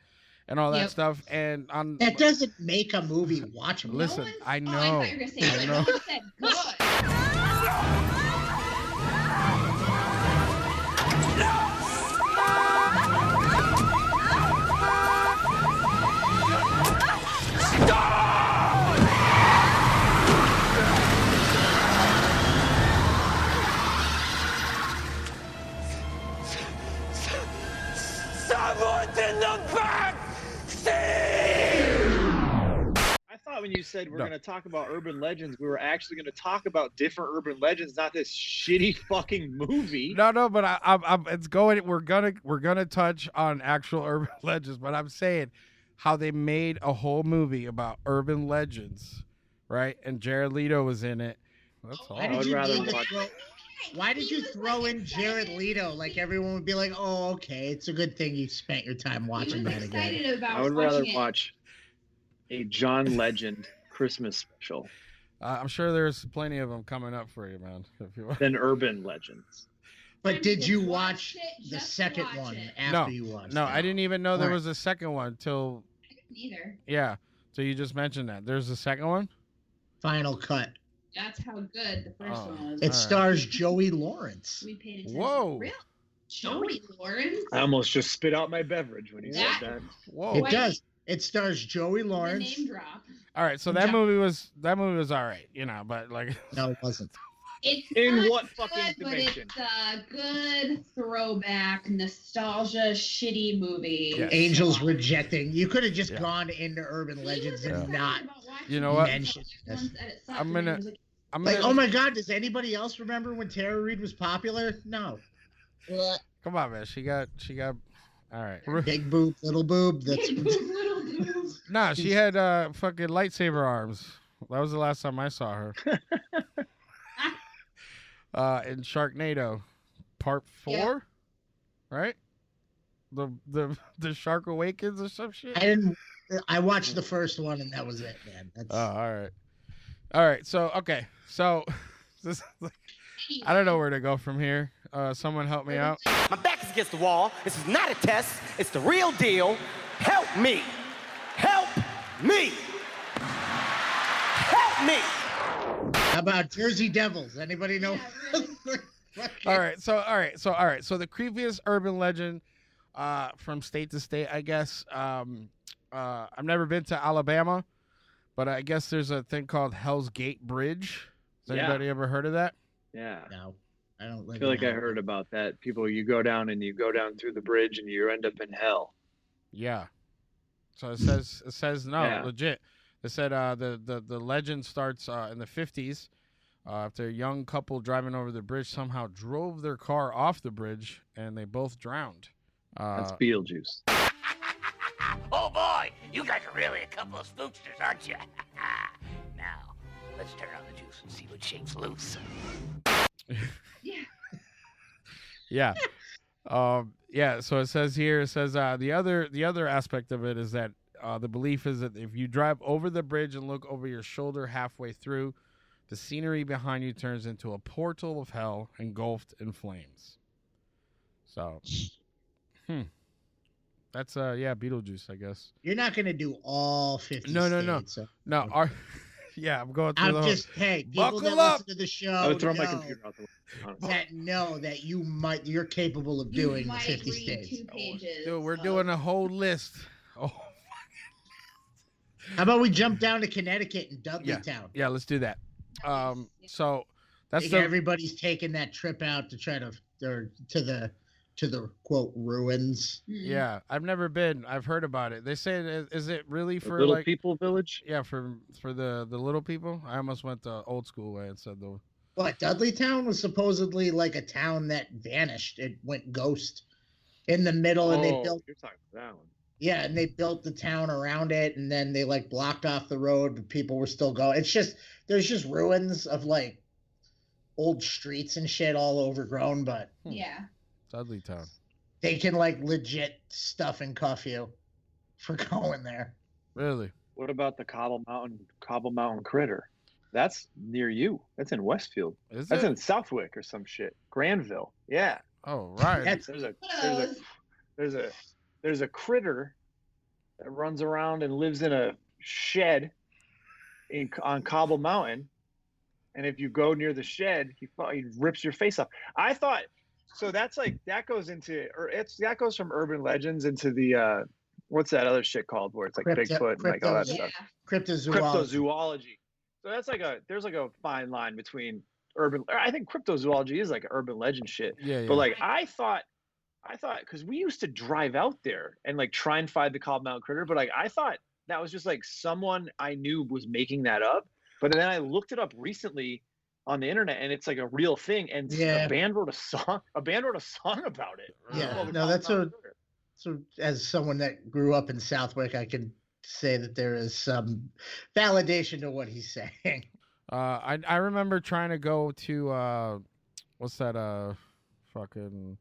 Speaker 2: and all that
Speaker 4: Yep.
Speaker 2: stuff. And on
Speaker 4: That doesn't make a movie watchable.
Speaker 2: listen, I know,
Speaker 3: Oh, I thought you were gonna say
Speaker 2: I
Speaker 3: good.
Speaker 2: know.
Speaker 3: No one said good.
Speaker 11: Someone's in the back
Speaker 5: I thought when you said we're
Speaker 2: No.
Speaker 5: going to talk about urban legends, we were actually going to talk about different urban legends, not this shitty fucking movie.
Speaker 2: No, no, but I, I'm, I'm, it's going. We're gonna, we're gonna touch on actual urban legends, but I'm saying how they made a whole movie about urban legends, right? And Jared Leto was in it. That's
Speaker 3: Oh,
Speaker 2: all.
Speaker 4: Why did you need to throw, why did you throw in Jared Leto? Like everyone would be like, "Oh, okay, it's a good thing you spent your time watching that again."
Speaker 3: Excited about
Speaker 5: I would
Speaker 3: watching
Speaker 5: rather
Speaker 3: it.
Speaker 5: watch a John Legend Christmas special
Speaker 2: Uh, I'm sure there's plenty of them coming up for you, man. If you want.
Speaker 5: than urban legends.
Speaker 4: But did you watch the second one after
Speaker 2: no,
Speaker 4: you watched?
Speaker 2: no,
Speaker 4: that?
Speaker 2: I didn't even know there
Speaker 4: Alright.
Speaker 2: was a second one till
Speaker 3: Neither.
Speaker 2: yeah. So you just mentioned that there's a second one.
Speaker 4: Final cut.
Speaker 3: That's how good the first
Speaker 2: Oh.
Speaker 3: one was.
Speaker 4: It stars Joey Lawrence.
Speaker 3: We paid attention.
Speaker 4: Whoa.
Speaker 3: Really? Joey Lawrence?
Speaker 5: I almost just spit out my beverage when you said
Speaker 3: That-
Speaker 5: that.
Speaker 2: Whoa!
Speaker 4: It does. It stars Joey
Speaker 3: The
Speaker 4: Lawrence.
Speaker 3: name drop.
Speaker 2: All right, so that movie was that movie was all right, you know, but like
Speaker 4: no, it wasn't.
Speaker 3: It's
Speaker 5: In
Speaker 3: not
Speaker 5: what fucking
Speaker 3: good,
Speaker 5: dimension?
Speaker 3: But it's a good throwback, nostalgia, shitty movie.
Speaker 4: Angels rejecting. You could have just gone into urban legends
Speaker 2: Yeah.
Speaker 4: and not.
Speaker 2: You know what?
Speaker 4: mention this.
Speaker 2: I'm gonna I'm
Speaker 4: Like,
Speaker 2: gonna
Speaker 4: oh my God, does anybody else remember when Tara Reid was popular? No.
Speaker 2: come on, man. She got she got all right.
Speaker 4: Big boob, little boob. That's
Speaker 2: Nah, she had uh fucking lightsaber arms. That was the last time I saw her. uh in Sharknado part 4, right? The the the shark awakens or some shit.
Speaker 4: I didn't. I watched the first one and that was it, man. That's
Speaker 2: Oh, all right. All right. So, okay. So, this, I don't know where to go from here. Uh, someone help me out.
Speaker 14: My back is against the wall. This is not a test. It's the real deal. Help me. Help me. Help me.
Speaker 4: how about Jersey Devils. Anybody know?
Speaker 2: All right. So, all right. So, all right. So, the creepiest urban legend uh, from state to state, I guess. Um, uh, I've never been to Alabama, but I guess there's a thing called Hell's Gate Bridge. Has
Speaker 5: Yeah.
Speaker 2: anybody ever heard of that?
Speaker 5: Yeah.
Speaker 4: No, I don't.
Speaker 5: I
Speaker 4: Live
Speaker 5: feel
Speaker 4: in
Speaker 5: like I
Speaker 4: hell.
Speaker 5: heard about that. People, you go down and you go down through the bridge and you end up in hell.
Speaker 2: Yeah. So it says it says no,
Speaker 5: Yeah.
Speaker 2: legit. It said uh, the the the legend starts uh, in the fifties. Uh, after a young couple driving over the bridge somehow drove their car off the bridge and they both drowned. Uh,
Speaker 5: That's Beetlejuice.
Speaker 1: Oh boy, you guys are really a couple of spooksters, aren't you? now, let's turn on the juice and see what shakes loose.
Speaker 2: yeah. Um, yeah. So it says here. It says uh, the other the other aspect of it is that uh, the belief is that if you drive over the bridge and look over your shoulder halfway through, the scenery behind you turns into a portal of hell engulfed in flames. So, hmm. That's uh yeah Beetlejuice I guess.
Speaker 4: You're not gonna do all fifty.
Speaker 2: No no no
Speaker 4: states, so-
Speaker 2: no. Our, yeah, I'm going through the
Speaker 4: Oh. I'm
Speaker 2: whole-
Speaker 4: just hey, people
Speaker 2: Buckle
Speaker 4: that
Speaker 2: up.
Speaker 4: listen to the show.
Speaker 5: I would throw my
Speaker 4: know
Speaker 5: computer out the window. honestly.
Speaker 4: That know that you might you're capable of doing
Speaker 3: might
Speaker 4: fifty
Speaker 3: read
Speaker 4: states.
Speaker 3: two pages.
Speaker 2: Dude, we're doing a whole list. Oh
Speaker 4: How about we jump down to Connecticut and Dudleytown?
Speaker 2: yeah, yeah. Let's do that. Um, so
Speaker 4: I
Speaker 2: that's
Speaker 4: think
Speaker 2: the
Speaker 4: everybody's taking that trip out to try to or to the to the quote ruins.
Speaker 3: Mm-hmm.
Speaker 5: Mm-hmm.
Speaker 2: Yeah, I've never been. I've heard about it. They say, it is- is it really for
Speaker 5: Little
Speaker 2: like
Speaker 5: People Village?
Speaker 2: Yeah, for for the the little people. I almost went the old school way and said the.
Speaker 4: But Dudley Town was supposedly like a town that vanished. It went ghost in the middle, and they
Speaker 5: Oh,
Speaker 4: built
Speaker 5: You're talking about that one.
Speaker 4: yeah, and they built the town around it, and then they like blocked off the road, but people were still going. It's just there's just ruins of like old streets and shit all overgrown, but
Speaker 3: Yeah.
Speaker 2: Dudley Town.
Speaker 4: they can like legit stuff and cuff you for going there.
Speaker 2: Really?
Speaker 5: What about the Cobble Mountain Cobble Mountain Critter? That's near you. That's in Westfield.
Speaker 2: Is
Speaker 5: That's
Speaker 2: it?
Speaker 5: in Southwick or some shit. Granville. Yeah.
Speaker 2: Oh right.
Speaker 5: there's a there's a there's a there's a critter that runs around and lives in a shed in on Cobble Mountain, and if you go near the shed, he fu- he rips your face off. I thought so. That's like that goes into or it's that goes from urban legends into the uh, what's that other shit called where it's like
Speaker 4: Crypto-
Speaker 5: Bigfoot and like all that
Speaker 4: crypto-
Speaker 5: stuff.
Speaker 4: Cryptozoology.
Speaker 5: Cryptozoology. So that's like a there's like a fine line between urban. I think cryptozoology is like urban legend shit.
Speaker 2: Yeah, yeah.
Speaker 5: But like I thought, I thought because we used to drive out there and like try and find the Cobb Mountain critter, but like I thought that was just like someone I knew was making that up. But then I looked it up recently on the internet, and it's like a real thing. And s-
Speaker 4: Yeah.
Speaker 5: a band wrote a song. A band wrote a song about it.
Speaker 4: Yeah,
Speaker 5: Called the
Speaker 4: no,
Speaker 5: Cobb
Speaker 4: that's
Speaker 5: Mountain
Speaker 4: a. So, as someone that grew up in Southwick, I can say that there is some validation to what he's saying.
Speaker 2: Uh, I I remember trying to go to uh, what's that uh, fucking.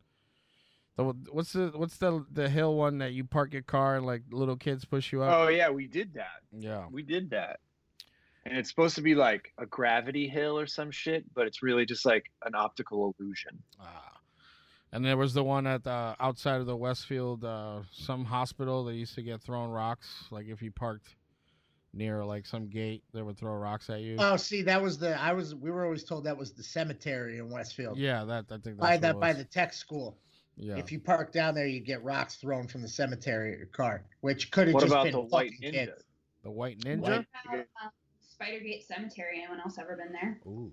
Speaker 2: The, what's the what's the the hill one that you park your car and like little kids push you up?
Speaker 5: Oh yeah, we did that.
Speaker 2: Yeah.
Speaker 5: We did that. And it's supposed to be like a gravity hill or some shit, but it's really just like an optical illusion.
Speaker 2: Ah. And there was the one at the outside of the Westfield, uh, some hospital. They used to get thrown rocks. Like if you parked near like some gate, they would throw rocks at you.
Speaker 4: Oh, see, that was the I was. We were always told that was the cemetery in Westfield.
Speaker 2: yeah, that I think that's
Speaker 4: by
Speaker 2: what
Speaker 4: that
Speaker 2: it
Speaker 4: by
Speaker 2: was.
Speaker 4: the tech school.
Speaker 2: yeah.
Speaker 4: If you park down there, you get rocks thrown from the cemetery at your car, which could have
Speaker 5: What
Speaker 4: just
Speaker 5: about
Speaker 4: been
Speaker 5: the white
Speaker 4: fucking
Speaker 5: ninja?
Speaker 4: kids.
Speaker 2: the white ninja.
Speaker 3: About, um, Spidergate Cemetery. Anyone else ever been there?
Speaker 2: Ooh.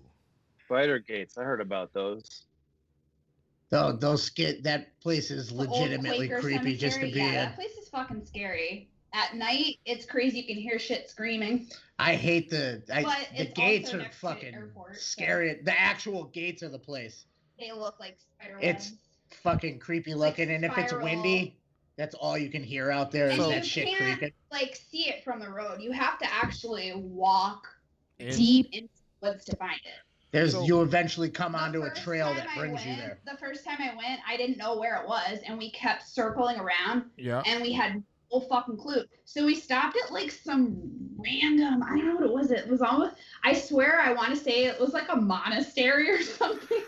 Speaker 5: Spider gates, I heard about those.
Speaker 4: Though those skit that place is
Speaker 3: The old
Speaker 4: legitimately
Speaker 3: Quaker
Speaker 4: creepy just to
Speaker 3: cemetery,
Speaker 4: be
Speaker 3: yeah,
Speaker 4: in.
Speaker 3: that place is fucking scary. At night, it's crazy. You can hear shit screaming.
Speaker 4: I hate the I,
Speaker 3: But
Speaker 4: the
Speaker 3: it's
Speaker 4: gates
Speaker 3: also
Speaker 4: are
Speaker 3: next to the
Speaker 4: fucking
Speaker 3: airport, so-
Speaker 4: scary. The actual gates of the place.
Speaker 3: They look like spider webs.
Speaker 4: It's fucking creepy looking, and if it's windy, that's all you can hear out there is
Speaker 3: And
Speaker 4: that
Speaker 3: you
Speaker 4: shit
Speaker 3: can't
Speaker 4: creaking.
Speaker 3: like see it from the road. You have to actually walk
Speaker 4: In-
Speaker 3: deep into the woods to find it.
Speaker 4: There's
Speaker 3: So-
Speaker 4: you eventually come onto a
Speaker 3: first
Speaker 4: trail
Speaker 3: time
Speaker 4: that
Speaker 3: I
Speaker 4: brings you
Speaker 3: went-
Speaker 4: there.
Speaker 3: The first time I went, I didn't know where it was, and we kept circling around.
Speaker 2: Yeah.
Speaker 3: And we had no fucking clue. So we stopped at like some random. I don't know what it was. It was almost. I swear, I want to say it was like a monastery or something.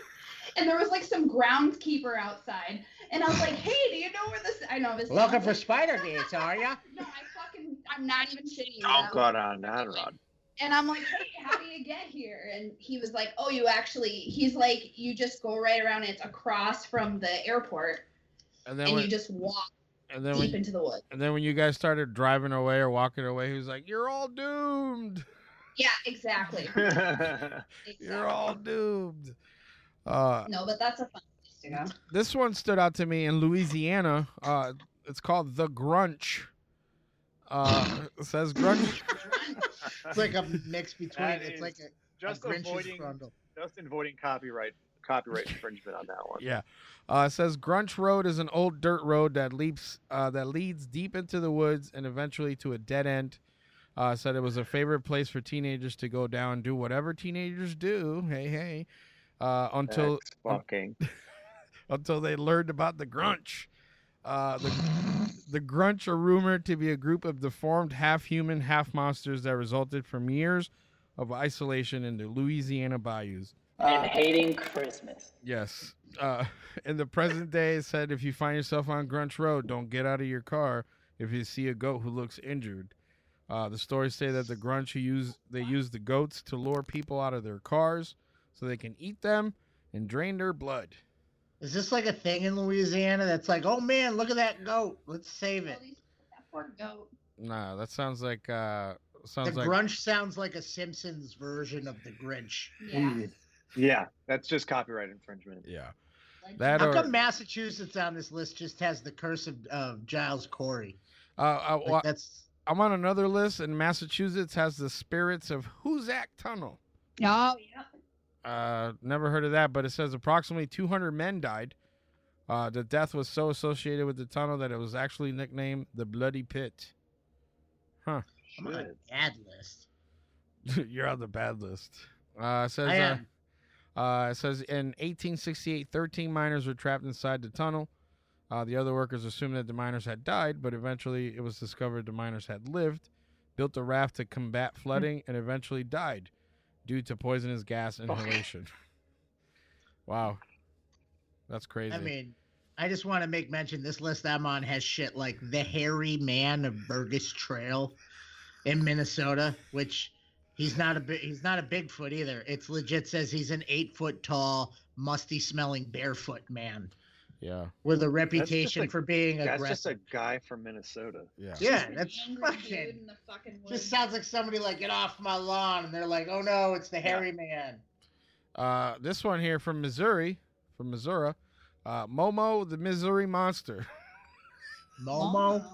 Speaker 3: And there was like some groundskeeper outside, and I was like, "Hey, do you know where this? I know this.
Speaker 4: Looking for spider gates, are ya?
Speaker 3: No, I fucking. I'm not even shitting you.
Speaker 5: Oh
Speaker 3: that
Speaker 5: god on that rod.
Speaker 3: and I'm like, hey, how do you get here? And he was like, oh, you actually, he's like, you just go right around, it's across from the airport,
Speaker 2: And
Speaker 3: and,
Speaker 2: then when,
Speaker 3: you just walk
Speaker 2: and then
Speaker 3: deep
Speaker 2: when,
Speaker 3: into the woods.
Speaker 2: and then when you guys started driving away or walking away, he was like, "You're all doomed.
Speaker 3: Yeah, exactly.
Speaker 2: You're all doomed." Uh,
Speaker 3: no, but that's a fun place to go.
Speaker 2: This one stood out to me in Louisiana. Uh, it's called the Grunch. Uh, it says Grunch.
Speaker 4: It's like a mix between.
Speaker 5: That
Speaker 4: it's
Speaker 5: is
Speaker 4: like a
Speaker 5: just
Speaker 4: a Grinch's
Speaker 5: avoiding-
Speaker 4: grundle.
Speaker 5: Just avoiding copyright copyright infringement on that one.
Speaker 2: Yeah. Uh, it says Grunch Road is an old dirt road that leaps uh, that leads deep into the woods and eventually to a dead end. Uh, said it was a favorite place for teenagers to go down and do whatever teenagers do. Hey, hey. Uh, until
Speaker 5: That's fucking
Speaker 2: until they learned about the Grunch. Uh, the, the Grunch are rumored to be a group of deformed half human, half monsters that resulted from years of isolation in the Louisiana bayous.
Speaker 15: and hating Christmas.
Speaker 2: Yes. Uh, in the present day, it said if you find yourself on Grunch Road, don't get out of your car if you see a goat who looks injured. Uh, the stories say that the Grunch who use they use the goats to lure people out of their cars so they can eat them and drain their blood.
Speaker 4: Is this like a thing in Louisiana that's like, oh man, look at that goat. Let's save it.
Speaker 3: That poor goat.
Speaker 2: Nah, that sounds like uh, sounds
Speaker 4: the
Speaker 2: like
Speaker 4: Grunch sounds like a Simpsons version of the Grinch.
Speaker 5: Yeah, that's just copyright infringement.
Speaker 2: Yeah. That uh,
Speaker 4: How
Speaker 2: or-
Speaker 4: come Massachusetts on this list just has the curse of, of Giles Corey?
Speaker 2: Uh, uh, well,
Speaker 4: that's.
Speaker 2: I'm on another list, and Massachusetts has the spirits of Hoosac Tunnel.
Speaker 3: Oh, yeah.
Speaker 2: Uh, never heard of that, but it says approximately 200 men died. Uh, the death was so associated with the tunnel that it was actually nicknamed the Bloody Pit. Huh.
Speaker 4: I'm on a bad list.
Speaker 2: You're on the bad list. Uh, it says,
Speaker 4: I am.
Speaker 2: Uh, uh, it says in 1868, 13 miners were trapped inside the tunnel. Uh, the other workers assumed that the miners had died, but eventually it was discovered the miners had lived, built a raft to combat
Speaker 4: Hmm.
Speaker 2: flooding, and eventually died due to poisonous gas inhalation. wow. That's crazy.
Speaker 4: I mean, I just want to make mention this list I'm on has shit like the hairy man of Burgess Trail in Minnesota, which he's not a big he's not a Bigfoot either. It's legit says he's an eight foot tall, musty smelling barefoot man
Speaker 2: yeah.
Speaker 4: with a
Speaker 5: That's just
Speaker 4: reputation
Speaker 5: a-
Speaker 4: for being
Speaker 5: That's
Speaker 4: aggressive.
Speaker 5: just a guy from Minnesota.
Speaker 2: Yeah.
Speaker 4: yeah, that's
Speaker 3: Angry dude
Speaker 4: fucking.
Speaker 3: in the fucking woods.
Speaker 4: Just sounds like somebody like get off my lawn, and they're like, oh no, it's the hairy man.
Speaker 2: Uh, this one here from Missouri, from Missouri, uh, Momo the Missouri Monster.
Speaker 4: Momo.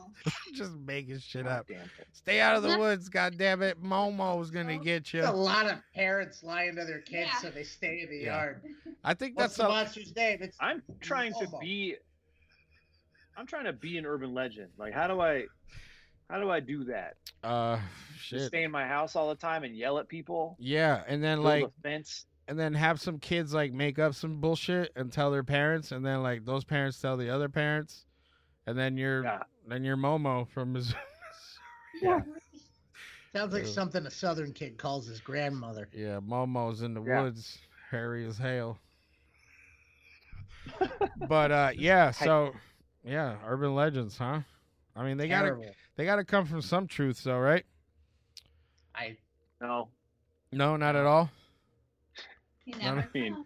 Speaker 2: Just making shit up. Stay out of the woods, goddamn it! Momo's gonna get you.
Speaker 4: There's a lot of parents lying to their kids so they stay in the
Speaker 2: Yeah.
Speaker 4: yard.
Speaker 2: I think
Speaker 4: What's the
Speaker 2: that's a,
Speaker 4: monster's name? It's
Speaker 5: I'm trying to
Speaker 4: Momo.
Speaker 5: be. I'm trying to be an urban legend. Like, how do I, how do I do that?
Speaker 2: uh
Speaker 5: Just
Speaker 2: shit.
Speaker 5: stay in my house all the time and yell at people.
Speaker 2: Yeah, and then
Speaker 5: build
Speaker 2: like,
Speaker 5: a fence.
Speaker 2: and then have some kids like make up some bullshit and tell their parents, and then like those parents tell the other parents, and then you're then you're Momo from Missouri.
Speaker 4: Sounds like
Speaker 2: Yeah.
Speaker 4: something a southern kid calls his grandmother.
Speaker 2: yeah, Momo's in the
Speaker 4: Yeah.
Speaker 2: woods, hairy as hell. but uh yeah, so yeah, urban legends, huh? I mean, they got to
Speaker 4: Terrible.
Speaker 2: they got to come from some truth, though, right?
Speaker 4: I
Speaker 5: No.
Speaker 2: No, not at all.
Speaker 3: You
Speaker 2: never
Speaker 5: I mean,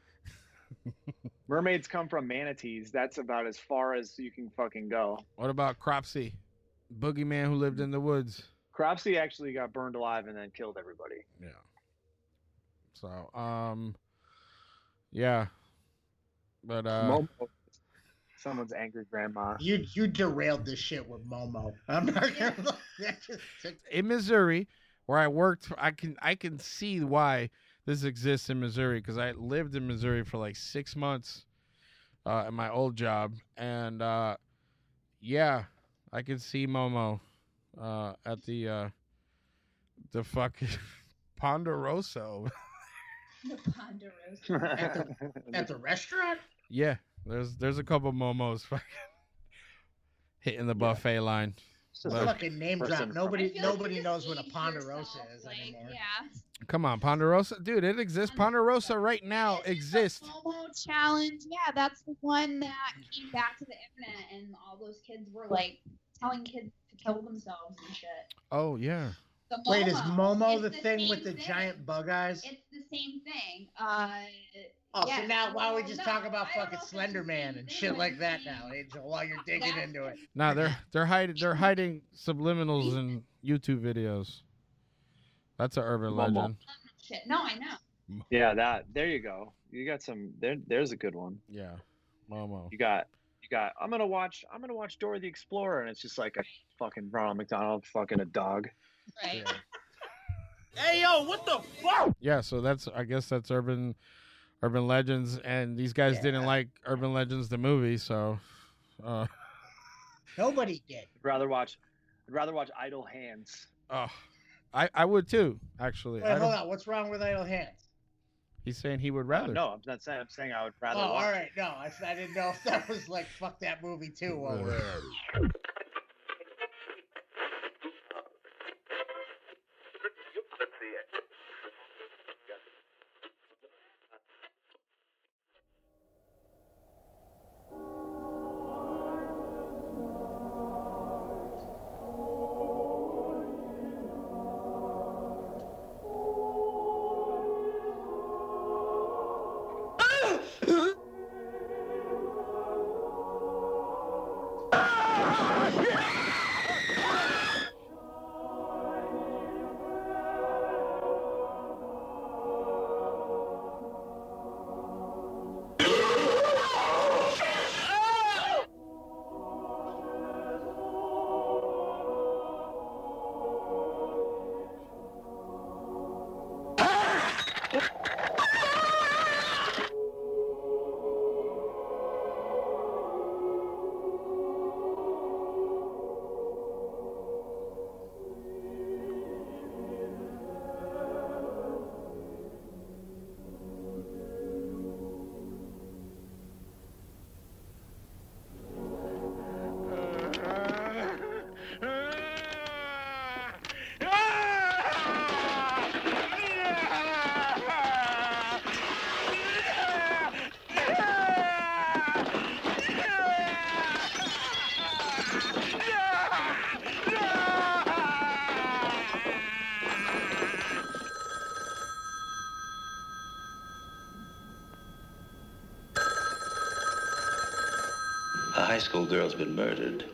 Speaker 5: mermaids come from manatees. That's about as far as you can fucking go.
Speaker 2: What about Cropsy, boogeyman who lived in the woods?
Speaker 5: Cropsey actually got burned alive and then killed everybody.
Speaker 2: Yeah. So, um, yeah, but uh,
Speaker 5: Momo, someone's angry grandma.
Speaker 4: you you derailed this shit with Momo. I'm not gonna lie. That just took
Speaker 2: in Missouri, where I worked, I can I can see why this exists in Missouri because I lived in Missouri for like six months uh, at my old job, and uh, yeah, I can see Momo uh, at the uh, the fucking Ponderoso.
Speaker 3: The
Speaker 4: at
Speaker 3: Ponderosa.
Speaker 4: the, at the restaurant.
Speaker 2: yeah, there's there's a couple Momos fucking hitting the buffet line.
Speaker 4: Just
Speaker 2: But-
Speaker 4: fucking name drop.
Speaker 2: person-
Speaker 4: Nobody
Speaker 3: I feel like
Speaker 4: nobody
Speaker 3: you
Speaker 4: knows
Speaker 3: just
Speaker 4: what a
Speaker 3: age
Speaker 4: ponderosa
Speaker 3: yourself,
Speaker 4: is
Speaker 3: like,
Speaker 4: anymore.
Speaker 3: Yeah.
Speaker 2: Come on, Ponderosa, dude, it exists. Ponderosa right now exists.
Speaker 3: Momo challenge. Yeah, that's the one that came back to the internet, and all those kids were like telling kids to kill themselves and shit.
Speaker 2: Oh yeah,
Speaker 3: The
Speaker 4: Wait, is Momo
Speaker 3: It's
Speaker 4: the, thing
Speaker 3: same
Speaker 4: with the
Speaker 3: thing.
Speaker 4: giant bug eyes?
Speaker 3: It's the same thing. Uh,
Speaker 4: Oh,
Speaker 3: yeah,
Speaker 4: so now why we
Speaker 3: I
Speaker 4: just
Speaker 3: don't
Speaker 4: talk
Speaker 3: know.
Speaker 4: about
Speaker 3: I don't
Speaker 4: fucking
Speaker 3: know if it's
Speaker 4: Slender
Speaker 3: the
Speaker 4: Man
Speaker 3: same
Speaker 4: and
Speaker 3: thing,
Speaker 4: shit
Speaker 3: but
Speaker 4: like
Speaker 3: it's
Speaker 4: that
Speaker 3: the-
Speaker 4: now, Angel, while you're digging
Speaker 3: That's
Speaker 4: into it.
Speaker 2: nah, they're they're hiding they're hiding subliminals in YouTube videos. That's an urban
Speaker 5: Momo.
Speaker 2: legend.
Speaker 3: Shit. No, I know.
Speaker 5: Yeah, that. There you go. You got some. There, there's a good one.
Speaker 2: Yeah, Momo.
Speaker 5: You got. You got. I'm gonna watch. I'm gonna watch Dora the Explorer, and it's just like a fucking Ronald McDonald fucking a dog.
Speaker 3: Right.
Speaker 11: Hey yo, what the fuck?
Speaker 2: Yeah, so that's I guess that's urban urban legends, and these guys didn't like Urban Legends the movie, so uh,
Speaker 4: Nobody did.
Speaker 5: I'd rather watch. I'd rather watch Idle Hands.
Speaker 2: oh, I I would too actually. I
Speaker 4: Wait, hold
Speaker 2: don't,
Speaker 4: on. What's wrong with idle hands?
Speaker 2: he's saying he would rather.
Speaker 5: No, I'm not saying. I'm saying I would
Speaker 4: Oh,
Speaker 5: rather. watch.
Speaker 4: all right. No, I, I didn't know if that was like fuck that movie too. While we're at it.
Speaker 16: high school girl's been murdered.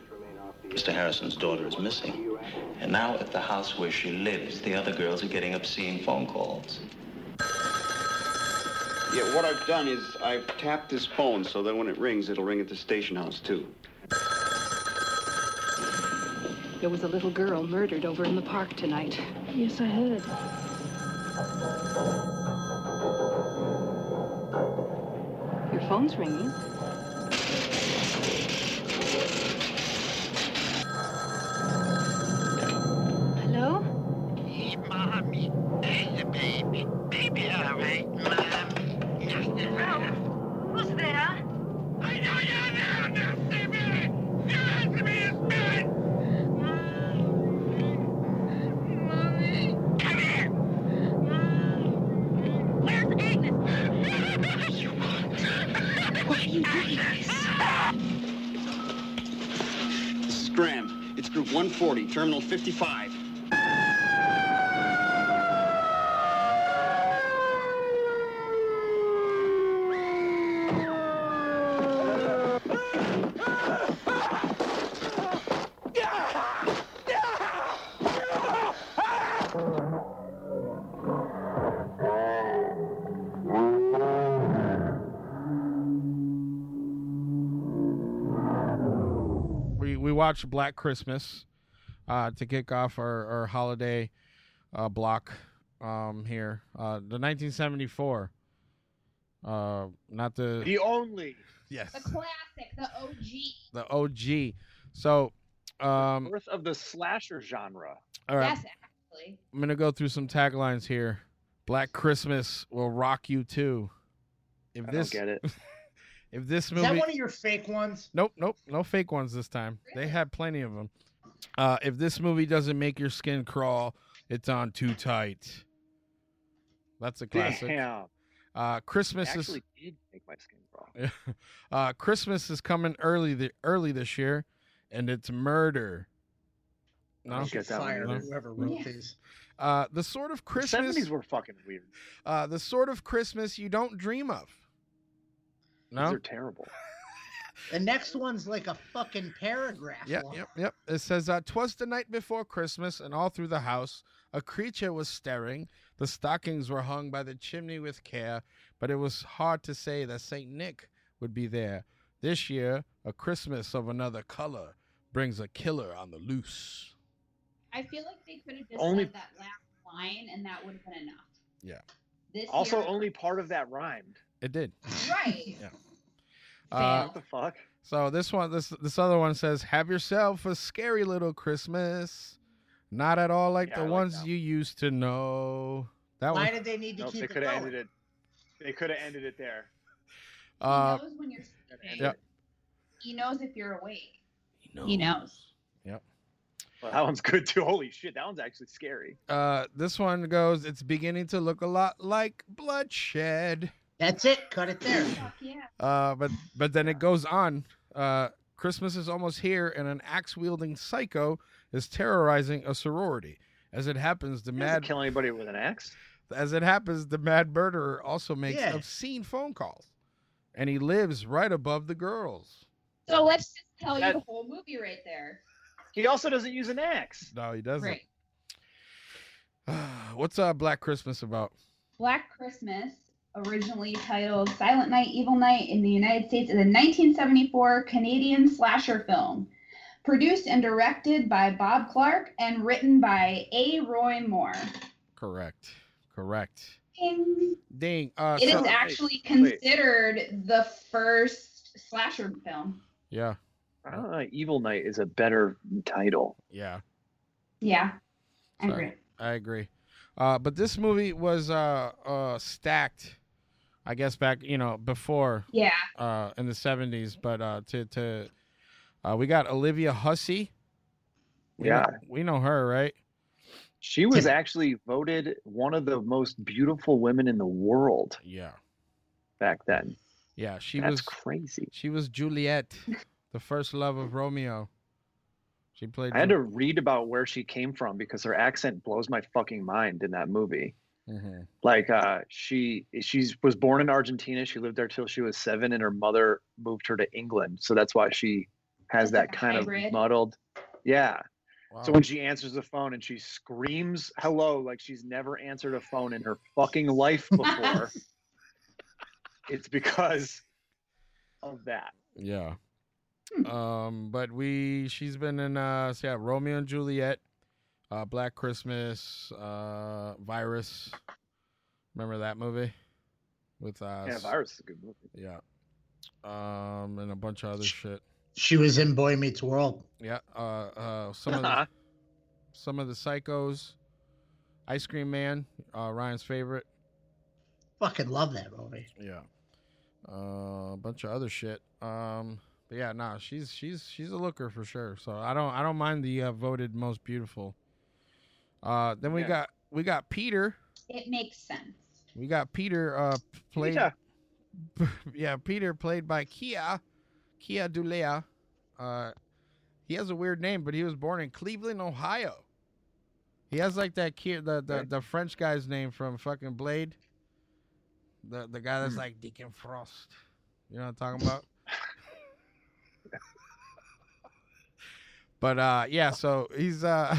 Speaker 16: Mr. Harrison's daughter is missing. And now at the house where she lives, the other girls are getting obscene phone calls.
Speaker 17: Yeah, what I've done is I've tapped this phone so that when it rings, it'll ring at the station house, too.
Speaker 18: There was a little girl murdered over in the park tonight.
Speaker 10: Yes, I heard.
Speaker 18: Your phone's ringing. Hello?
Speaker 13: Hey, mommy. Hey, baby. Baby, all right, mommy. Hello? Who's there? I know you're there. Now see me. You asked me to bed. Mommy. Come here. Where's Agnes? you won't. Why are you doing this?
Speaker 17: This is Graham. It's group 140, terminal 55.
Speaker 2: we we watched Black Christmas uh, to kick off our, our holiday uh, block um, here. Uh, the 1974, uh, not the
Speaker 5: The only.
Speaker 2: Yes.
Speaker 3: The classic, the OG.
Speaker 2: the OG. So, um,
Speaker 5: Birth of the slasher genre.
Speaker 2: all right,
Speaker 3: Yes, actually.
Speaker 2: I'm gonna go through some taglines here. Black Christmas will rock you too. If
Speaker 5: I don't
Speaker 2: this
Speaker 5: get it.
Speaker 2: if this
Speaker 4: Is
Speaker 2: movie
Speaker 4: that one of your fake ones?
Speaker 2: Nope, nope, no fake ones this time. They had plenty of them. Uh, if this movie doesn't make your skin crawl, it's on too tight. That's a classic.
Speaker 5: Damn.
Speaker 2: Uh, Christmas
Speaker 5: It
Speaker 2: is
Speaker 5: actually did make my skin crawl.
Speaker 2: uh, Christmas is coming early the, early this year, and it's murder.
Speaker 4: I should fire whoever wrote these.
Speaker 2: Uh, the sort of Christmas.
Speaker 5: 70s were fucking weird.
Speaker 2: Uh, the sort of Christmas you don't dream of. No?
Speaker 5: These are terrible.
Speaker 4: The next one's like a fucking paragraph.
Speaker 2: Yep,
Speaker 4: long.
Speaker 2: yep, yep. It says, uh, "Twas the night before Christmas, and all through the house a creature was staring. The stockings were hung by the chimney with care, but it was hard to say that Saint Nick would be there. This year, a Christmas of another color brings a killer on the loose."
Speaker 3: I feel like they could have just
Speaker 2: Only-
Speaker 3: said that last line and that would have been enough.
Speaker 2: Yeah,
Speaker 3: This
Speaker 5: Also,
Speaker 3: year-
Speaker 5: only part of that rhymed.
Speaker 2: it did.
Speaker 3: right.
Speaker 2: Uh,
Speaker 5: what the fuck?
Speaker 2: So this one, this this other one says, "Have yourself a scary little Christmas, not at all like
Speaker 5: Yeah, I
Speaker 2: the
Speaker 5: like
Speaker 2: ones you used to know." That
Speaker 4: Why
Speaker 2: one.
Speaker 4: did they need to
Speaker 5: Nope,
Speaker 4: keep
Speaker 5: they
Speaker 4: it
Speaker 5: could have ended
Speaker 4: going?
Speaker 5: it. They could have ended it there.
Speaker 2: Uh,
Speaker 3: knows when you're sleeping.
Speaker 2: yeah. Oh.
Speaker 3: He knows if you're awake. He
Speaker 2: knows. Yep.
Speaker 5: Well, that one's good too. Holy shit, that one's actually scary.
Speaker 2: Uh, this one goes. It's beginning to look a lot like bloodshed.
Speaker 4: That's it. Cut it there.
Speaker 2: Uh, but but then it goes on. Uh, Christmas is almost here, and an axe wielding psycho is terrorizing a sorority. As it happens, the
Speaker 5: He doesn't
Speaker 2: mad
Speaker 5: kill anybody with an axe.
Speaker 2: as it happens, the mad murderer also makes
Speaker 5: Yeah.
Speaker 2: obscene phone calls, and he lives right above the girls.
Speaker 3: So let's just tell you
Speaker 5: That-
Speaker 3: the whole movie right there.
Speaker 5: He also doesn't use an axe.
Speaker 2: No, he doesn't.
Speaker 3: Right.
Speaker 2: What's uh, Black Christmas about?
Speaker 3: Black Christmas, originally titled Silent Night, Evil Night in the United States, is a 1974 Canadian slasher film produced and directed by Bob Clark and written by A. Roy Moore.
Speaker 2: Correct. Correct.
Speaker 3: Ding.
Speaker 2: Ding. Uh,
Speaker 3: It is
Speaker 2: so-
Speaker 3: actually
Speaker 5: wait.
Speaker 3: considered the first slasher film.
Speaker 2: Yeah.
Speaker 5: I don't know. Evil Knight is a better title.
Speaker 2: Yeah.
Speaker 3: Yeah, I
Speaker 2: So,
Speaker 3: agree.
Speaker 2: I agree. Uh, but this movie was uh, uh, stacked, I guess back you know before
Speaker 3: Yeah.
Speaker 2: uh, in the seventies. But uh, to to uh, we got Olivia Hussey. We know-
Speaker 5: Yeah.
Speaker 2: we know her, right?
Speaker 5: She was actually voted one of the most beautiful women in the world
Speaker 2: Yeah,
Speaker 5: back then.
Speaker 2: yeah. She
Speaker 5: That's
Speaker 2: was
Speaker 5: crazy.
Speaker 2: she was Juliet, the first love of Romeo. She played.
Speaker 5: I had to read about where she came from because her accent blows my fucking mind in that movie.
Speaker 2: hmm
Speaker 5: like uh she she was born in argentina she lived there till she was seven and her mother moved her to england so that's why she has that kind
Speaker 3: hybrid.
Speaker 5: of muddled. Yeah. So
Speaker 2: Wow.
Speaker 5: when she answers the phone and she screams hello like she's never answered a phone in her fucking life before, it's because of that.
Speaker 2: Yeah. Um, but we she's been in uh so yeah, Romeo and Juliet, uh Black Christmas, uh Virus. Remember that movie? With uh
Speaker 5: Yeah,
Speaker 2: s-
Speaker 5: Virus is a good movie.
Speaker 2: Yeah. Um and a bunch of other shit.
Speaker 4: She was in Boy Meets World.
Speaker 2: Yeah. Uh uh some of the some of the psychos. Ice Cream Man, uh Ryan's favorite.
Speaker 4: Fucking love that movie.
Speaker 2: Yeah. Uh, a bunch of other shit. Um, but yeah, nah, she's she's she's a looker for sure. So I don't I don't mind the uh, voted most beautiful. Uh, then we
Speaker 3: Yeah.
Speaker 2: got we got Peter.
Speaker 3: It makes sense.
Speaker 2: We got Peter uh played
Speaker 3: Peter.
Speaker 2: yeah, Peter played by Kia Kia Dulea. Uh he has a weird name, but he was born in Cleveland, Ohio. He has like that Kia the the, the French guy's name from fucking Blade. The the guy that's
Speaker 11: Hmm.
Speaker 2: like Deacon Frost. You know what I'm talking about? but uh yeah, so he's uh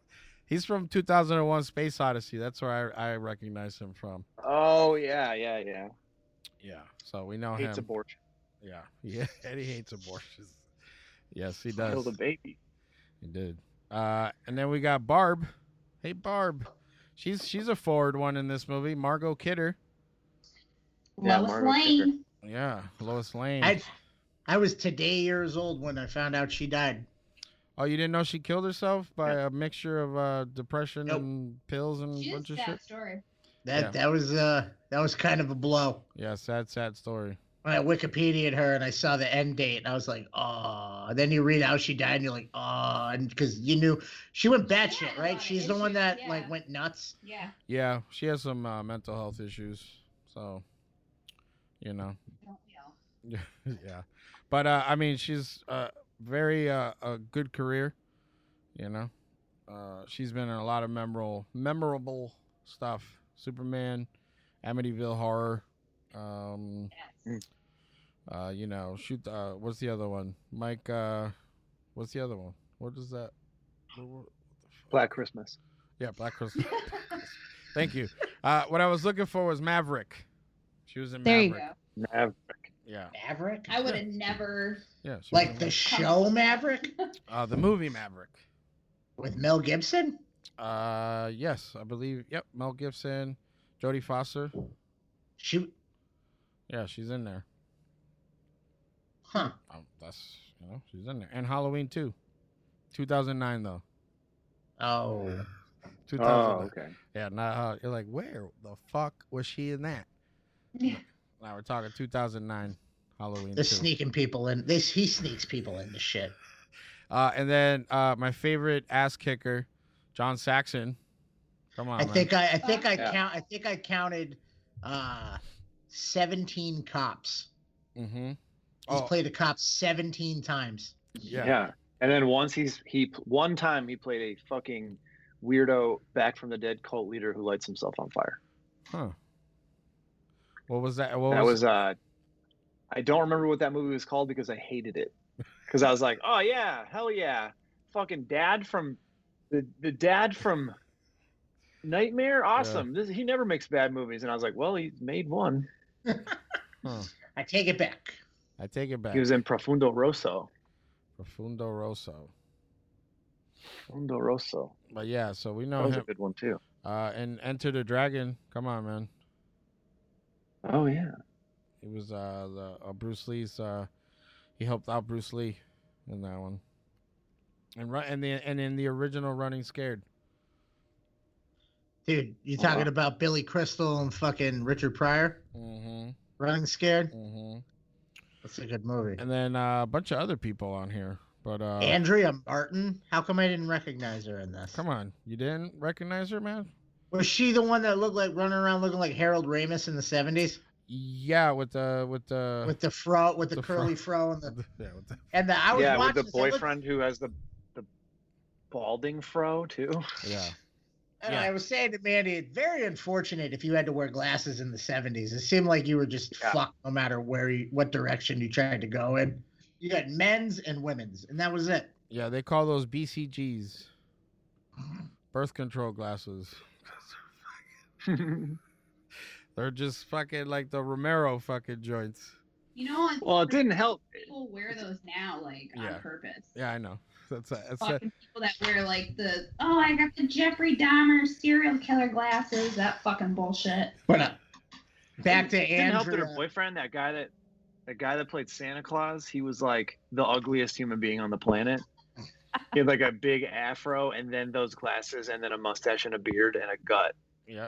Speaker 2: he's from 2001 Space Odyssey. That's where I, I recognize him from.
Speaker 5: Oh yeah, yeah, yeah.
Speaker 2: Yeah. So we know
Speaker 5: Hates
Speaker 2: Oh, him.
Speaker 5: abortion.
Speaker 2: Yeah. Yeah. Eddie hates abortions. Yes, he does.
Speaker 5: Killed a baby.
Speaker 2: He did. Uh, and then we got Barb. Hey, Barb. She's she's a forward one in this movie. Margot Kidder.
Speaker 4: Yeah, Lois Margot Kidder. Lane.
Speaker 2: Yeah, Lois Lane.
Speaker 4: I I was today years old when I found out she died.
Speaker 2: Oh, you didn't know she killed herself by a mixture of uh, depression and pills and
Speaker 3: She
Speaker 2: bunch
Speaker 3: is
Speaker 2: of
Speaker 3: that
Speaker 2: shit.
Speaker 3: story.
Speaker 4: That
Speaker 2: Yeah.
Speaker 4: that was uh that was kind of a blow.
Speaker 2: Yeah, sad, sad story.
Speaker 4: When I Wikipedia'd her and I saw the end date and I was like, oh. Then you read how she died and you're like, oh, and because you knew she went batshit, right? She's the one that like went nuts.
Speaker 3: Yeah.
Speaker 2: Yeah, she has some uh, mental health issues. So, you know. Yeah, yeah. But uh, I mean, she's uh, very uh, a good career. You know, uh, she's been in a lot of memorable, memorable stuff. Superman, Amityville Horror. Um, uh, you know, shoot. Uh, what's the other one? Mike. Uh, what's the other one? What is that? What- what-
Speaker 5: Black Christmas.
Speaker 2: Yeah, Black Christmas. Thank you. Uh, what I was looking for was Maverick. She was in
Speaker 3: There you
Speaker 2: Maverick. Yeah.
Speaker 4: Maverick.
Speaker 3: I would have never.
Speaker 2: Yeah. she was in
Speaker 4: Like the
Speaker 2: Maverick.
Speaker 4: show Maverick
Speaker 2: Uh, the movie Maverick.
Speaker 4: with Mel Gibson.
Speaker 2: Uh, yes, I believe. Yep, Mel Gibson, Jodie Foster.
Speaker 4: She.
Speaker 2: Yeah, she's in there.
Speaker 4: Huh.
Speaker 2: Um, that's you know she's in there, and Halloween too, 2009 though.
Speaker 4: Oh.
Speaker 2: 2000.
Speaker 5: Oh, okay.
Speaker 2: Yeah, not how you're like, where the fuck was she in that? Now we're talking 2009 Halloween.
Speaker 4: They're
Speaker 2: too.
Speaker 4: sneaking people in. This he sneaks people into shit.
Speaker 2: Uh, and then uh, my favorite ass kicker, John Saxon. Come on,
Speaker 4: I
Speaker 2: man.
Speaker 4: think I, I think I
Speaker 2: Yeah.
Speaker 4: count. I think I counted uh, seventeen cops.
Speaker 2: Mm-hmm. He's
Speaker 5: Oh.
Speaker 4: played a cop seventeen times.
Speaker 5: Yeah. And then once he's he one time he played a fucking weirdo back from the dead cult leader who lights himself on fire.
Speaker 2: Huh. What was that? What
Speaker 5: that
Speaker 2: was,
Speaker 5: was uh I don't remember what that movie was called because I hated it. Cuz I was like, "Oh yeah, hell yeah. Fucking dad from the the dad from Nightmare, awesome. This he never makes bad movies." And I was like, "Well, he made one.
Speaker 2: Huh.
Speaker 4: I take it back.
Speaker 2: I take it back.
Speaker 5: He was in Profundo Rosso."
Speaker 2: Profundo Rosso.
Speaker 5: Profundo Rosso.
Speaker 2: But yeah, so we know
Speaker 5: That was a
Speaker 2: him.
Speaker 5: good one too.
Speaker 2: Uh, and Enter the Dragon. Come on, man.
Speaker 5: Oh yeah.
Speaker 2: It was uh, the, uh Bruce Lee's. Uh, he helped out Bruce Lee in that one. And run and the and in the original Running Scared.
Speaker 4: Dude,
Speaker 2: Oh,
Speaker 4: you talking about Billy Crystal and fucking Richard Pryor?
Speaker 2: Mm-hmm.
Speaker 4: Running Scared?
Speaker 2: Mm-hmm.
Speaker 4: That's a good movie.
Speaker 2: And then uh, a bunch of other people on here, but uh,
Speaker 4: Andrea Martin? How come I didn't recognize her in this?
Speaker 2: Come on, you didn't recognize her, man?
Speaker 4: Was she the one that looked like running around looking like Harold Ramis in the seventies?
Speaker 2: Yeah, with the with the
Speaker 4: With the fro with the,
Speaker 2: the fro-
Speaker 4: curly fro, and the
Speaker 2: yeah, with the,
Speaker 4: and the I was
Speaker 5: yeah, with
Speaker 4: watching
Speaker 5: the
Speaker 4: this, I looked-
Speaker 5: boyfriend who has the the balding fro too.
Speaker 2: Yeah.
Speaker 4: And I was saying to Mandy, it's very unfortunate if you had to wear glasses in the 70s. It seemed like you were just fucked no matter where you, what direction you tried to go in. You had men's and women's, and that was it.
Speaker 2: Yeah, they call those BCGs, birth control glasses. They're just fucking like the Romero fucking joints.
Speaker 3: You know, and
Speaker 2: Well, it didn't help.
Speaker 3: People wear those now, like
Speaker 2: Yeah.
Speaker 3: on purpose.
Speaker 2: Yeah, I know. That's a, that's a,
Speaker 3: Fucking people that wear like the oh, I got the Jeffrey Dahmer serial killer glasses. That fucking bullshit.
Speaker 4: But uh, back to
Speaker 5: Didn't help that her
Speaker 4: Andrea.
Speaker 5: boyfriend, that guy that the guy that played Santa Claus, he was like the ugliest human being on the planet. He had like a big afro and then those glasses and then a mustache and a beard and a gut.
Speaker 2: yeah.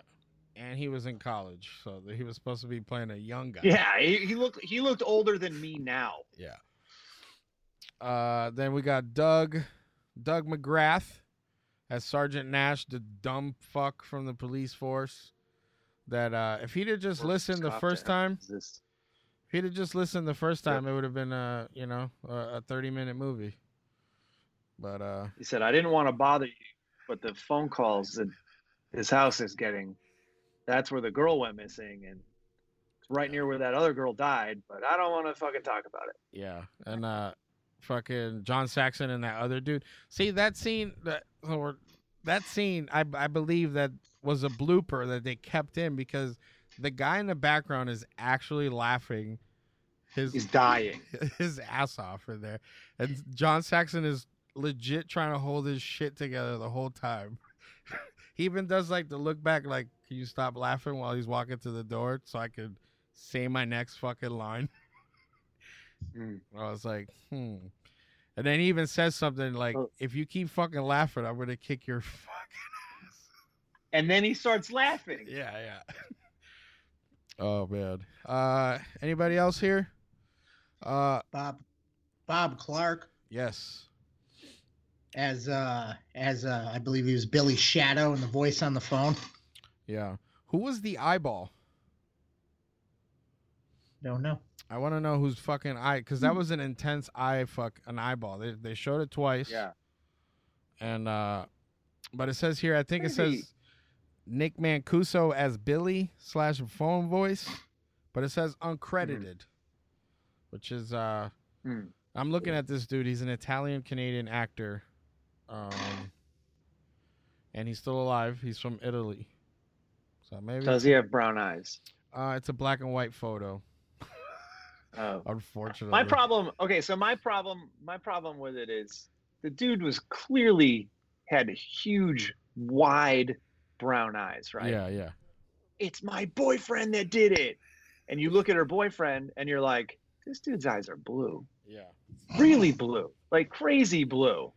Speaker 2: And he was in college, so he was supposed to be playing a young guy.
Speaker 5: Yeah, he, he looked he looked older than me now.
Speaker 2: Yeah. Uh, then we got Doug, Doug McGrath, as Sergeant Nash, the dumb fuck from the police force. That uh, if he'd have just
Speaker 5: Works
Speaker 2: listened the
Speaker 5: cop
Speaker 2: first
Speaker 5: to
Speaker 2: time,
Speaker 5: if
Speaker 2: he'd have just listened the first time, it would have been uh, you know, a, a thirty-minute movie. But uh,
Speaker 5: He said, "I didn't want to bother you, but the phone calls that his house is getting, that's where the girl went missing, and it's right near where that other girl died. But I don't want to fucking talk about it."
Speaker 2: Yeah, and uh, fucking John Saxon and that other dude. See that scene that or that scene, I I believe that was a blooper that they kept in because the guy in the background is actually laughing. His
Speaker 5: he's dying
Speaker 2: his ass off in there, and John Saxon is legit trying to hold his shit together the whole time. he even does like the look back, like, "Can you stop laughing?" While he's walking to the door, so I could say my next fucking line. I was like, hmm. And then he even says something like, if you keep fucking laughing, I'm going to kick your fucking.
Speaker 5: And then he starts laughing.
Speaker 2: Yeah, yeah. Oh, man. Uh, anybody else here? Uh,
Speaker 4: Bob, Bob Clark
Speaker 2: Yes.
Speaker 4: as uh as uh I believe he was Billy Shadow and the voice on the phone.
Speaker 2: Yeah. Who was the eyeball?
Speaker 4: Don't know.
Speaker 2: I want to know whose fucking eye, because
Speaker 5: Hmm.
Speaker 2: that was an intense eye fuck, an eyeball. They, they showed it twice.
Speaker 5: Yeah.
Speaker 2: And, uh, but it says here, I think it
Speaker 5: Crazy.
Speaker 2: says Nick Mancuso as Billy slash phone voice, but it says uncredited,
Speaker 5: Hmm.
Speaker 2: which is, uh, I'm looking at this dude. He's an Italian Canadian actor. Um, and he's still alive. He's from Italy. So maybe.
Speaker 5: Does he have brown eyes?
Speaker 2: Uh, it's a black and white photo. Uh,
Speaker 5: Oh.
Speaker 2: Unfortunately.
Speaker 5: My problem. Okay, so my problem. My problem with it is the dude was clearly had huge, wide brown eyes, right?
Speaker 2: Yeah, yeah.
Speaker 5: It's my boyfriend that did it. And you look at her boyfriend, and you're like, this dude's eyes are blue,
Speaker 2: Yeah.
Speaker 5: really blue, like crazy blue.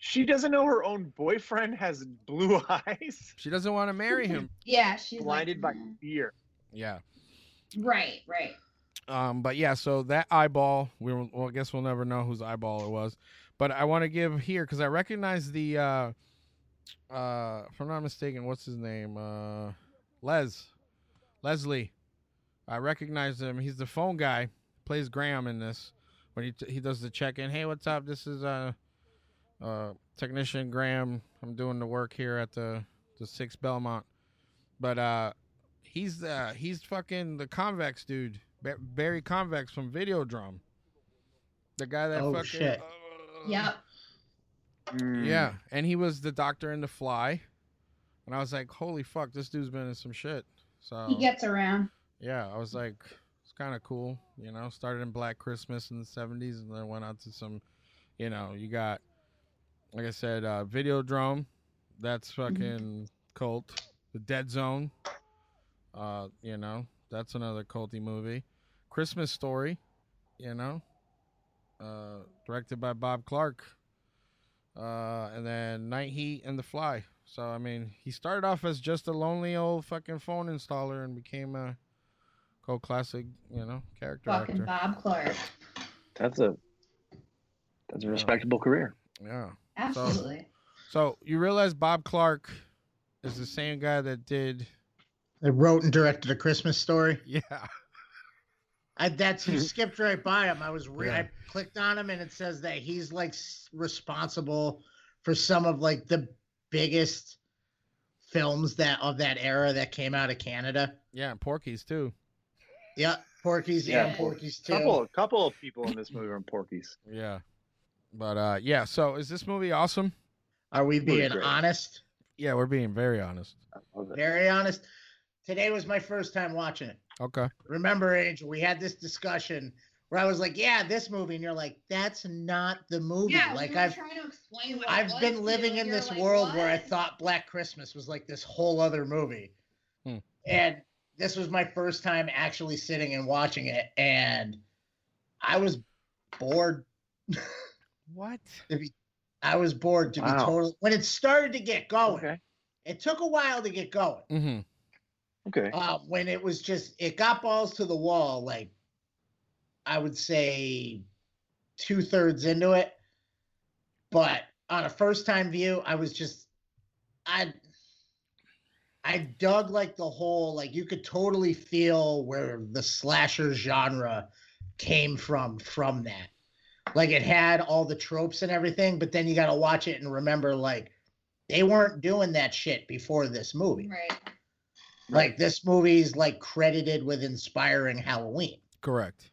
Speaker 5: She doesn't know her own boyfriend has blue eyes.
Speaker 2: She doesn't want to marry him.
Speaker 3: Yeah, she's like, "Mm."
Speaker 5: Blinded by fear.
Speaker 2: Yeah.
Speaker 3: right, right.
Speaker 2: Um, but yeah, so that eyeball, we will well, I guess we'll never know whose eyeball it was. But I want to give here because I recognize the, uh, uh, if I'm not mistaken, what's his name? Uh, Les, Leslie. I recognize him. He's the phone guy. Plays Graham in this when he t- he does the check in. Hey, what's up? This is uh, uh, technician Graham. I'm doing the work here at the the Six Belmont. But uh, he's the he's fucking the convex dude, Ba- Barry Convex from Videodrum. The guy that
Speaker 4: Oh,
Speaker 2: fucking
Speaker 4: shit.
Speaker 3: Yep.
Speaker 2: yeah, and he was the doctor in The Fly, and I was like, holy fuck, this dude's been in some shit. So
Speaker 4: Um,
Speaker 3: He gets around.
Speaker 2: yeah, I was like, it's kind of cool, you know. Started in Black Christmas in the '70s, and then went on to some, you know, you got, like I said, uh, Videodrome, that's fucking cult. The Dead Zone, uh, you know, that's another culty movie. Christmas Story, you know, uh, directed by Bob Clark, uh, and then Night Heat and The Fly. So I mean, he started off as just a lonely old fucking phone installer and became a cult classic, you know, character
Speaker 3: Fucking
Speaker 2: actor.
Speaker 3: Bob Clark.
Speaker 5: That's a that's a respectable career.
Speaker 2: Yeah.
Speaker 3: Absolutely.
Speaker 2: So, so you realize Bob Clark is the same guy that did
Speaker 4: They wrote and directed a Christmas story.
Speaker 2: Yeah.
Speaker 4: I that's you skipped right by him. I was re-
Speaker 2: Yeah.
Speaker 4: I clicked on him and it says that he's like s- responsible for some of like the biggest films that of that era that came out of Canada.
Speaker 2: yeah, and Porky's too.
Speaker 4: Yeah, Porky's and Porky's too.
Speaker 5: Couple, couple of people in this movie are in Porky's.
Speaker 2: Yeah. But uh yeah, so is this movie awesome?
Speaker 4: Are we being honest?
Speaker 2: Yeah, we're being very honest.
Speaker 4: Very honest. Today was my first time watching it.
Speaker 2: Okay.
Speaker 4: Remember, Angel, we had this discussion where I was like, "Yeah, this movie," and you're like, "That's not the movie."
Speaker 3: Yeah,
Speaker 4: like
Speaker 3: we were
Speaker 4: I've
Speaker 3: trying to explain what it
Speaker 4: I've
Speaker 3: was to
Speaker 4: been
Speaker 3: you,
Speaker 4: living
Speaker 3: and
Speaker 4: in
Speaker 3: you're
Speaker 4: this
Speaker 3: like,
Speaker 4: world where I
Speaker 3: "What?"
Speaker 4: thought Black Christmas was like this whole other movie.
Speaker 2: Hmm.
Speaker 4: And this was my first time actually sitting and watching it. And I was bored.
Speaker 2: what?
Speaker 4: To be, I was bored to be
Speaker 2: Wow.
Speaker 4: totally. When it started to get going, it took a while to get going.
Speaker 2: Mm-hmm.
Speaker 5: Okay.
Speaker 4: Uh, when it was just, it got balls to the wall, like I would say two thirds into it. But on a first time view, I was just, I, I dug like the whole, like you could totally feel where the slasher genre came from, from that. Like it had all the tropes and everything, but then you got to watch it and remember, like, they weren't doing that shit before this movie.
Speaker 3: Right.
Speaker 4: Like this movie's like credited with inspiring Halloween.
Speaker 2: Correct.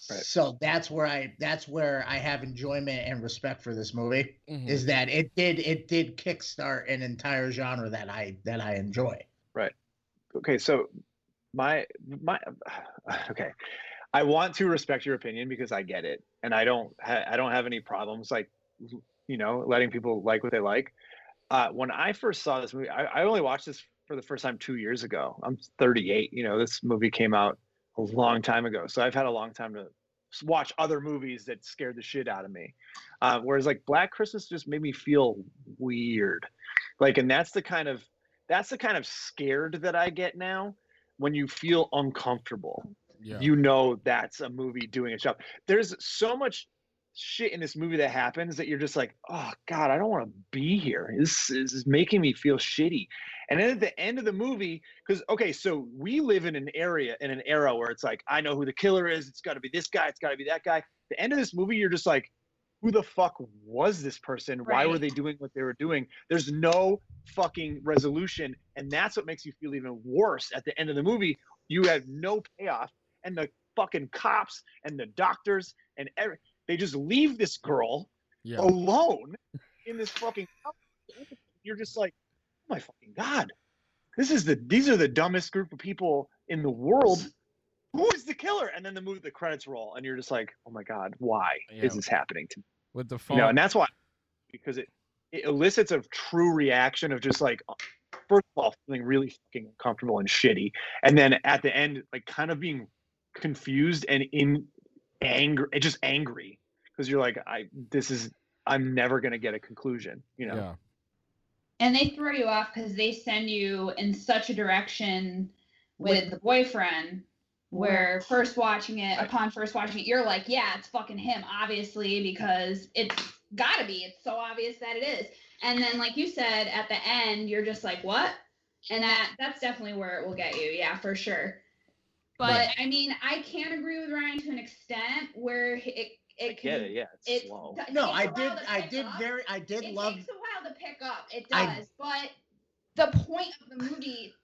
Speaker 4: So that's where I that's where I have enjoyment and respect for this movie
Speaker 2: Mhm.
Speaker 4: is that it did it did kickstart an entire genre that I that I enjoy.
Speaker 5: Right. Okay. So my my okay. I want to respect your opinion because I get it, and I don't ha- I don't have any problems like you know letting people like what they like. Uh, when I first saw this movie, I, I only watched this for the first time two years ago. I'm 38. You know, this movie came out a long time ago, so I've had a long time to s- watch other movies that scared the shit out of me. Uh, whereas like Black Christmas just made me feel weird, like, and that's the kind of that's the kind of scared that I get now when you feel uncomfortable.
Speaker 2: Yeah.
Speaker 5: You know that's a movie doing its job. There's so much shit in this movie that happens that you're just like, oh God, I don't want to be here. This, this is making me feel shitty. And then at the end of the movie, because okay, so we live in an area in an era where it's like, I know who the killer is. It's got to be this guy. It's got to be that guy. The end of this movie, you're just like, who the fuck was this person? Why were
Speaker 17: Right.
Speaker 5: they doing what they were doing? There's no fucking resolution. And that's what makes you feel even worse at the end of the movie. You have no payoff. And the fucking cops and the doctors and every, they just leave this girl
Speaker 2: Yeah.
Speaker 5: alone in this fucking house. You're just like, oh my fucking God. This is the these are the dumbest group of people in the world. Who is the killer? And then the movie the credits roll and you're just like, oh my God, why is
Speaker 2: Yeah.
Speaker 5: this happening to me?
Speaker 2: With the
Speaker 5: You
Speaker 2: phone.
Speaker 5: know, and that's why because it, it elicits a true reaction of just like first of all feeling really fucking uncomfortable and shitty and then at the end like kind of being confused and in anger eh, just angry because you're like i this is i'm never going to get a conclusion you know
Speaker 3: And they throw you off because they send you in such a direction with the boyfriend. Where first watching it, upon first watching it, you're like, yeah, it's fucking him, obviously, because it's gotta be. It's so obvious that it is. And then, like you said, at the end, you're just like, what? And that that's definitely where it will get you, yeah, for sure. But
Speaker 5: Right.
Speaker 3: I mean, I can agree with Ryan to an extent where it it
Speaker 5: get
Speaker 3: can
Speaker 5: it, yeah, it's
Speaker 3: it's-
Speaker 5: slow.
Speaker 3: it
Speaker 4: No,
Speaker 3: takes
Speaker 4: I
Speaker 3: a while
Speaker 4: did
Speaker 3: to
Speaker 4: I
Speaker 3: pick
Speaker 4: did
Speaker 3: up.
Speaker 4: very I did
Speaker 3: It
Speaker 4: love
Speaker 3: takes a while to pick up. It
Speaker 4: I-
Speaker 3: does, but the point of the movie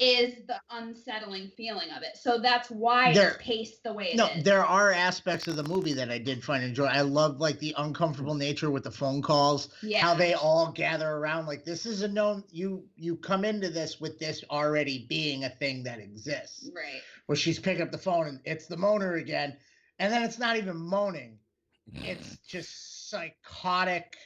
Speaker 3: is the unsettling feeling of it. So that's why
Speaker 4: There-
Speaker 3: it's paced the way it is.
Speaker 4: No, there are aspects of the movie that I did find enjoy. I love like the uncomfortable nature with the phone calls.
Speaker 3: Yeah.
Speaker 4: How they all gather around. Like this is a known you you come into this with this already being a thing that exists.
Speaker 3: Right.
Speaker 4: Where she's picking up the phone and it's the moaner again. And then it's not even moaning. It's just psychotic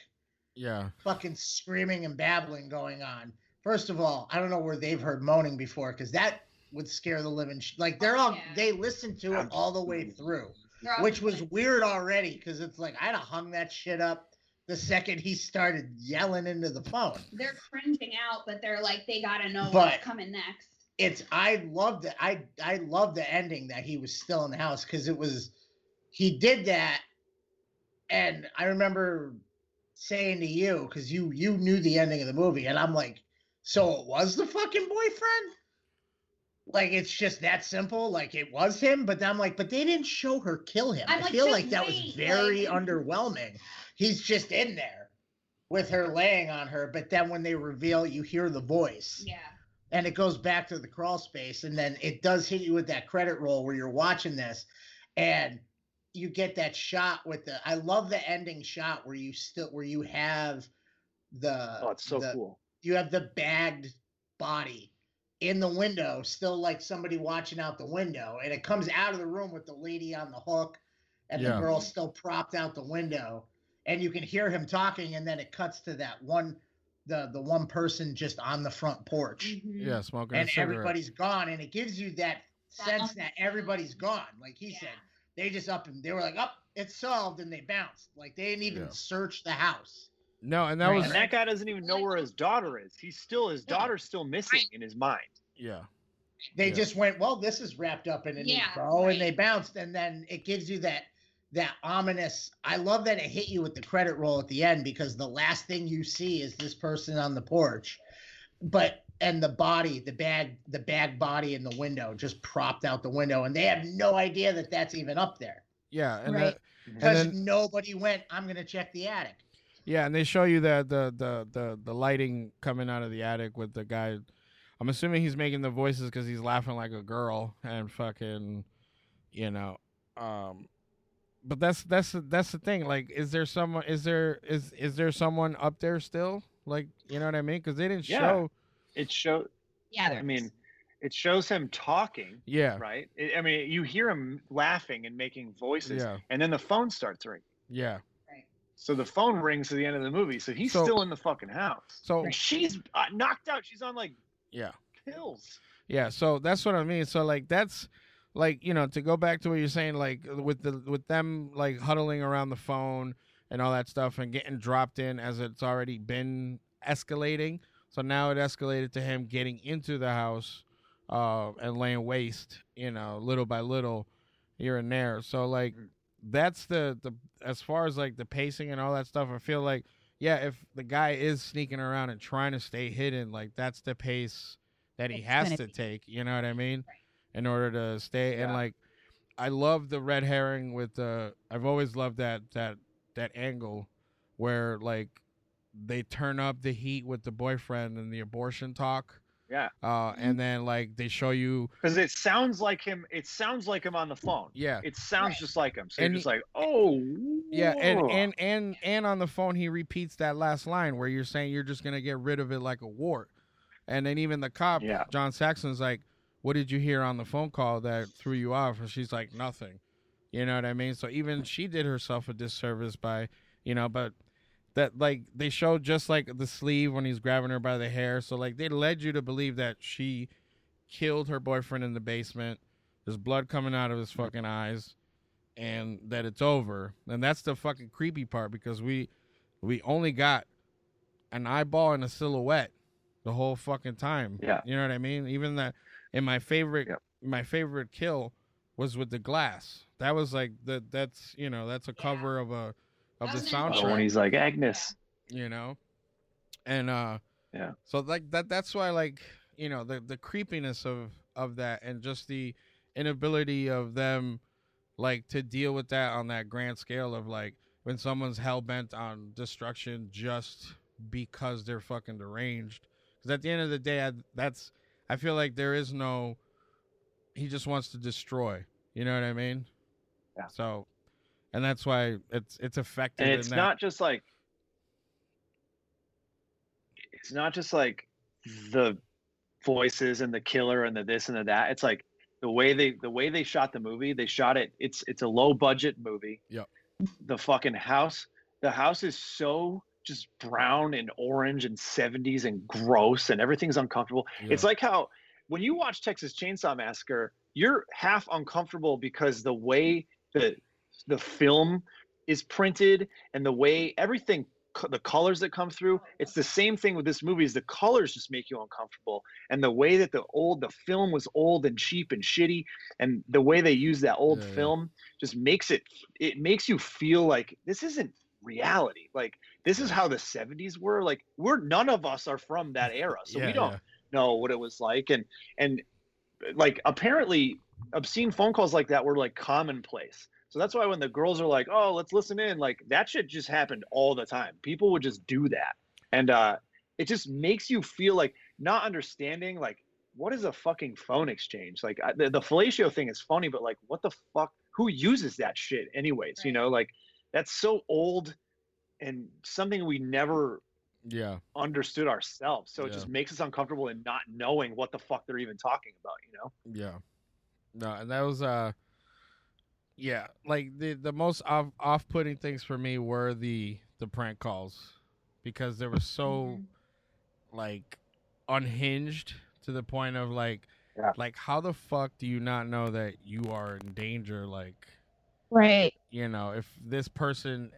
Speaker 2: Yeah.
Speaker 4: fucking screaming and babbling going on. First of all, I don't know where they've heard moaning before because that would scare the living. Sh- like they're all they listened to it all the way through,
Speaker 3: They're all
Speaker 4: which was weird already because it's like I'd have hung that shit up the second he started yelling into the phone.
Speaker 3: They're cringing out, but they're like they gotta know
Speaker 4: But-
Speaker 3: what's coming next.
Speaker 4: It's I loved it. I I loved the ending that he was still in the house because it was he did that, and I remember saying to you because you you knew the ending of the movie, and I'm like, so it was the fucking boyfriend. Like it's just that simple. Like it was him, but then I'm like, but they didn't show her kill him.
Speaker 3: I'm
Speaker 4: I
Speaker 3: like,
Speaker 4: feel
Speaker 3: just
Speaker 4: like that was
Speaker 3: wait,
Speaker 4: very
Speaker 3: like-
Speaker 4: underwhelming. He's just in there with her laying on her, but then when they reveal, you hear the voice.
Speaker 3: Yeah.
Speaker 4: and it goes back to the crawl space, and then it does hit you with that credit roll where you're watching this, and you get that shot with the. I love the ending shot where you still where you have the.
Speaker 5: Oh, it's so
Speaker 4: the-
Speaker 5: cool.
Speaker 4: You have the bagged body in the window, still like somebody watching out the window, and it comes out of the room with the lady on the hook, and
Speaker 2: Yeah.
Speaker 4: the girl still propped out the window, and you can hear him talking, and then it cuts to that one, the the one person just on the front porch,
Speaker 3: Mm-hmm.
Speaker 2: Yeah, smoking.
Speaker 4: and
Speaker 2: a cigarette.
Speaker 4: everybody's gone, and it gives you that sense that everybody's gone. Like he said, they just up and they were like, "Up, it's solved," and they bounced. Like they didn't even
Speaker 2: Yeah.
Speaker 4: search the house.
Speaker 2: No, and that
Speaker 5: Right,
Speaker 2: was
Speaker 5: and that guy doesn't even know where his daughter is. He's still his daughter's still missing in his mind.
Speaker 2: Yeah.
Speaker 4: they
Speaker 5: Yeah.
Speaker 4: just went, well, this is wrapped up in an
Speaker 5: Yeah,
Speaker 4: info, and they bounced, and then it gives you that that ominous. I love that it hit you with the credit roll at the end because the last thing you see is this person on the porch, but and the body, the bag, the bag body in the window, just propped out the window, and they have no idea that that's even up there
Speaker 2: Yeah, and
Speaker 4: Right.
Speaker 2: that- and
Speaker 4: because
Speaker 2: then
Speaker 4: nobody went. I'm gonna check the attic.
Speaker 2: yeah, and they show you that the the the the lighting coming out of the attic with the guy. I'm assuming he's making the voices because he's laughing like a girl and fucking, you know. Um, but that's that's that's the thing. Like, is there someone? Is there is is there someone up there still? Like, you know what I mean? Because they didn't
Speaker 5: Yeah.
Speaker 2: show.
Speaker 5: It shows.
Speaker 19: Yeah, there
Speaker 5: I mean,
Speaker 4: Oh,
Speaker 5: it shows him talking.
Speaker 2: Yeah.
Speaker 5: Right. It, I mean, you hear him laughing and making voices,
Speaker 2: Yeah.
Speaker 5: and then the phone starts ringing.
Speaker 2: Yeah.
Speaker 5: So the phone rings at the end of the movie. So he's
Speaker 2: So-
Speaker 5: still in the fucking house.
Speaker 2: So-
Speaker 5: And she's uh, knocked out. She's on like
Speaker 2: Yeah.
Speaker 5: pills.
Speaker 2: Yeah, so that's what I mean. So like that's like you know to go back to what you're saying, like with the with them like huddling around the phone and all that stuff and getting dropped in as it's already been escalating. So now it escalated to him getting into the house uh, and laying waste, you know, little by little here and there. So like that's the the as far as like the pacing and all that stuff. I feel like yeah, if the guy is sneaking around and trying to stay hidden, like that's the pace that he
Speaker 19: It's
Speaker 2: has
Speaker 19: gonna
Speaker 2: to
Speaker 19: be.
Speaker 2: take. You know what I mean? In order to stay and like, I love the red herring with the. I've always loved that that that angle where like they turn up the heat with the boyfriend and the abortion talk.
Speaker 5: Yeah.
Speaker 2: Uh, and then like they show you
Speaker 5: Because it sounds like him. It sounds like him on the phone.
Speaker 2: Yeah.
Speaker 5: It sounds just like him. So
Speaker 2: And-
Speaker 5: you're just like, oh.
Speaker 2: Yeah, and
Speaker 5: whoa.
Speaker 2: and and and on the phone he repeats that last line where you're saying you're just gonna get rid of it like a wart, and then even the cop
Speaker 5: Yeah.
Speaker 2: John Saxon's like, "What did you hear on the phone call that threw you off?" And she's like, "Nothing," you know what I mean? So even she did herself a disservice by, you know, but that like they show just like the sleeve when he's grabbing her by the hair, so like they led you to believe that she killed her boyfriend in the basement. There's blood coming out of his fucking eyes and that it's over. And that's the fucking creepy part because we we only got an eyeball and a silhouette the whole fucking time.
Speaker 5: Yeah.
Speaker 2: You know what I mean? Even that and my favorite my favorite kill was with the glass. That was like the that's you know, that's a cover of a of the soundtrack.
Speaker 5: Oh, when he's like Agnes.
Speaker 2: you know? And uh
Speaker 5: Yeah.
Speaker 2: so like that that's why like you know the the creepiness of of that and just the inability of them like to deal with that on that grand scale of like when someone's hell bent on destruction just because they're fucking deranged. Because at the end of the day, I, that's I feel like there is no. He just wants to destroy. You know what I mean?
Speaker 5: Yeah.
Speaker 2: So, and that's why it's it's effective.
Speaker 5: and it's
Speaker 2: in that.
Speaker 5: not just like it's not just like the voices and the killer and the this and the that it's like the way they the way they shot the movie they shot it it's it's a low budget movie
Speaker 2: Yep.
Speaker 5: the fucking house the house is so just brown and orange and 70s and gross and everything's uncomfortable it's like how when you watch texas chainsaw massacre you're half uncomfortable because the way the the film is printed and the way everything co- the colors that come through it's the same thing with this movie is the colors just make you uncomfortable and the way that the old the film was old and cheap and shitty and the way they use that old
Speaker 20: yeah.
Speaker 5: film just makes it it makes you feel like this isn't reality like this is how the 70s were like we're none of us are from that era so
Speaker 20: Yeah,
Speaker 5: we don't
Speaker 20: yeah.
Speaker 5: know what it was like and and like apparently obscene phone calls like that were like commonplace. So that's why when the girls are like, "Oh, let's listen in," like that shit just happened all the time. People would just do that, and uh, it just makes you feel like not understanding. Like what is a fucking phone exchange? Like I, the, the fellatio thing is funny, but like, what the fuck? Who uses that shit, anyways? You know, like that's so old and something we never
Speaker 2: Yeah.
Speaker 5: understood ourselves. So it
Speaker 2: Yeah.
Speaker 5: just makes us uncomfortable in not knowing what the fuck they're even talking about. You know?
Speaker 2: Yeah. No, and that was uh yeah, like the the most off off putting things for me were the the prank calls because they were so
Speaker 3: Mm-hmm.
Speaker 2: like unhinged to the point of like like how the fuck do you not know that you are in danger like
Speaker 3: Right.
Speaker 2: you know, if this person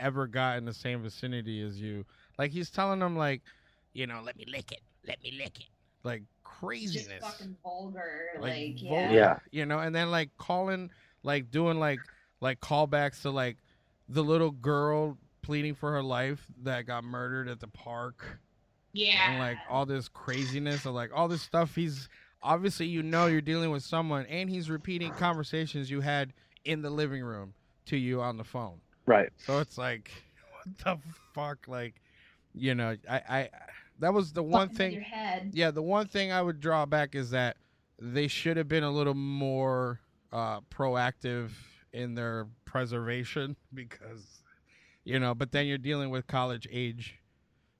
Speaker 2: ever got in the same vicinity as you, like he's telling them, like, you know, let me lick it, let me lick it, like
Speaker 3: Just
Speaker 2: craziness,
Speaker 3: fucking vulgar. Like,
Speaker 2: vul-
Speaker 3: yeah.
Speaker 2: you know, and then like calling, like doing like like callbacks to like the little girl pleading for her life that got murdered at the park,
Speaker 3: Yeah.
Speaker 2: and like all this craziness of like all this stuff. He's obviously you know you're dealing with someone, and he's repeating conversations you had in the living room to you on the phone.
Speaker 5: Right.
Speaker 2: So it's like, what the fuck? Like, you know, I, I that was the
Speaker 3: Fucking
Speaker 2: one
Speaker 3: with
Speaker 2: thing.
Speaker 3: your head.
Speaker 2: Yeah, the one thing I would draw back is that they should have been a little more uh, proactive in their preservation because, you know. But then you're dealing with college age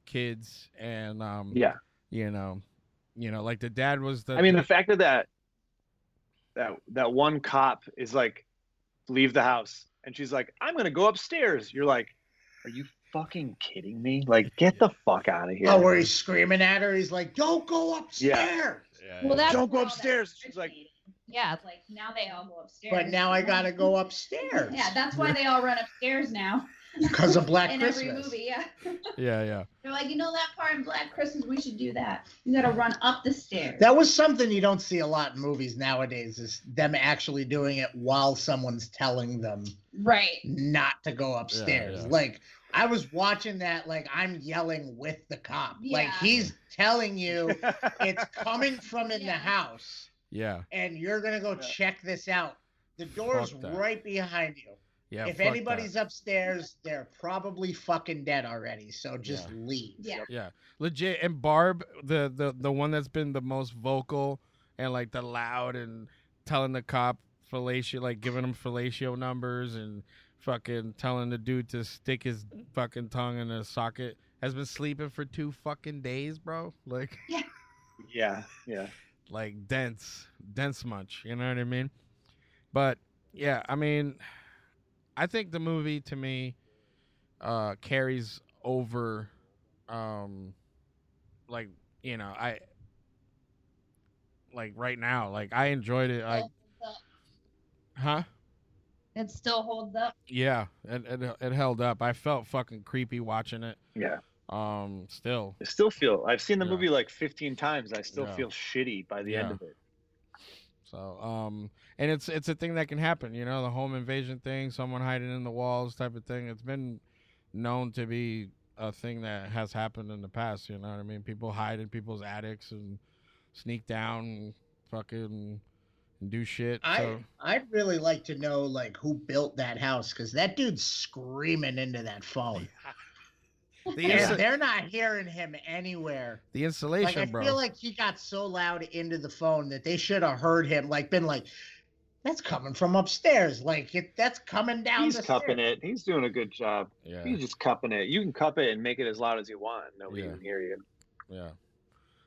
Speaker 2: kids, and um,
Speaker 5: Yeah.
Speaker 2: you know, you know, like the dad was the.
Speaker 5: I mean, the fact that that that that one cop is like, leave the house, and she's like, I'm gonna go upstairs. You're like, are you fucking kidding me? Like, get the fuck out of here.
Speaker 4: Oh, where he's screaming at her. He's like, "Don't go upstairs."
Speaker 3: Well, that's
Speaker 4: Don't
Speaker 3: where
Speaker 4: go
Speaker 3: all that
Speaker 4: upstairs.
Speaker 5: She's like,
Speaker 3: Yeah, it's like now they all go upstairs.
Speaker 4: But now I gotta go upstairs.
Speaker 3: Yeah, that's why they all run upstairs now.
Speaker 4: Because of Black
Speaker 3: in every
Speaker 4: Christmas.
Speaker 3: movie, yeah.
Speaker 2: Yeah, yeah.
Speaker 3: They're like, you know that part in Black Christmas, we should do that. You gotta run up the stairs.
Speaker 4: That was something you don't see a lot in movies nowadays. Is them actually doing it while someone's telling them
Speaker 3: right.
Speaker 4: not to go upstairs.
Speaker 2: yeah.
Speaker 4: Like I was watching that. Like I'm yelling with the cop. Like
Speaker 3: Yeah.
Speaker 4: he's telling you it's coming from in the house,
Speaker 2: yeah,
Speaker 4: and you're gonna go check this out. The door's
Speaker 2: Fuck that.
Speaker 4: right behind you.
Speaker 2: yeah. fuck
Speaker 4: if
Speaker 2: that.
Speaker 4: anybody's upstairs, they're probably fucking dead already. So just leave.
Speaker 3: Yeah.
Speaker 2: Yeah, legit. And Barb, the the the one that's been the most vocal and like the loud and telling the cop fellatio, like giving him fellatio numbers and fucking telling the dude to stick his fucking tongue in a socket, has been sleeping for two fucking days, bro. Like,
Speaker 5: yeah, yeah.
Speaker 2: like dense, dense munch. You know what I mean? But yeah, I mean, I think the movie to me uh carries over um like you know i like right now like i enjoyed it i huh
Speaker 3: It still holds up.
Speaker 2: yeah it, it, it held up i felt fucking creepy watching it
Speaker 5: Yeah.
Speaker 2: um still
Speaker 5: I still feel. I've seen the
Speaker 2: Yeah.
Speaker 5: movie like 15 times. I still
Speaker 2: Yeah.
Speaker 5: feel shitty by the
Speaker 2: Yeah.
Speaker 5: end of it.
Speaker 2: So, um, and it's it's a thing that can happen, you know, the home invasion thing, someone hiding in the walls type of thing. It's been known to be a thing that has happened in the past. You know what I mean? People hide in people's attics and sneak down, and fucking do shit.
Speaker 4: I
Speaker 2: so,
Speaker 4: I'd really like to know like who built that house because that dude's screaming into that phone.
Speaker 2: the,
Speaker 4: And
Speaker 2: insu-
Speaker 4: they're not hearing him anywhere.
Speaker 2: the
Speaker 4: Like
Speaker 2: insulation,
Speaker 4: I
Speaker 2: bro.
Speaker 4: feel like he got so loud into the phone that they should have heard him. Like been like, that's coming from upstairs. Like it, that's coming down.
Speaker 5: He's
Speaker 4: the
Speaker 5: cupping
Speaker 4: stairs."
Speaker 5: it. He's doing a good job.
Speaker 2: Yeah.
Speaker 5: He's just cupping it. You can cup it and make it as loud as you want. Nobody
Speaker 2: Yeah.
Speaker 5: can hear you.
Speaker 2: yeah.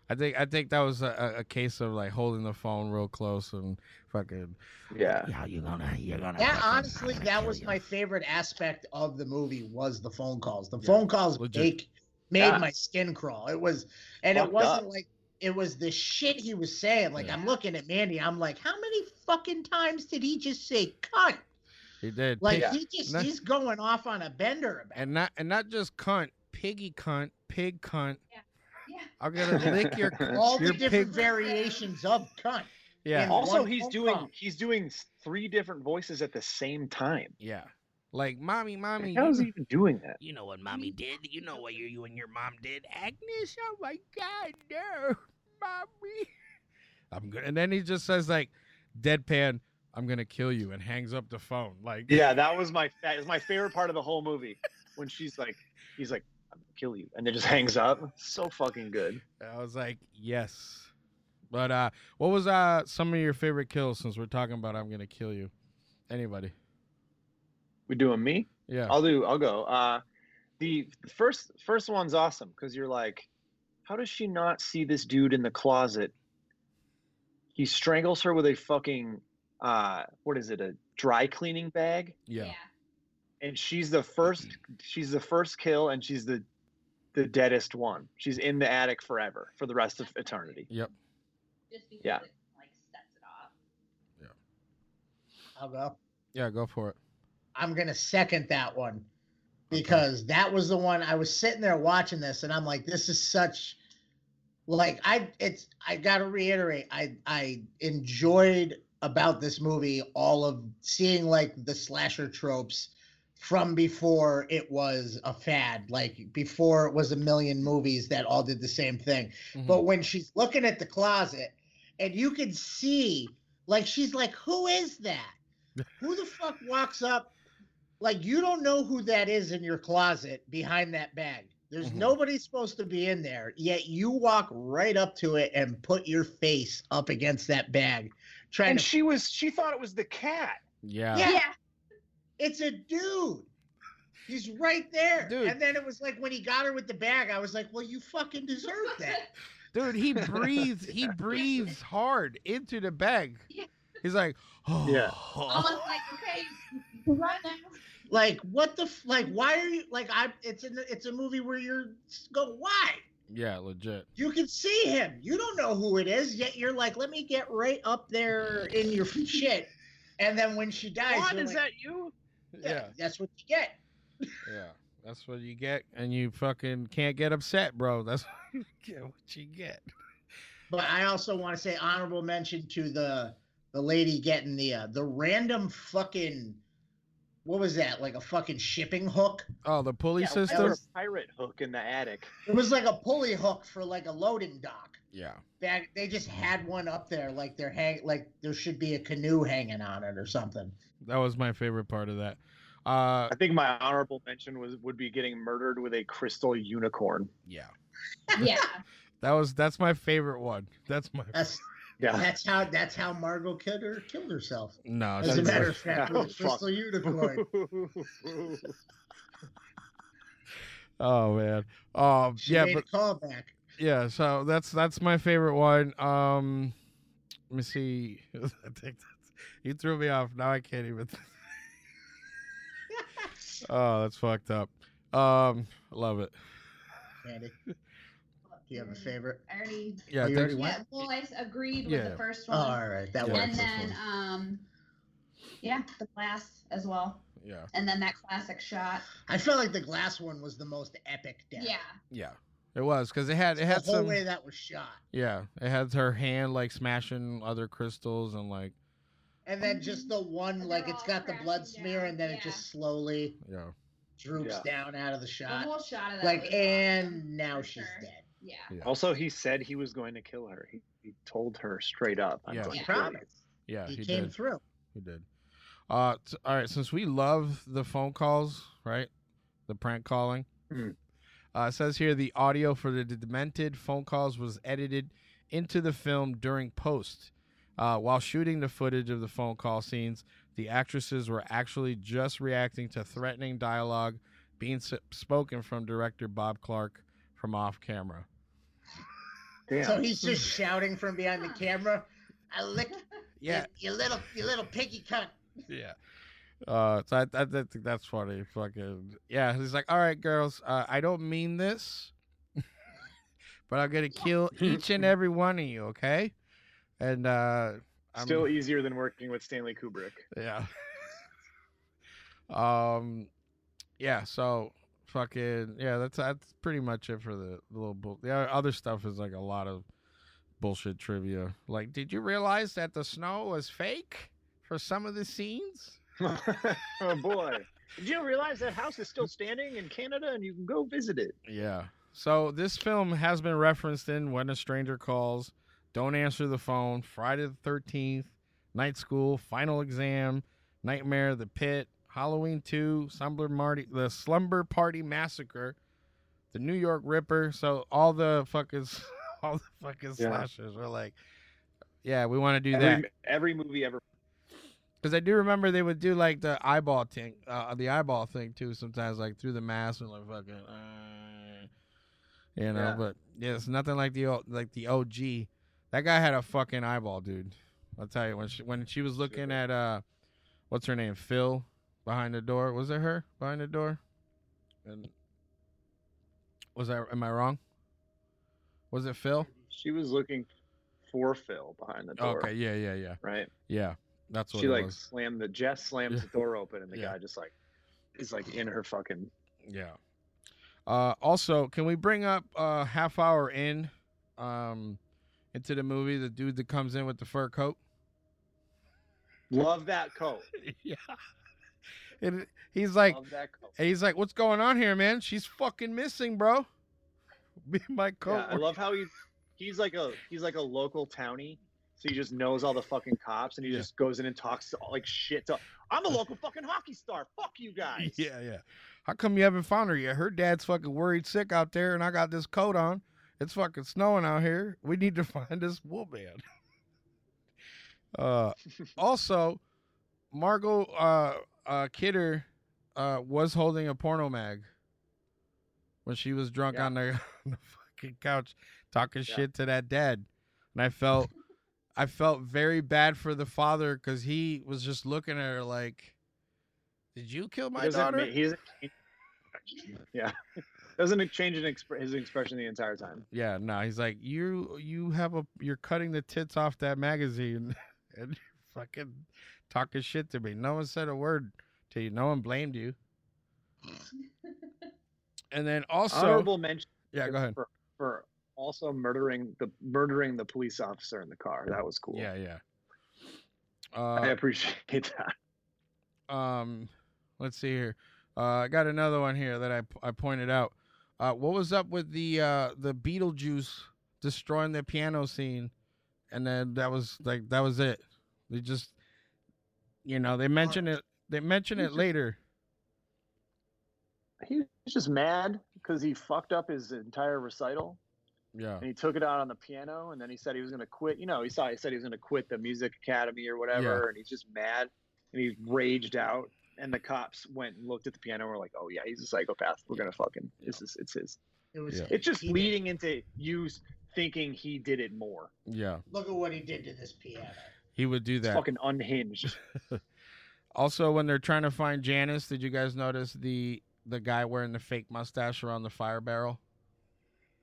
Speaker 2: I think I think that was a, a- a case of like holding the phone real close and fucking
Speaker 5: yeah
Speaker 2: yeah you're gonna you're gonna
Speaker 4: That
Speaker 2: fucking-
Speaker 4: honestly, that was my favorite aspect of the movie was the phone calls. The phone calls make made
Speaker 2: Yeah.
Speaker 4: my skin crawl. It was, and
Speaker 2: Fucked
Speaker 4: it wasn't
Speaker 2: up.
Speaker 4: like it was the shit he was saying. Like I'm looking at Mandy, I'm like, how many fucking times did he just say cunt?
Speaker 2: he did
Speaker 4: Like
Speaker 2: Pick-
Speaker 4: he just
Speaker 2: Nah.
Speaker 4: he's going off on a bender. about
Speaker 2: and not and not just cunt, piggy cunt, pig cunt.
Speaker 3: Yeah.
Speaker 2: I'm gonna lick your
Speaker 4: all
Speaker 2: your
Speaker 4: the different
Speaker 2: pig.
Speaker 4: variations of cunt.
Speaker 2: Yeah.
Speaker 4: in
Speaker 5: Also,
Speaker 4: one
Speaker 5: he's
Speaker 4: phone
Speaker 5: doing
Speaker 4: call.
Speaker 5: he's doing s- three different voices at the same time.
Speaker 2: Yeah, like mommy, mommy.
Speaker 5: How
Speaker 2: you
Speaker 5: is he
Speaker 2: know-
Speaker 5: even doing that?
Speaker 1: You know what mommy did? You know what you, you and your mom did? Agnes, oh my god, no. Mommy.
Speaker 2: I'm good. And then he just says like, deadpan, I'm gonna kill you, and hangs up the phone. Like
Speaker 5: Yeah, that was my that is my favorite part of the whole movie when she's like, he's like, I'm gonna kill you, and then just hangs up. So fucking good.
Speaker 2: I was like, yes, But uh, what was uh some of your favorite kills? Since we're talking about I'm gonna kill you, anybody?
Speaker 5: We doing me?
Speaker 2: Yeah.
Speaker 5: I'll do. I'll go. Uh, the first first one's awesome because you're like, how does she not see this dude in the closet? He strangles her with a fucking uh, what is it? A dry cleaning bag,
Speaker 2: Yeah.
Speaker 5: and she's the first. She's the first kill, and she's the the deadest one. She's in the attic forever for the rest of eternity.
Speaker 2: Yep.
Speaker 3: Just because
Speaker 5: Yeah.
Speaker 3: it like sets it off.
Speaker 4: I'll go.
Speaker 2: Yeah, go for it.
Speaker 4: I'm gonna second that one because that was the one I was sitting there watching this and I'm like, this is such like I it's I gotta reiterate, I I enjoyed about this movie all of seeing like the slasher tropes from before it was a fad, like before it was a million movies that all did the same thing.
Speaker 2: Mm-hmm.
Speaker 4: But when she's looking at the closet and you can see like she's like, Who is that? who the fuck walks up like you don't know who that is in your closet behind that bag there's nobody supposed to be in there yet you walk right up to it and put your face up against that bag trying
Speaker 5: And
Speaker 4: to
Speaker 5: she was. She thought it was the cat.
Speaker 2: Yeah.
Speaker 4: it's a dude he's right there
Speaker 2: Dude.
Speaker 4: and then it was like when he got her with the bag i was like well you fucking deserve that
Speaker 2: Dude, he breathes. He breathes hard into the bag. He's like, oh,
Speaker 5: Yeah.
Speaker 3: Almost like okay, run now.
Speaker 4: like what the f- like why are you like i it's in the, it's a movie where you're go why
Speaker 2: yeah, legit.
Speaker 4: You can see him. You don't know who it is, yet you're like, let me get right up there in your shit. And then when she dies,
Speaker 5: Juan,
Speaker 4: you're
Speaker 5: is
Speaker 4: like,
Speaker 5: that you?
Speaker 2: Yeah,
Speaker 4: that's what you get.
Speaker 2: yeah. That's what you get, and you fucking can't get upset, bro. That's Yeah, what you get.
Speaker 4: But I also want to say honorable mention to the the lady getting the uh, the random fucking what was that? Like a fucking shipping hook?
Speaker 2: oh the pulley
Speaker 5: Yeah, why is
Speaker 2: system.
Speaker 5: there a pirate hook in the attic.
Speaker 4: It was like a pulley hook for like a loading dock.
Speaker 2: Yeah.
Speaker 4: That they just had one up there, like they're hang like there should be a canoe hanging on it or something.
Speaker 2: That was my favorite part of that. Uh,
Speaker 5: I think my honorable mention was would be getting murdered with a crystal unicorn.
Speaker 2: Yeah.
Speaker 3: Yeah.
Speaker 2: That was that's my favorite one. That's my
Speaker 4: That's
Speaker 5: Yeah.
Speaker 4: That's how that's how Margot Kidder killed herself.
Speaker 2: no.
Speaker 4: As a
Speaker 2: that's-
Speaker 4: matter of fact,
Speaker 5: Oh,
Speaker 4: with a crystal
Speaker 5: fuck.
Speaker 4: unicorn.
Speaker 2: Oh man. Um.
Speaker 4: She
Speaker 2: yeah.
Speaker 4: made
Speaker 2: But
Speaker 4: a callback.
Speaker 2: yeah. So that's that's my favorite one. Um. Let me see. I think that's- you threw me off. Now I can't even. oh, that's fucked up. Um. Love it.
Speaker 4: Andy, do you have a favorite?
Speaker 3: I already.
Speaker 2: Yeah.
Speaker 4: Oh,
Speaker 2: I
Speaker 4: you
Speaker 2: think-
Speaker 4: already
Speaker 3: Yeah.
Speaker 4: went.
Speaker 3: Well, I s- agreed
Speaker 2: Yeah,
Speaker 3: with
Speaker 2: yeah.
Speaker 3: the first
Speaker 4: Oh,
Speaker 3: one.
Speaker 4: all right, that
Speaker 2: Yeah.
Speaker 4: works.
Speaker 3: and
Speaker 2: that's
Speaker 3: then, um, yeah, the glass as well,
Speaker 2: yeah.
Speaker 3: and then that classic shot.
Speaker 4: I felt like the glass one was the most epic death.
Speaker 3: Yeah.
Speaker 2: Yeah. It was because it had it
Speaker 4: the
Speaker 2: had
Speaker 4: whole
Speaker 2: some.
Speaker 4: way that was shot,
Speaker 2: Yeah, it had her hand like smashing other crystals and like
Speaker 4: and then just the one
Speaker 3: And
Speaker 4: like
Speaker 3: they're
Speaker 4: it's
Speaker 3: all
Speaker 4: got the blood
Speaker 3: crashing
Speaker 4: smear,
Speaker 3: down,
Speaker 4: and then it
Speaker 3: yeah.
Speaker 4: just slowly
Speaker 2: yeah.
Speaker 4: droops
Speaker 5: Yeah.
Speaker 4: down out of the
Speaker 3: The
Speaker 4: shot.
Speaker 3: whole shot of that. was
Speaker 4: Like,
Speaker 3: awesome,
Speaker 4: and now
Speaker 3: for
Speaker 4: she's
Speaker 3: sure.
Speaker 4: dead.
Speaker 3: Yeah.
Speaker 5: Also, he said he was going to kill her. He, he told her straight up. I'm
Speaker 2: Yeah.
Speaker 4: He
Speaker 5: going to kill you."
Speaker 4: promised.
Speaker 2: Yeah,
Speaker 4: He,
Speaker 2: he,
Speaker 4: came
Speaker 2: did.
Speaker 4: through.
Speaker 2: He did. Uh, t- all right. Since we love the phone calls, right? The prank calling.
Speaker 5: Mhm.
Speaker 2: Uh, it says here the audio for the demented phone calls was edited into the film during post. Uh, while shooting the footage of the phone call scenes, the actresses were actually just reacting to threatening dialogue being s- spoken from director Bob Clark from off camera.
Speaker 5: Damn.
Speaker 4: So he's just shouting from behind the
Speaker 3: Huh.
Speaker 4: camera. I licked
Speaker 2: Yeah,
Speaker 4: you, you little, you little piggy cunt.
Speaker 2: yeah. Uh, so I, I, I think that's funny. Fucking yeah. He's like, all right, girls, uh, I don't mean this, but I'm gonna kill each and every one of you, okay? And uh, I'm
Speaker 5: Still easier than working with Stanley Kubrick.
Speaker 2: yeah. um, yeah. So fucking yeah. That's that's pretty much it for the, the little bull. The o- other stuff is like a lot of bullshit trivia. Like, did you realize that the snow was fake for some of the scenes?
Speaker 5: oh boy! Did you realize that house is still standing in Canada and you can go visit it?
Speaker 2: Yeah. So this film has been referenced in When a Stranger Calls, Don't Answer the Phone, Friday the 13th, Night School, Final Exam, Nightmare, The Pit, Halloween 2, Slumber Marty, The Slumber Party Massacre, The New York Ripper. So all the fuckers, all the fucking
Speaker 5: Yeah.
Speaker 2: slashers were like, Yeah, we want to do
Speaker 5: every,
Speaker 2: that
Speaker 5: every movie ever.
Speaker 2: because I do remember they would do like the eyeball thing, uh, the eyeball thing too. Sometimes like through the mask and like fucking, uh, you know.
Speaker 5: Yeah.
Speaker 2: But yeah, it's nothing like the old, like the OG. That guy had a fucking eyeball, dude. I'll tell you when she when she was looking at uh, what's her name, Phil, behind the door. Was it her behind the door? And was I am I wrong? Was it Phil?
Speaker 5: She was looking for Phil behind the door.
Speaker 2: Okay, yeah, yeah, yeah,
Speaker 5: Right.
Speaker 2: yeah. That's what
Speaker 5: she
Speaker 2: it
Speaker 5: like
Speaker 2: was.
Speaker 5: slammed the Jess slams the door open and the guy just like is like in her fucking
Speaker 2: Yeah. Uh, also, can we bring up uh, half hour in um, into the movie the dude that comes in with the fur coat?
Speaker 5: love that coat.
Speaker 2: yeah. And he's like,
Speaker 5: Love that coat.
Speaker 2: and he's like, "What's going on here, man? She's fucking missing, bro." Be my coat.
Speaker 5: Yeah, I love how he's he's like a he's like a local townie, so he just knows all the fucking cops, and he just goes in and talks to, like shit. To, I'm a local fucking hockey star. Fuck you guys.
Speaker 2: Yeah, yeah. How come you haven't found her yet? Her dad's fucking worried sick out there, and I got this coat on. It's fucking snowing out here. We need to find this woman. uh, also, Margot uh, uh, Kidder uh, was holding a porno mag when she was drunk on, the, on the fucking couch talking shit to that dad, and I felt. I felt very bad for the father because he was just looking at her like, "Did you kill my
Speaker 5: He doesn't
Speaker 2: daughter?"
Speaker 5: admit- he doesn't- yeah, doesn't change an exp- his expression the entire time.
Speaker 2: Yeah, no, he's like you. You have a. You're cutting the tits off that magazine, and you're fucking talking shit to me. No one said a word to you. No one blamed you. And then also,
Speaker 5: Honorable mention.
Speaker 2: Yeah, go ahead.
Speaker 5: For, for also murdering the murdering the police officer in the car. That was cool.
Speaker 2: Yeah, yeah.
Speaker 5: I
Speaker 2: Uh,
Speaker 5: appreciate that.
Speaker 2: um, let's see here. Uh, I got another one here that I I pointed out. Uh, what was up with the uh the Beetlejuice destroying the piano scene, and then that was like that was it. They just, you know, they mention it. They mention
Speaker 5: He
Speaker 2: it
Speaker 5: just-
Speaker 2: later.
Speaker 5: He was just mad because he fucked up his entire recital.
Speaker 2: Yeah.
Speaker 5: and he took it out on the piano and then he said he was going to quit you know he saw he said he was going to quit the music academy or whatever
Speaker 2: Yeah.
Speaker 5: and he's just mad and he's raged out and the cops went and looked at the piano and were like oh yeah he's a psychopath we're going to fucking this is it's his
Speaker 4: It was
Speaker 2: Yeah.
Speaker 5: it's just leading into you s- thinking he did it more
Speaker 2: Yeah,
Speaker 4: Look at what he did to this piano.
Speaker 2: he would do
Speaker 5: it's
Speaker 2: that.
Speaker 5: fucking unhinged
Speaker 2: Also, when they're trying to find Janice, did you guys notice the the guy wearing the fake mustache around the fire barrel?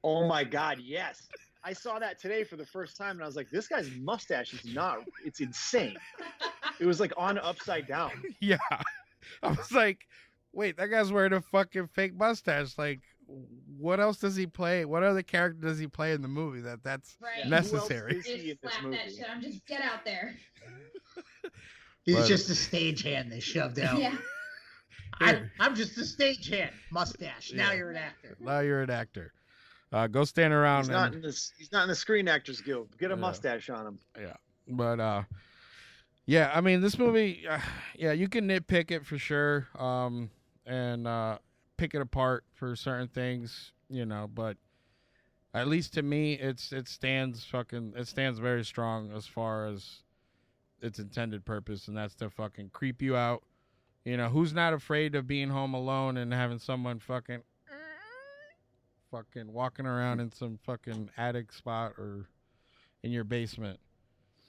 Speaker 5: oh my god yes i saw that today for the first time and i was like this guy's mustache is not it's insane it was like on upside down
Speaker 2: Yeah, I was like, wait, that guy's wearing a fucking fake mustache. Like, what else does he play? What other character does he play in the movie that that's
Speaker 3: Right.
Speaker 5: Who else
Speaker 2: necessary?
Speaker 5: is he in
Speaker 3: Just
Speaker 5: this
Speaker 3: slap
Speaker 5: movie?
Speaker 3: that shit. I'm just get out there.
Speaker 4: He's
Speaker 2: But-
Speaker 4: just a stagehand they shoved out.
Speaker 3: Yeah.
Speaker 4: I, I'm just a stagehand. Mustache. Now
Speaker 2: Yeah.
Speaker 4: you're an actor.
Speaker 2: Now you're an actor. Uh, go stand around.
Speaker 5: He's not
Speaker 2: and-
Speaker 5: in this. He's not in the Screen Actors Guild. Get a
Speaker 2: Yeah.
Speaker 5: mustache on him.
Speaker 2: Yeah. but uh yeah i mean this movie uh, yeah you can nitpick it for sure um and uh pick it apart for certain things you know but at least to me it's it stands fucking it stands very strong as far as its intended purpose and that's to fucking creep you out you know who's not afraid of being home alone and having someone fucking fucking walking around in some fucking attic spot or in your basement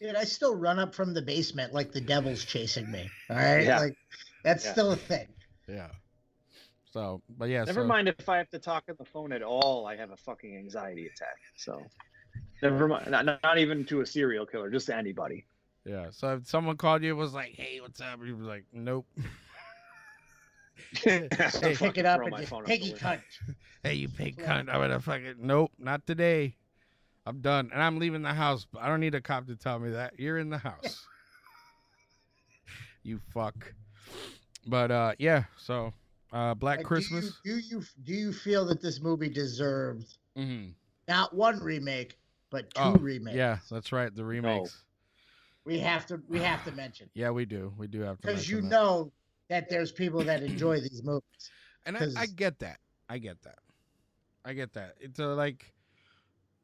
Speaker 4: Dude, I still run up from the basement like the devil's chasing me. All right.
Speaker 2: Yeah.
Speaker 4: Like that's
Speaker 5: Yeah.
Speaker 4: still a thing.
Speaker 2: Yeah. So, but yeah.
Speaker 5: Never
Speaker 2: so-
Speaker 5: mind if I have to talk on the phone at all. I have a fucking anxiety attack. So, never mind. Not, not, not even to a serial killer. Just to anybody.
Speaker 2: Yeah. So if someone called you, and was like, "Hey, what's up?" You was like, "Nope."
Speaker 4: So pick it up and just piggy cunt.
Speaker 2: Hey, you pig cunt! I'm gonna fucking nope, not today. I'm done, and I'm leaving the house. But I don't need a cop to tell me that you're in the house. you fuck. But uh, yeah. So, uh, Black
Speaker 4: Like,
Speaker 2: Christmas.
Speaker 4: Do you, do you do you feel that this movie deserved
Speaker 2: Mhm.
Speaker 4: not one remake, but two
Speaker 2: Oh,
Speaker 4: remakes?
Speaker 2: Yeah, that's right. The remakes.
Speaker 4: We have to we have to mention
Speaker 2: Yeah, we do. We do have to.
Speaker 4: because you
Speaker 2: mention that.
Speaker 4: know that there's people that enjoy these movies.
Speaker 2: And
Speaker 4: 'Cause-
Speaker 2: I, I get that. I get that. I get that. It's uh, like,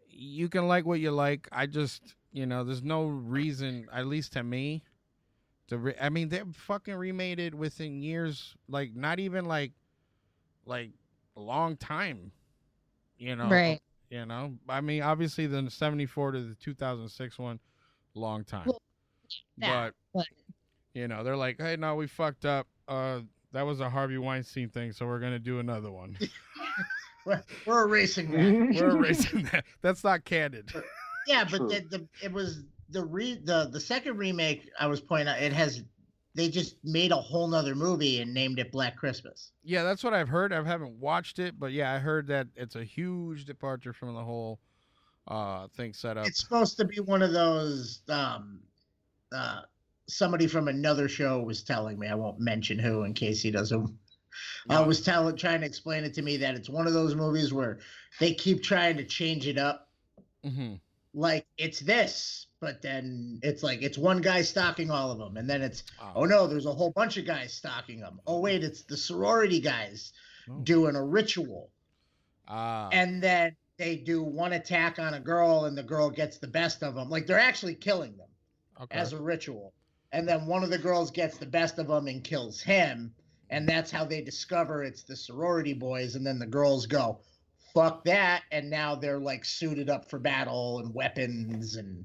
Speaker 2: you can like what you like. I just, you know, there's no reason, at least to me, to. Re- I mean, they fucking remade it within years, like not even like, like a long time, you know.
Speaker 19: Right.
Speaker 2: You know, I mean, obviously the '74 to the 2006 one, long time,
Speaker 19: that,
Speaker 2: but you know, they're like, hey, no, we fucked up. Uh, that was a Harvey Weinstein thing, so we're gonna do another one.
Speaker 4: We're, we're erasing
Speaker 2: Mm-hmm.
Speaker 4: that.
Speaker 2: we're erasing that. That's not candid.
Speaker 4: Yeah,
Speaker 2: True.
Speaker 4: but the, the it was the re the the second remake I was pointing out. It has they just made a whole nother movie and named it Black Christmas.
Speaker 2: Yeah, that's what I've heard. I haven't watched it, but yeah, I heard that it's a huge departure from the whole uh thing set up.
Speaker 4: It's supposed to be one of those. Um, uh, somebody from another show was telling me I won't mention who in case he doesn't. I was telling, trying to explain it to me that it's one of those movies where they keep trying to change it up
Speaker 2: Mhm.
Speaker 4: like it's this but then it's like it's one guy stalking all of them and then it's oh no there's a whole bunch of guys stalking them oh wait it's the sorority guys doing a ritual
Speaker 2: Ah.
Speaker 4: and then they do one attack on a girl and the girl gets the best of them like they're actually killing them
Speaker 2: Okay.
Speaker 4: as a ritual and then one of the girls gets the best of them and kills him and that's how they discover it's the sorority boys and then the girls go fuck that and now they're like suited up for battle and weapons and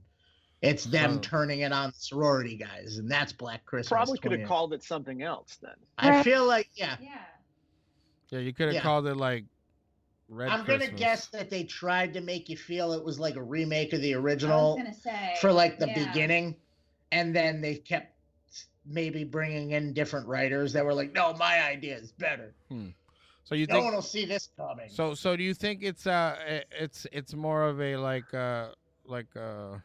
Speaker 4: it's them
Speaker 5: Huh.
Speaker 4: turning it on the sorority guys and that's black christmas
Speaker 5: Probably could
Speaker 4: 28.
Speaker 5: have called it something else then.
Speaker 4: i feel like yeah,
Speaker 2: Yeah, you could have
Speaker 4: Yeah.
Speaker 2: called it like Red
Speaker 4: i'm
Speaker 2: Christmas.
Speaker 4: gonna guess that they tried to make you feel it was like a remake of the original
Speaker 3: gonna say,
Speaker 4: for like the
Speaker 3: yeah.
Speaker 4: beginning and then they kept maybe bringing in different writers that were like no my idea is better
Speaker 2: Hmm. So you
Speaker 4: no
Speaker 2: think
Speaker 4: one will see this coming
Speaker 2: So so do you think it's uh i- it's it's more of a like uh like uh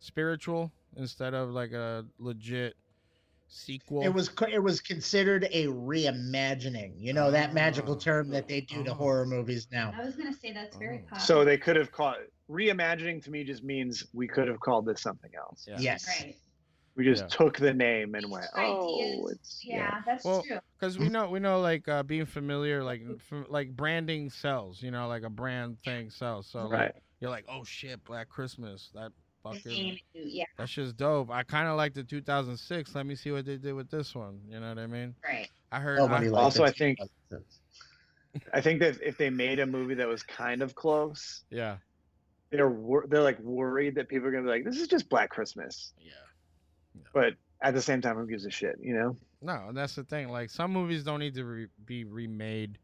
Speaker 2: spiritual instead of like a legit sequel?
Speaker 4: It was co- it was considered a reimagining. You know that
Speaker 2: Ah.
Speaker 4: magical term that they do to horror movies now.
Speaker 3: I was gonna say that's very
Speaker 2: Uh,
Speaker 3: popular.
Speaker 5: Oh. So they could have called reimagining to me just means we could have called this something else.
Speaker 4: Yes.
Speaker 3: Right.
Speaker 5: We just
Speaker 2: Yeah.
Speaker 5: took the name and went,
Speaker 3: Ideas.
Speaker 5: oh, it's
Speaker 3: yeah, that's
Speaker 2: well,
Speaker 3: true.
Speaker 2: Because we know we know like uh, being familiar, like f- like branding sells. You know, like a brand thing sells. So like,
Speaker 5: Right.
Speaker 2: you're like, oh shit, Black Christmas. That
Speaker 3: aim
Speaker 2: fucking
Speaker 3: to- yeah.
Speaker 2: that shit's dope. I kind of like the 2006. Let me see what they did with this one. You know what I mean?
Speaker 3: Right.
Speaker 2: I heard.
Speaker 5: Nobody
Speaker 2: I,
Speaker 5: liked Also, it. I think- I think that if they made a movie that was kind of close,
Speaker 2: yeah,
Speaker 5: they're wor- they're like worried that people are gonna be like, this is just Black Christmas.
Speaker 2: Yeah.
Speaker 5: But at the same time, who gives a shit? You know.
Speaker 2: No, and that's the thing. Like some movies don't need to re- be remade,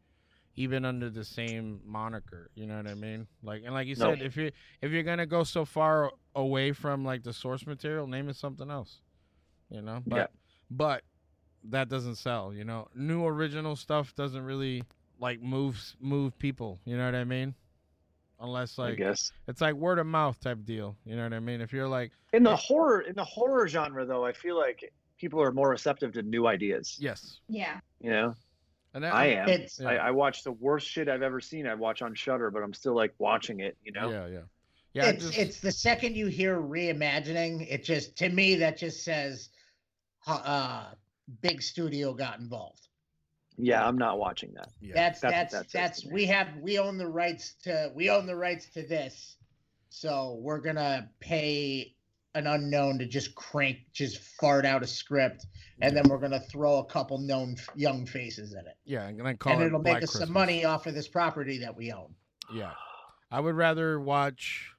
Speaker 2: even under the same moniker. You know what I mean? Like and like you
Speaker 5: No.
Speaker 2: said, if you if you're gonna go so far away from like the source material, name it something else. You know, but
Speaker 5: Yeah.
Speaker 2: but that doesn't sell. You know, new original stuff doesn't really like move move people. You know what I mean? Unless
Speaker 5: I
Speaker 2: like
Speaker 5: guess.
Speaker 2: it's like word of mouth type deal. You know what I mean? If you're like
Speaker 5: In the horror in the horror genre, though, I feel like people are more receptive to new ideas.
Speaker 2: yes,
Speaker 3: Yeah.
Speaker 5: You know.
Speaker 2: and that,
Speaker 5: I am.
Speaker 4: It's-
Speaker 5: I, I watch the worst shit I've ever seen. I watch on Shutter, but I'm still like watching it. You know.
Speaker 2: Yeah, yeah.
Speaker 4: it's it's the second you hear reimagining, it just to me that just says, uh, big studio got involved.
Speaker 5: Yeah, I'm not watching that.
Speaker 2: Yeah.
Speaker 4: That's
Speaker 5: That's-
Speaker 4: that's
Speaker 5: that's
Speaker 4: that's,
Speaker 5: it.
Speaker 4: we have we own the rights to we own the rights to this, so we're gonna pay an unknown to just crank just fart out a script, and then we're gonna throw a couple known f- young faces in it,
Speaker 2: yeah, and then call
Speaker 4: and
Speaker 2: it
Speaker 4: it'll
Speaker 2: Black
Speaker 4: make us
Speaker 2: Christmas.
Speaker 4: some money off of this property that we own.
Speaker 2: Yeah. I would rather watch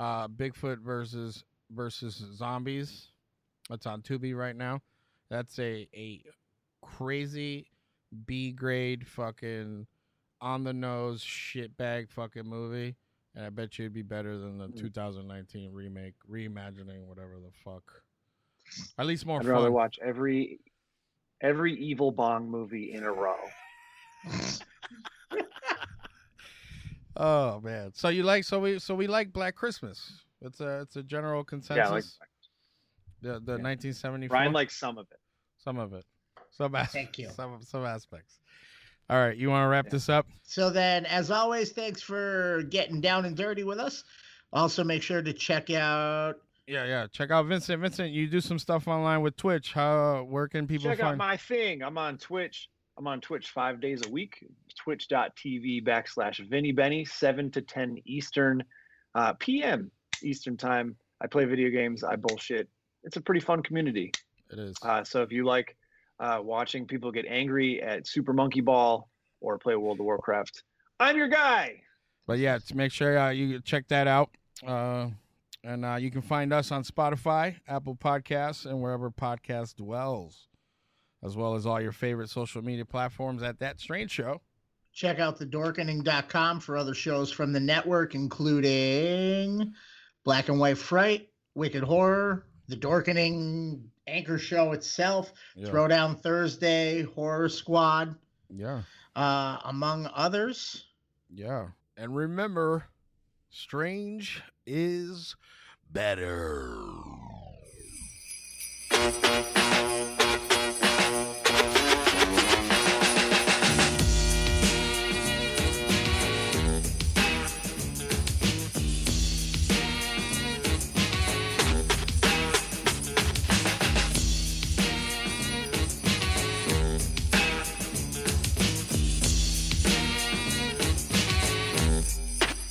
Speaker 2: uh Bigfoot versus versus zombies. That's on Tubi right now. That's a a crazy B grade fucking on the nose shitbag fucking movie. And I bet you it'd be better than
Speaker 4: Hmm.
Speaker 2: the 2019 remake, reimagining, whatever the fuck. At least more
Speaker 5: I'd
Speaker 2: fun.
Speaker 5: rather watch every every evil bong movie in a row.
Speaker 2: Oh man! So you like so we so we like Black Christmas. It's a it's a general consensus.
Speaker 5: Yeah, I like
Speaker 2: the the 1974.
Speaker 5: Ryan likes some of it.
Speaker 2: some of it, some as-
Speaker 4: Thank you.
Speaker 2: some some aspects. All right, you want to wrap this up?
Speaker 4: So then, as always, thanks for getting down and dirty with us. Also, make sure to check out.
Speaker 2: Yeah, yeah. Check out Vincent. Vincent, you do some stuff online with Twitch. How where can people
Speaker 5: Check out
Speaker 2: find?
Speaker 5: my thing. I'm on Twitch. I'm on Twitch five days a week. Twitch.tv backslash Vinny Benny, seven to ten Eastern. uh, p.m. Eastern time. I play video games. I bullshit. It's a pretty fun community.
Speaker 2: It is.
Speaker 5: Uh, so if you like uh, watching people get angry at Super Monkey Ball or play World of Warcraft, I'm your guy.
Speaker 2: But yeah, to make sure uh, you check that out. Uh, and uh, you can find us on Spotify, Apple Podcasts, and wherever podcast dwells, as well as all your favorite social media platforms at That Strange Show.
Speaker 4: Check out thedorkening.com for other shows from the network, including Black and White Fright, Wicked Horror, The Dorkening Anchor Show itself,
Speaker 2: Yeah.
Speaker 4: Throwdown Thursday, Horror Squad,
Speaker 2: Yeah.
Speaker 4: uh, among others.
Speaker 2: Yeah. And remember, strange is better.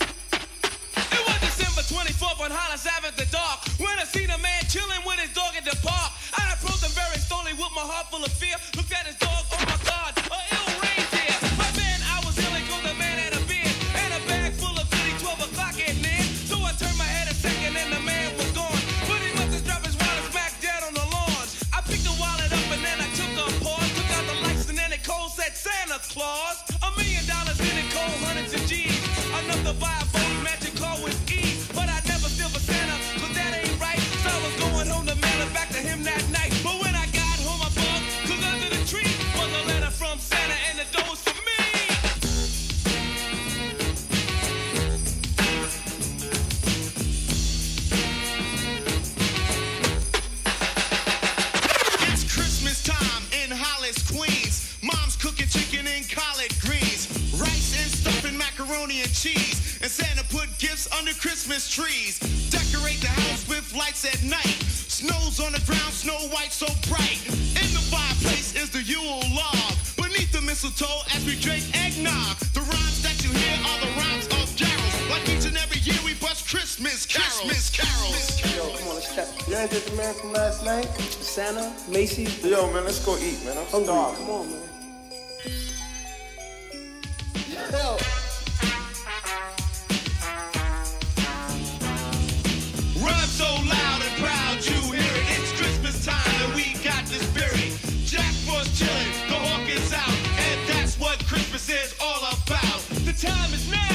Speaker 19: It was December 24th on Hollis Avenue, the dark, when I seen a man chilling with his dog in the park. I approached him very slowly with my heart full of fear. Looked at his dog, oh my God, a ill reindeer. My man, I was illegal, the man had a beard and a bag full of goody 12 o'clock at night. So I turned my head a second and the man was gone. But he must have dropped his wallet smack dead on the lawn. I picked the wallet up and then I took a pause, took out the lights and then it cold said Santa Claus. A million dollars in it, cold hundreds of G's. Enough to buy a boat, magic car with ease. But I never still for Santa, cause that ain't right. So I was going home to mail it back to him that night. But when I got home, I bugged, cause under the tree was a letter from Santa and the door was for me. It's Christmas time in Hollis, Queens. Mom's cooking chicken and collard greens, rice and stuffing macaroni and cheese. And Santa put gifts under Christmas trees. Decorate the house with lights at night. Snow's on the ground, snow white so bright. In the fireplace is the Yule log. Beneath the mistletoe as we drink eggnog. The rhymes that you hear are the rhymes of carols. Like each and every year we bust Christmas carols. Christmas carols.
Speaker 20: Yo, come on, let's check. You ain't this the man from last night? Santa, Macy's. Yo, man, let's go eat, man. I'm hungry. Come on, man. Yo.
Speaker 19: Run so loud and proud you hear it. It's Christmas time and we got the spirit. Jack was chilling, the hawk is out, and that's what Christmas is all about. The time is now.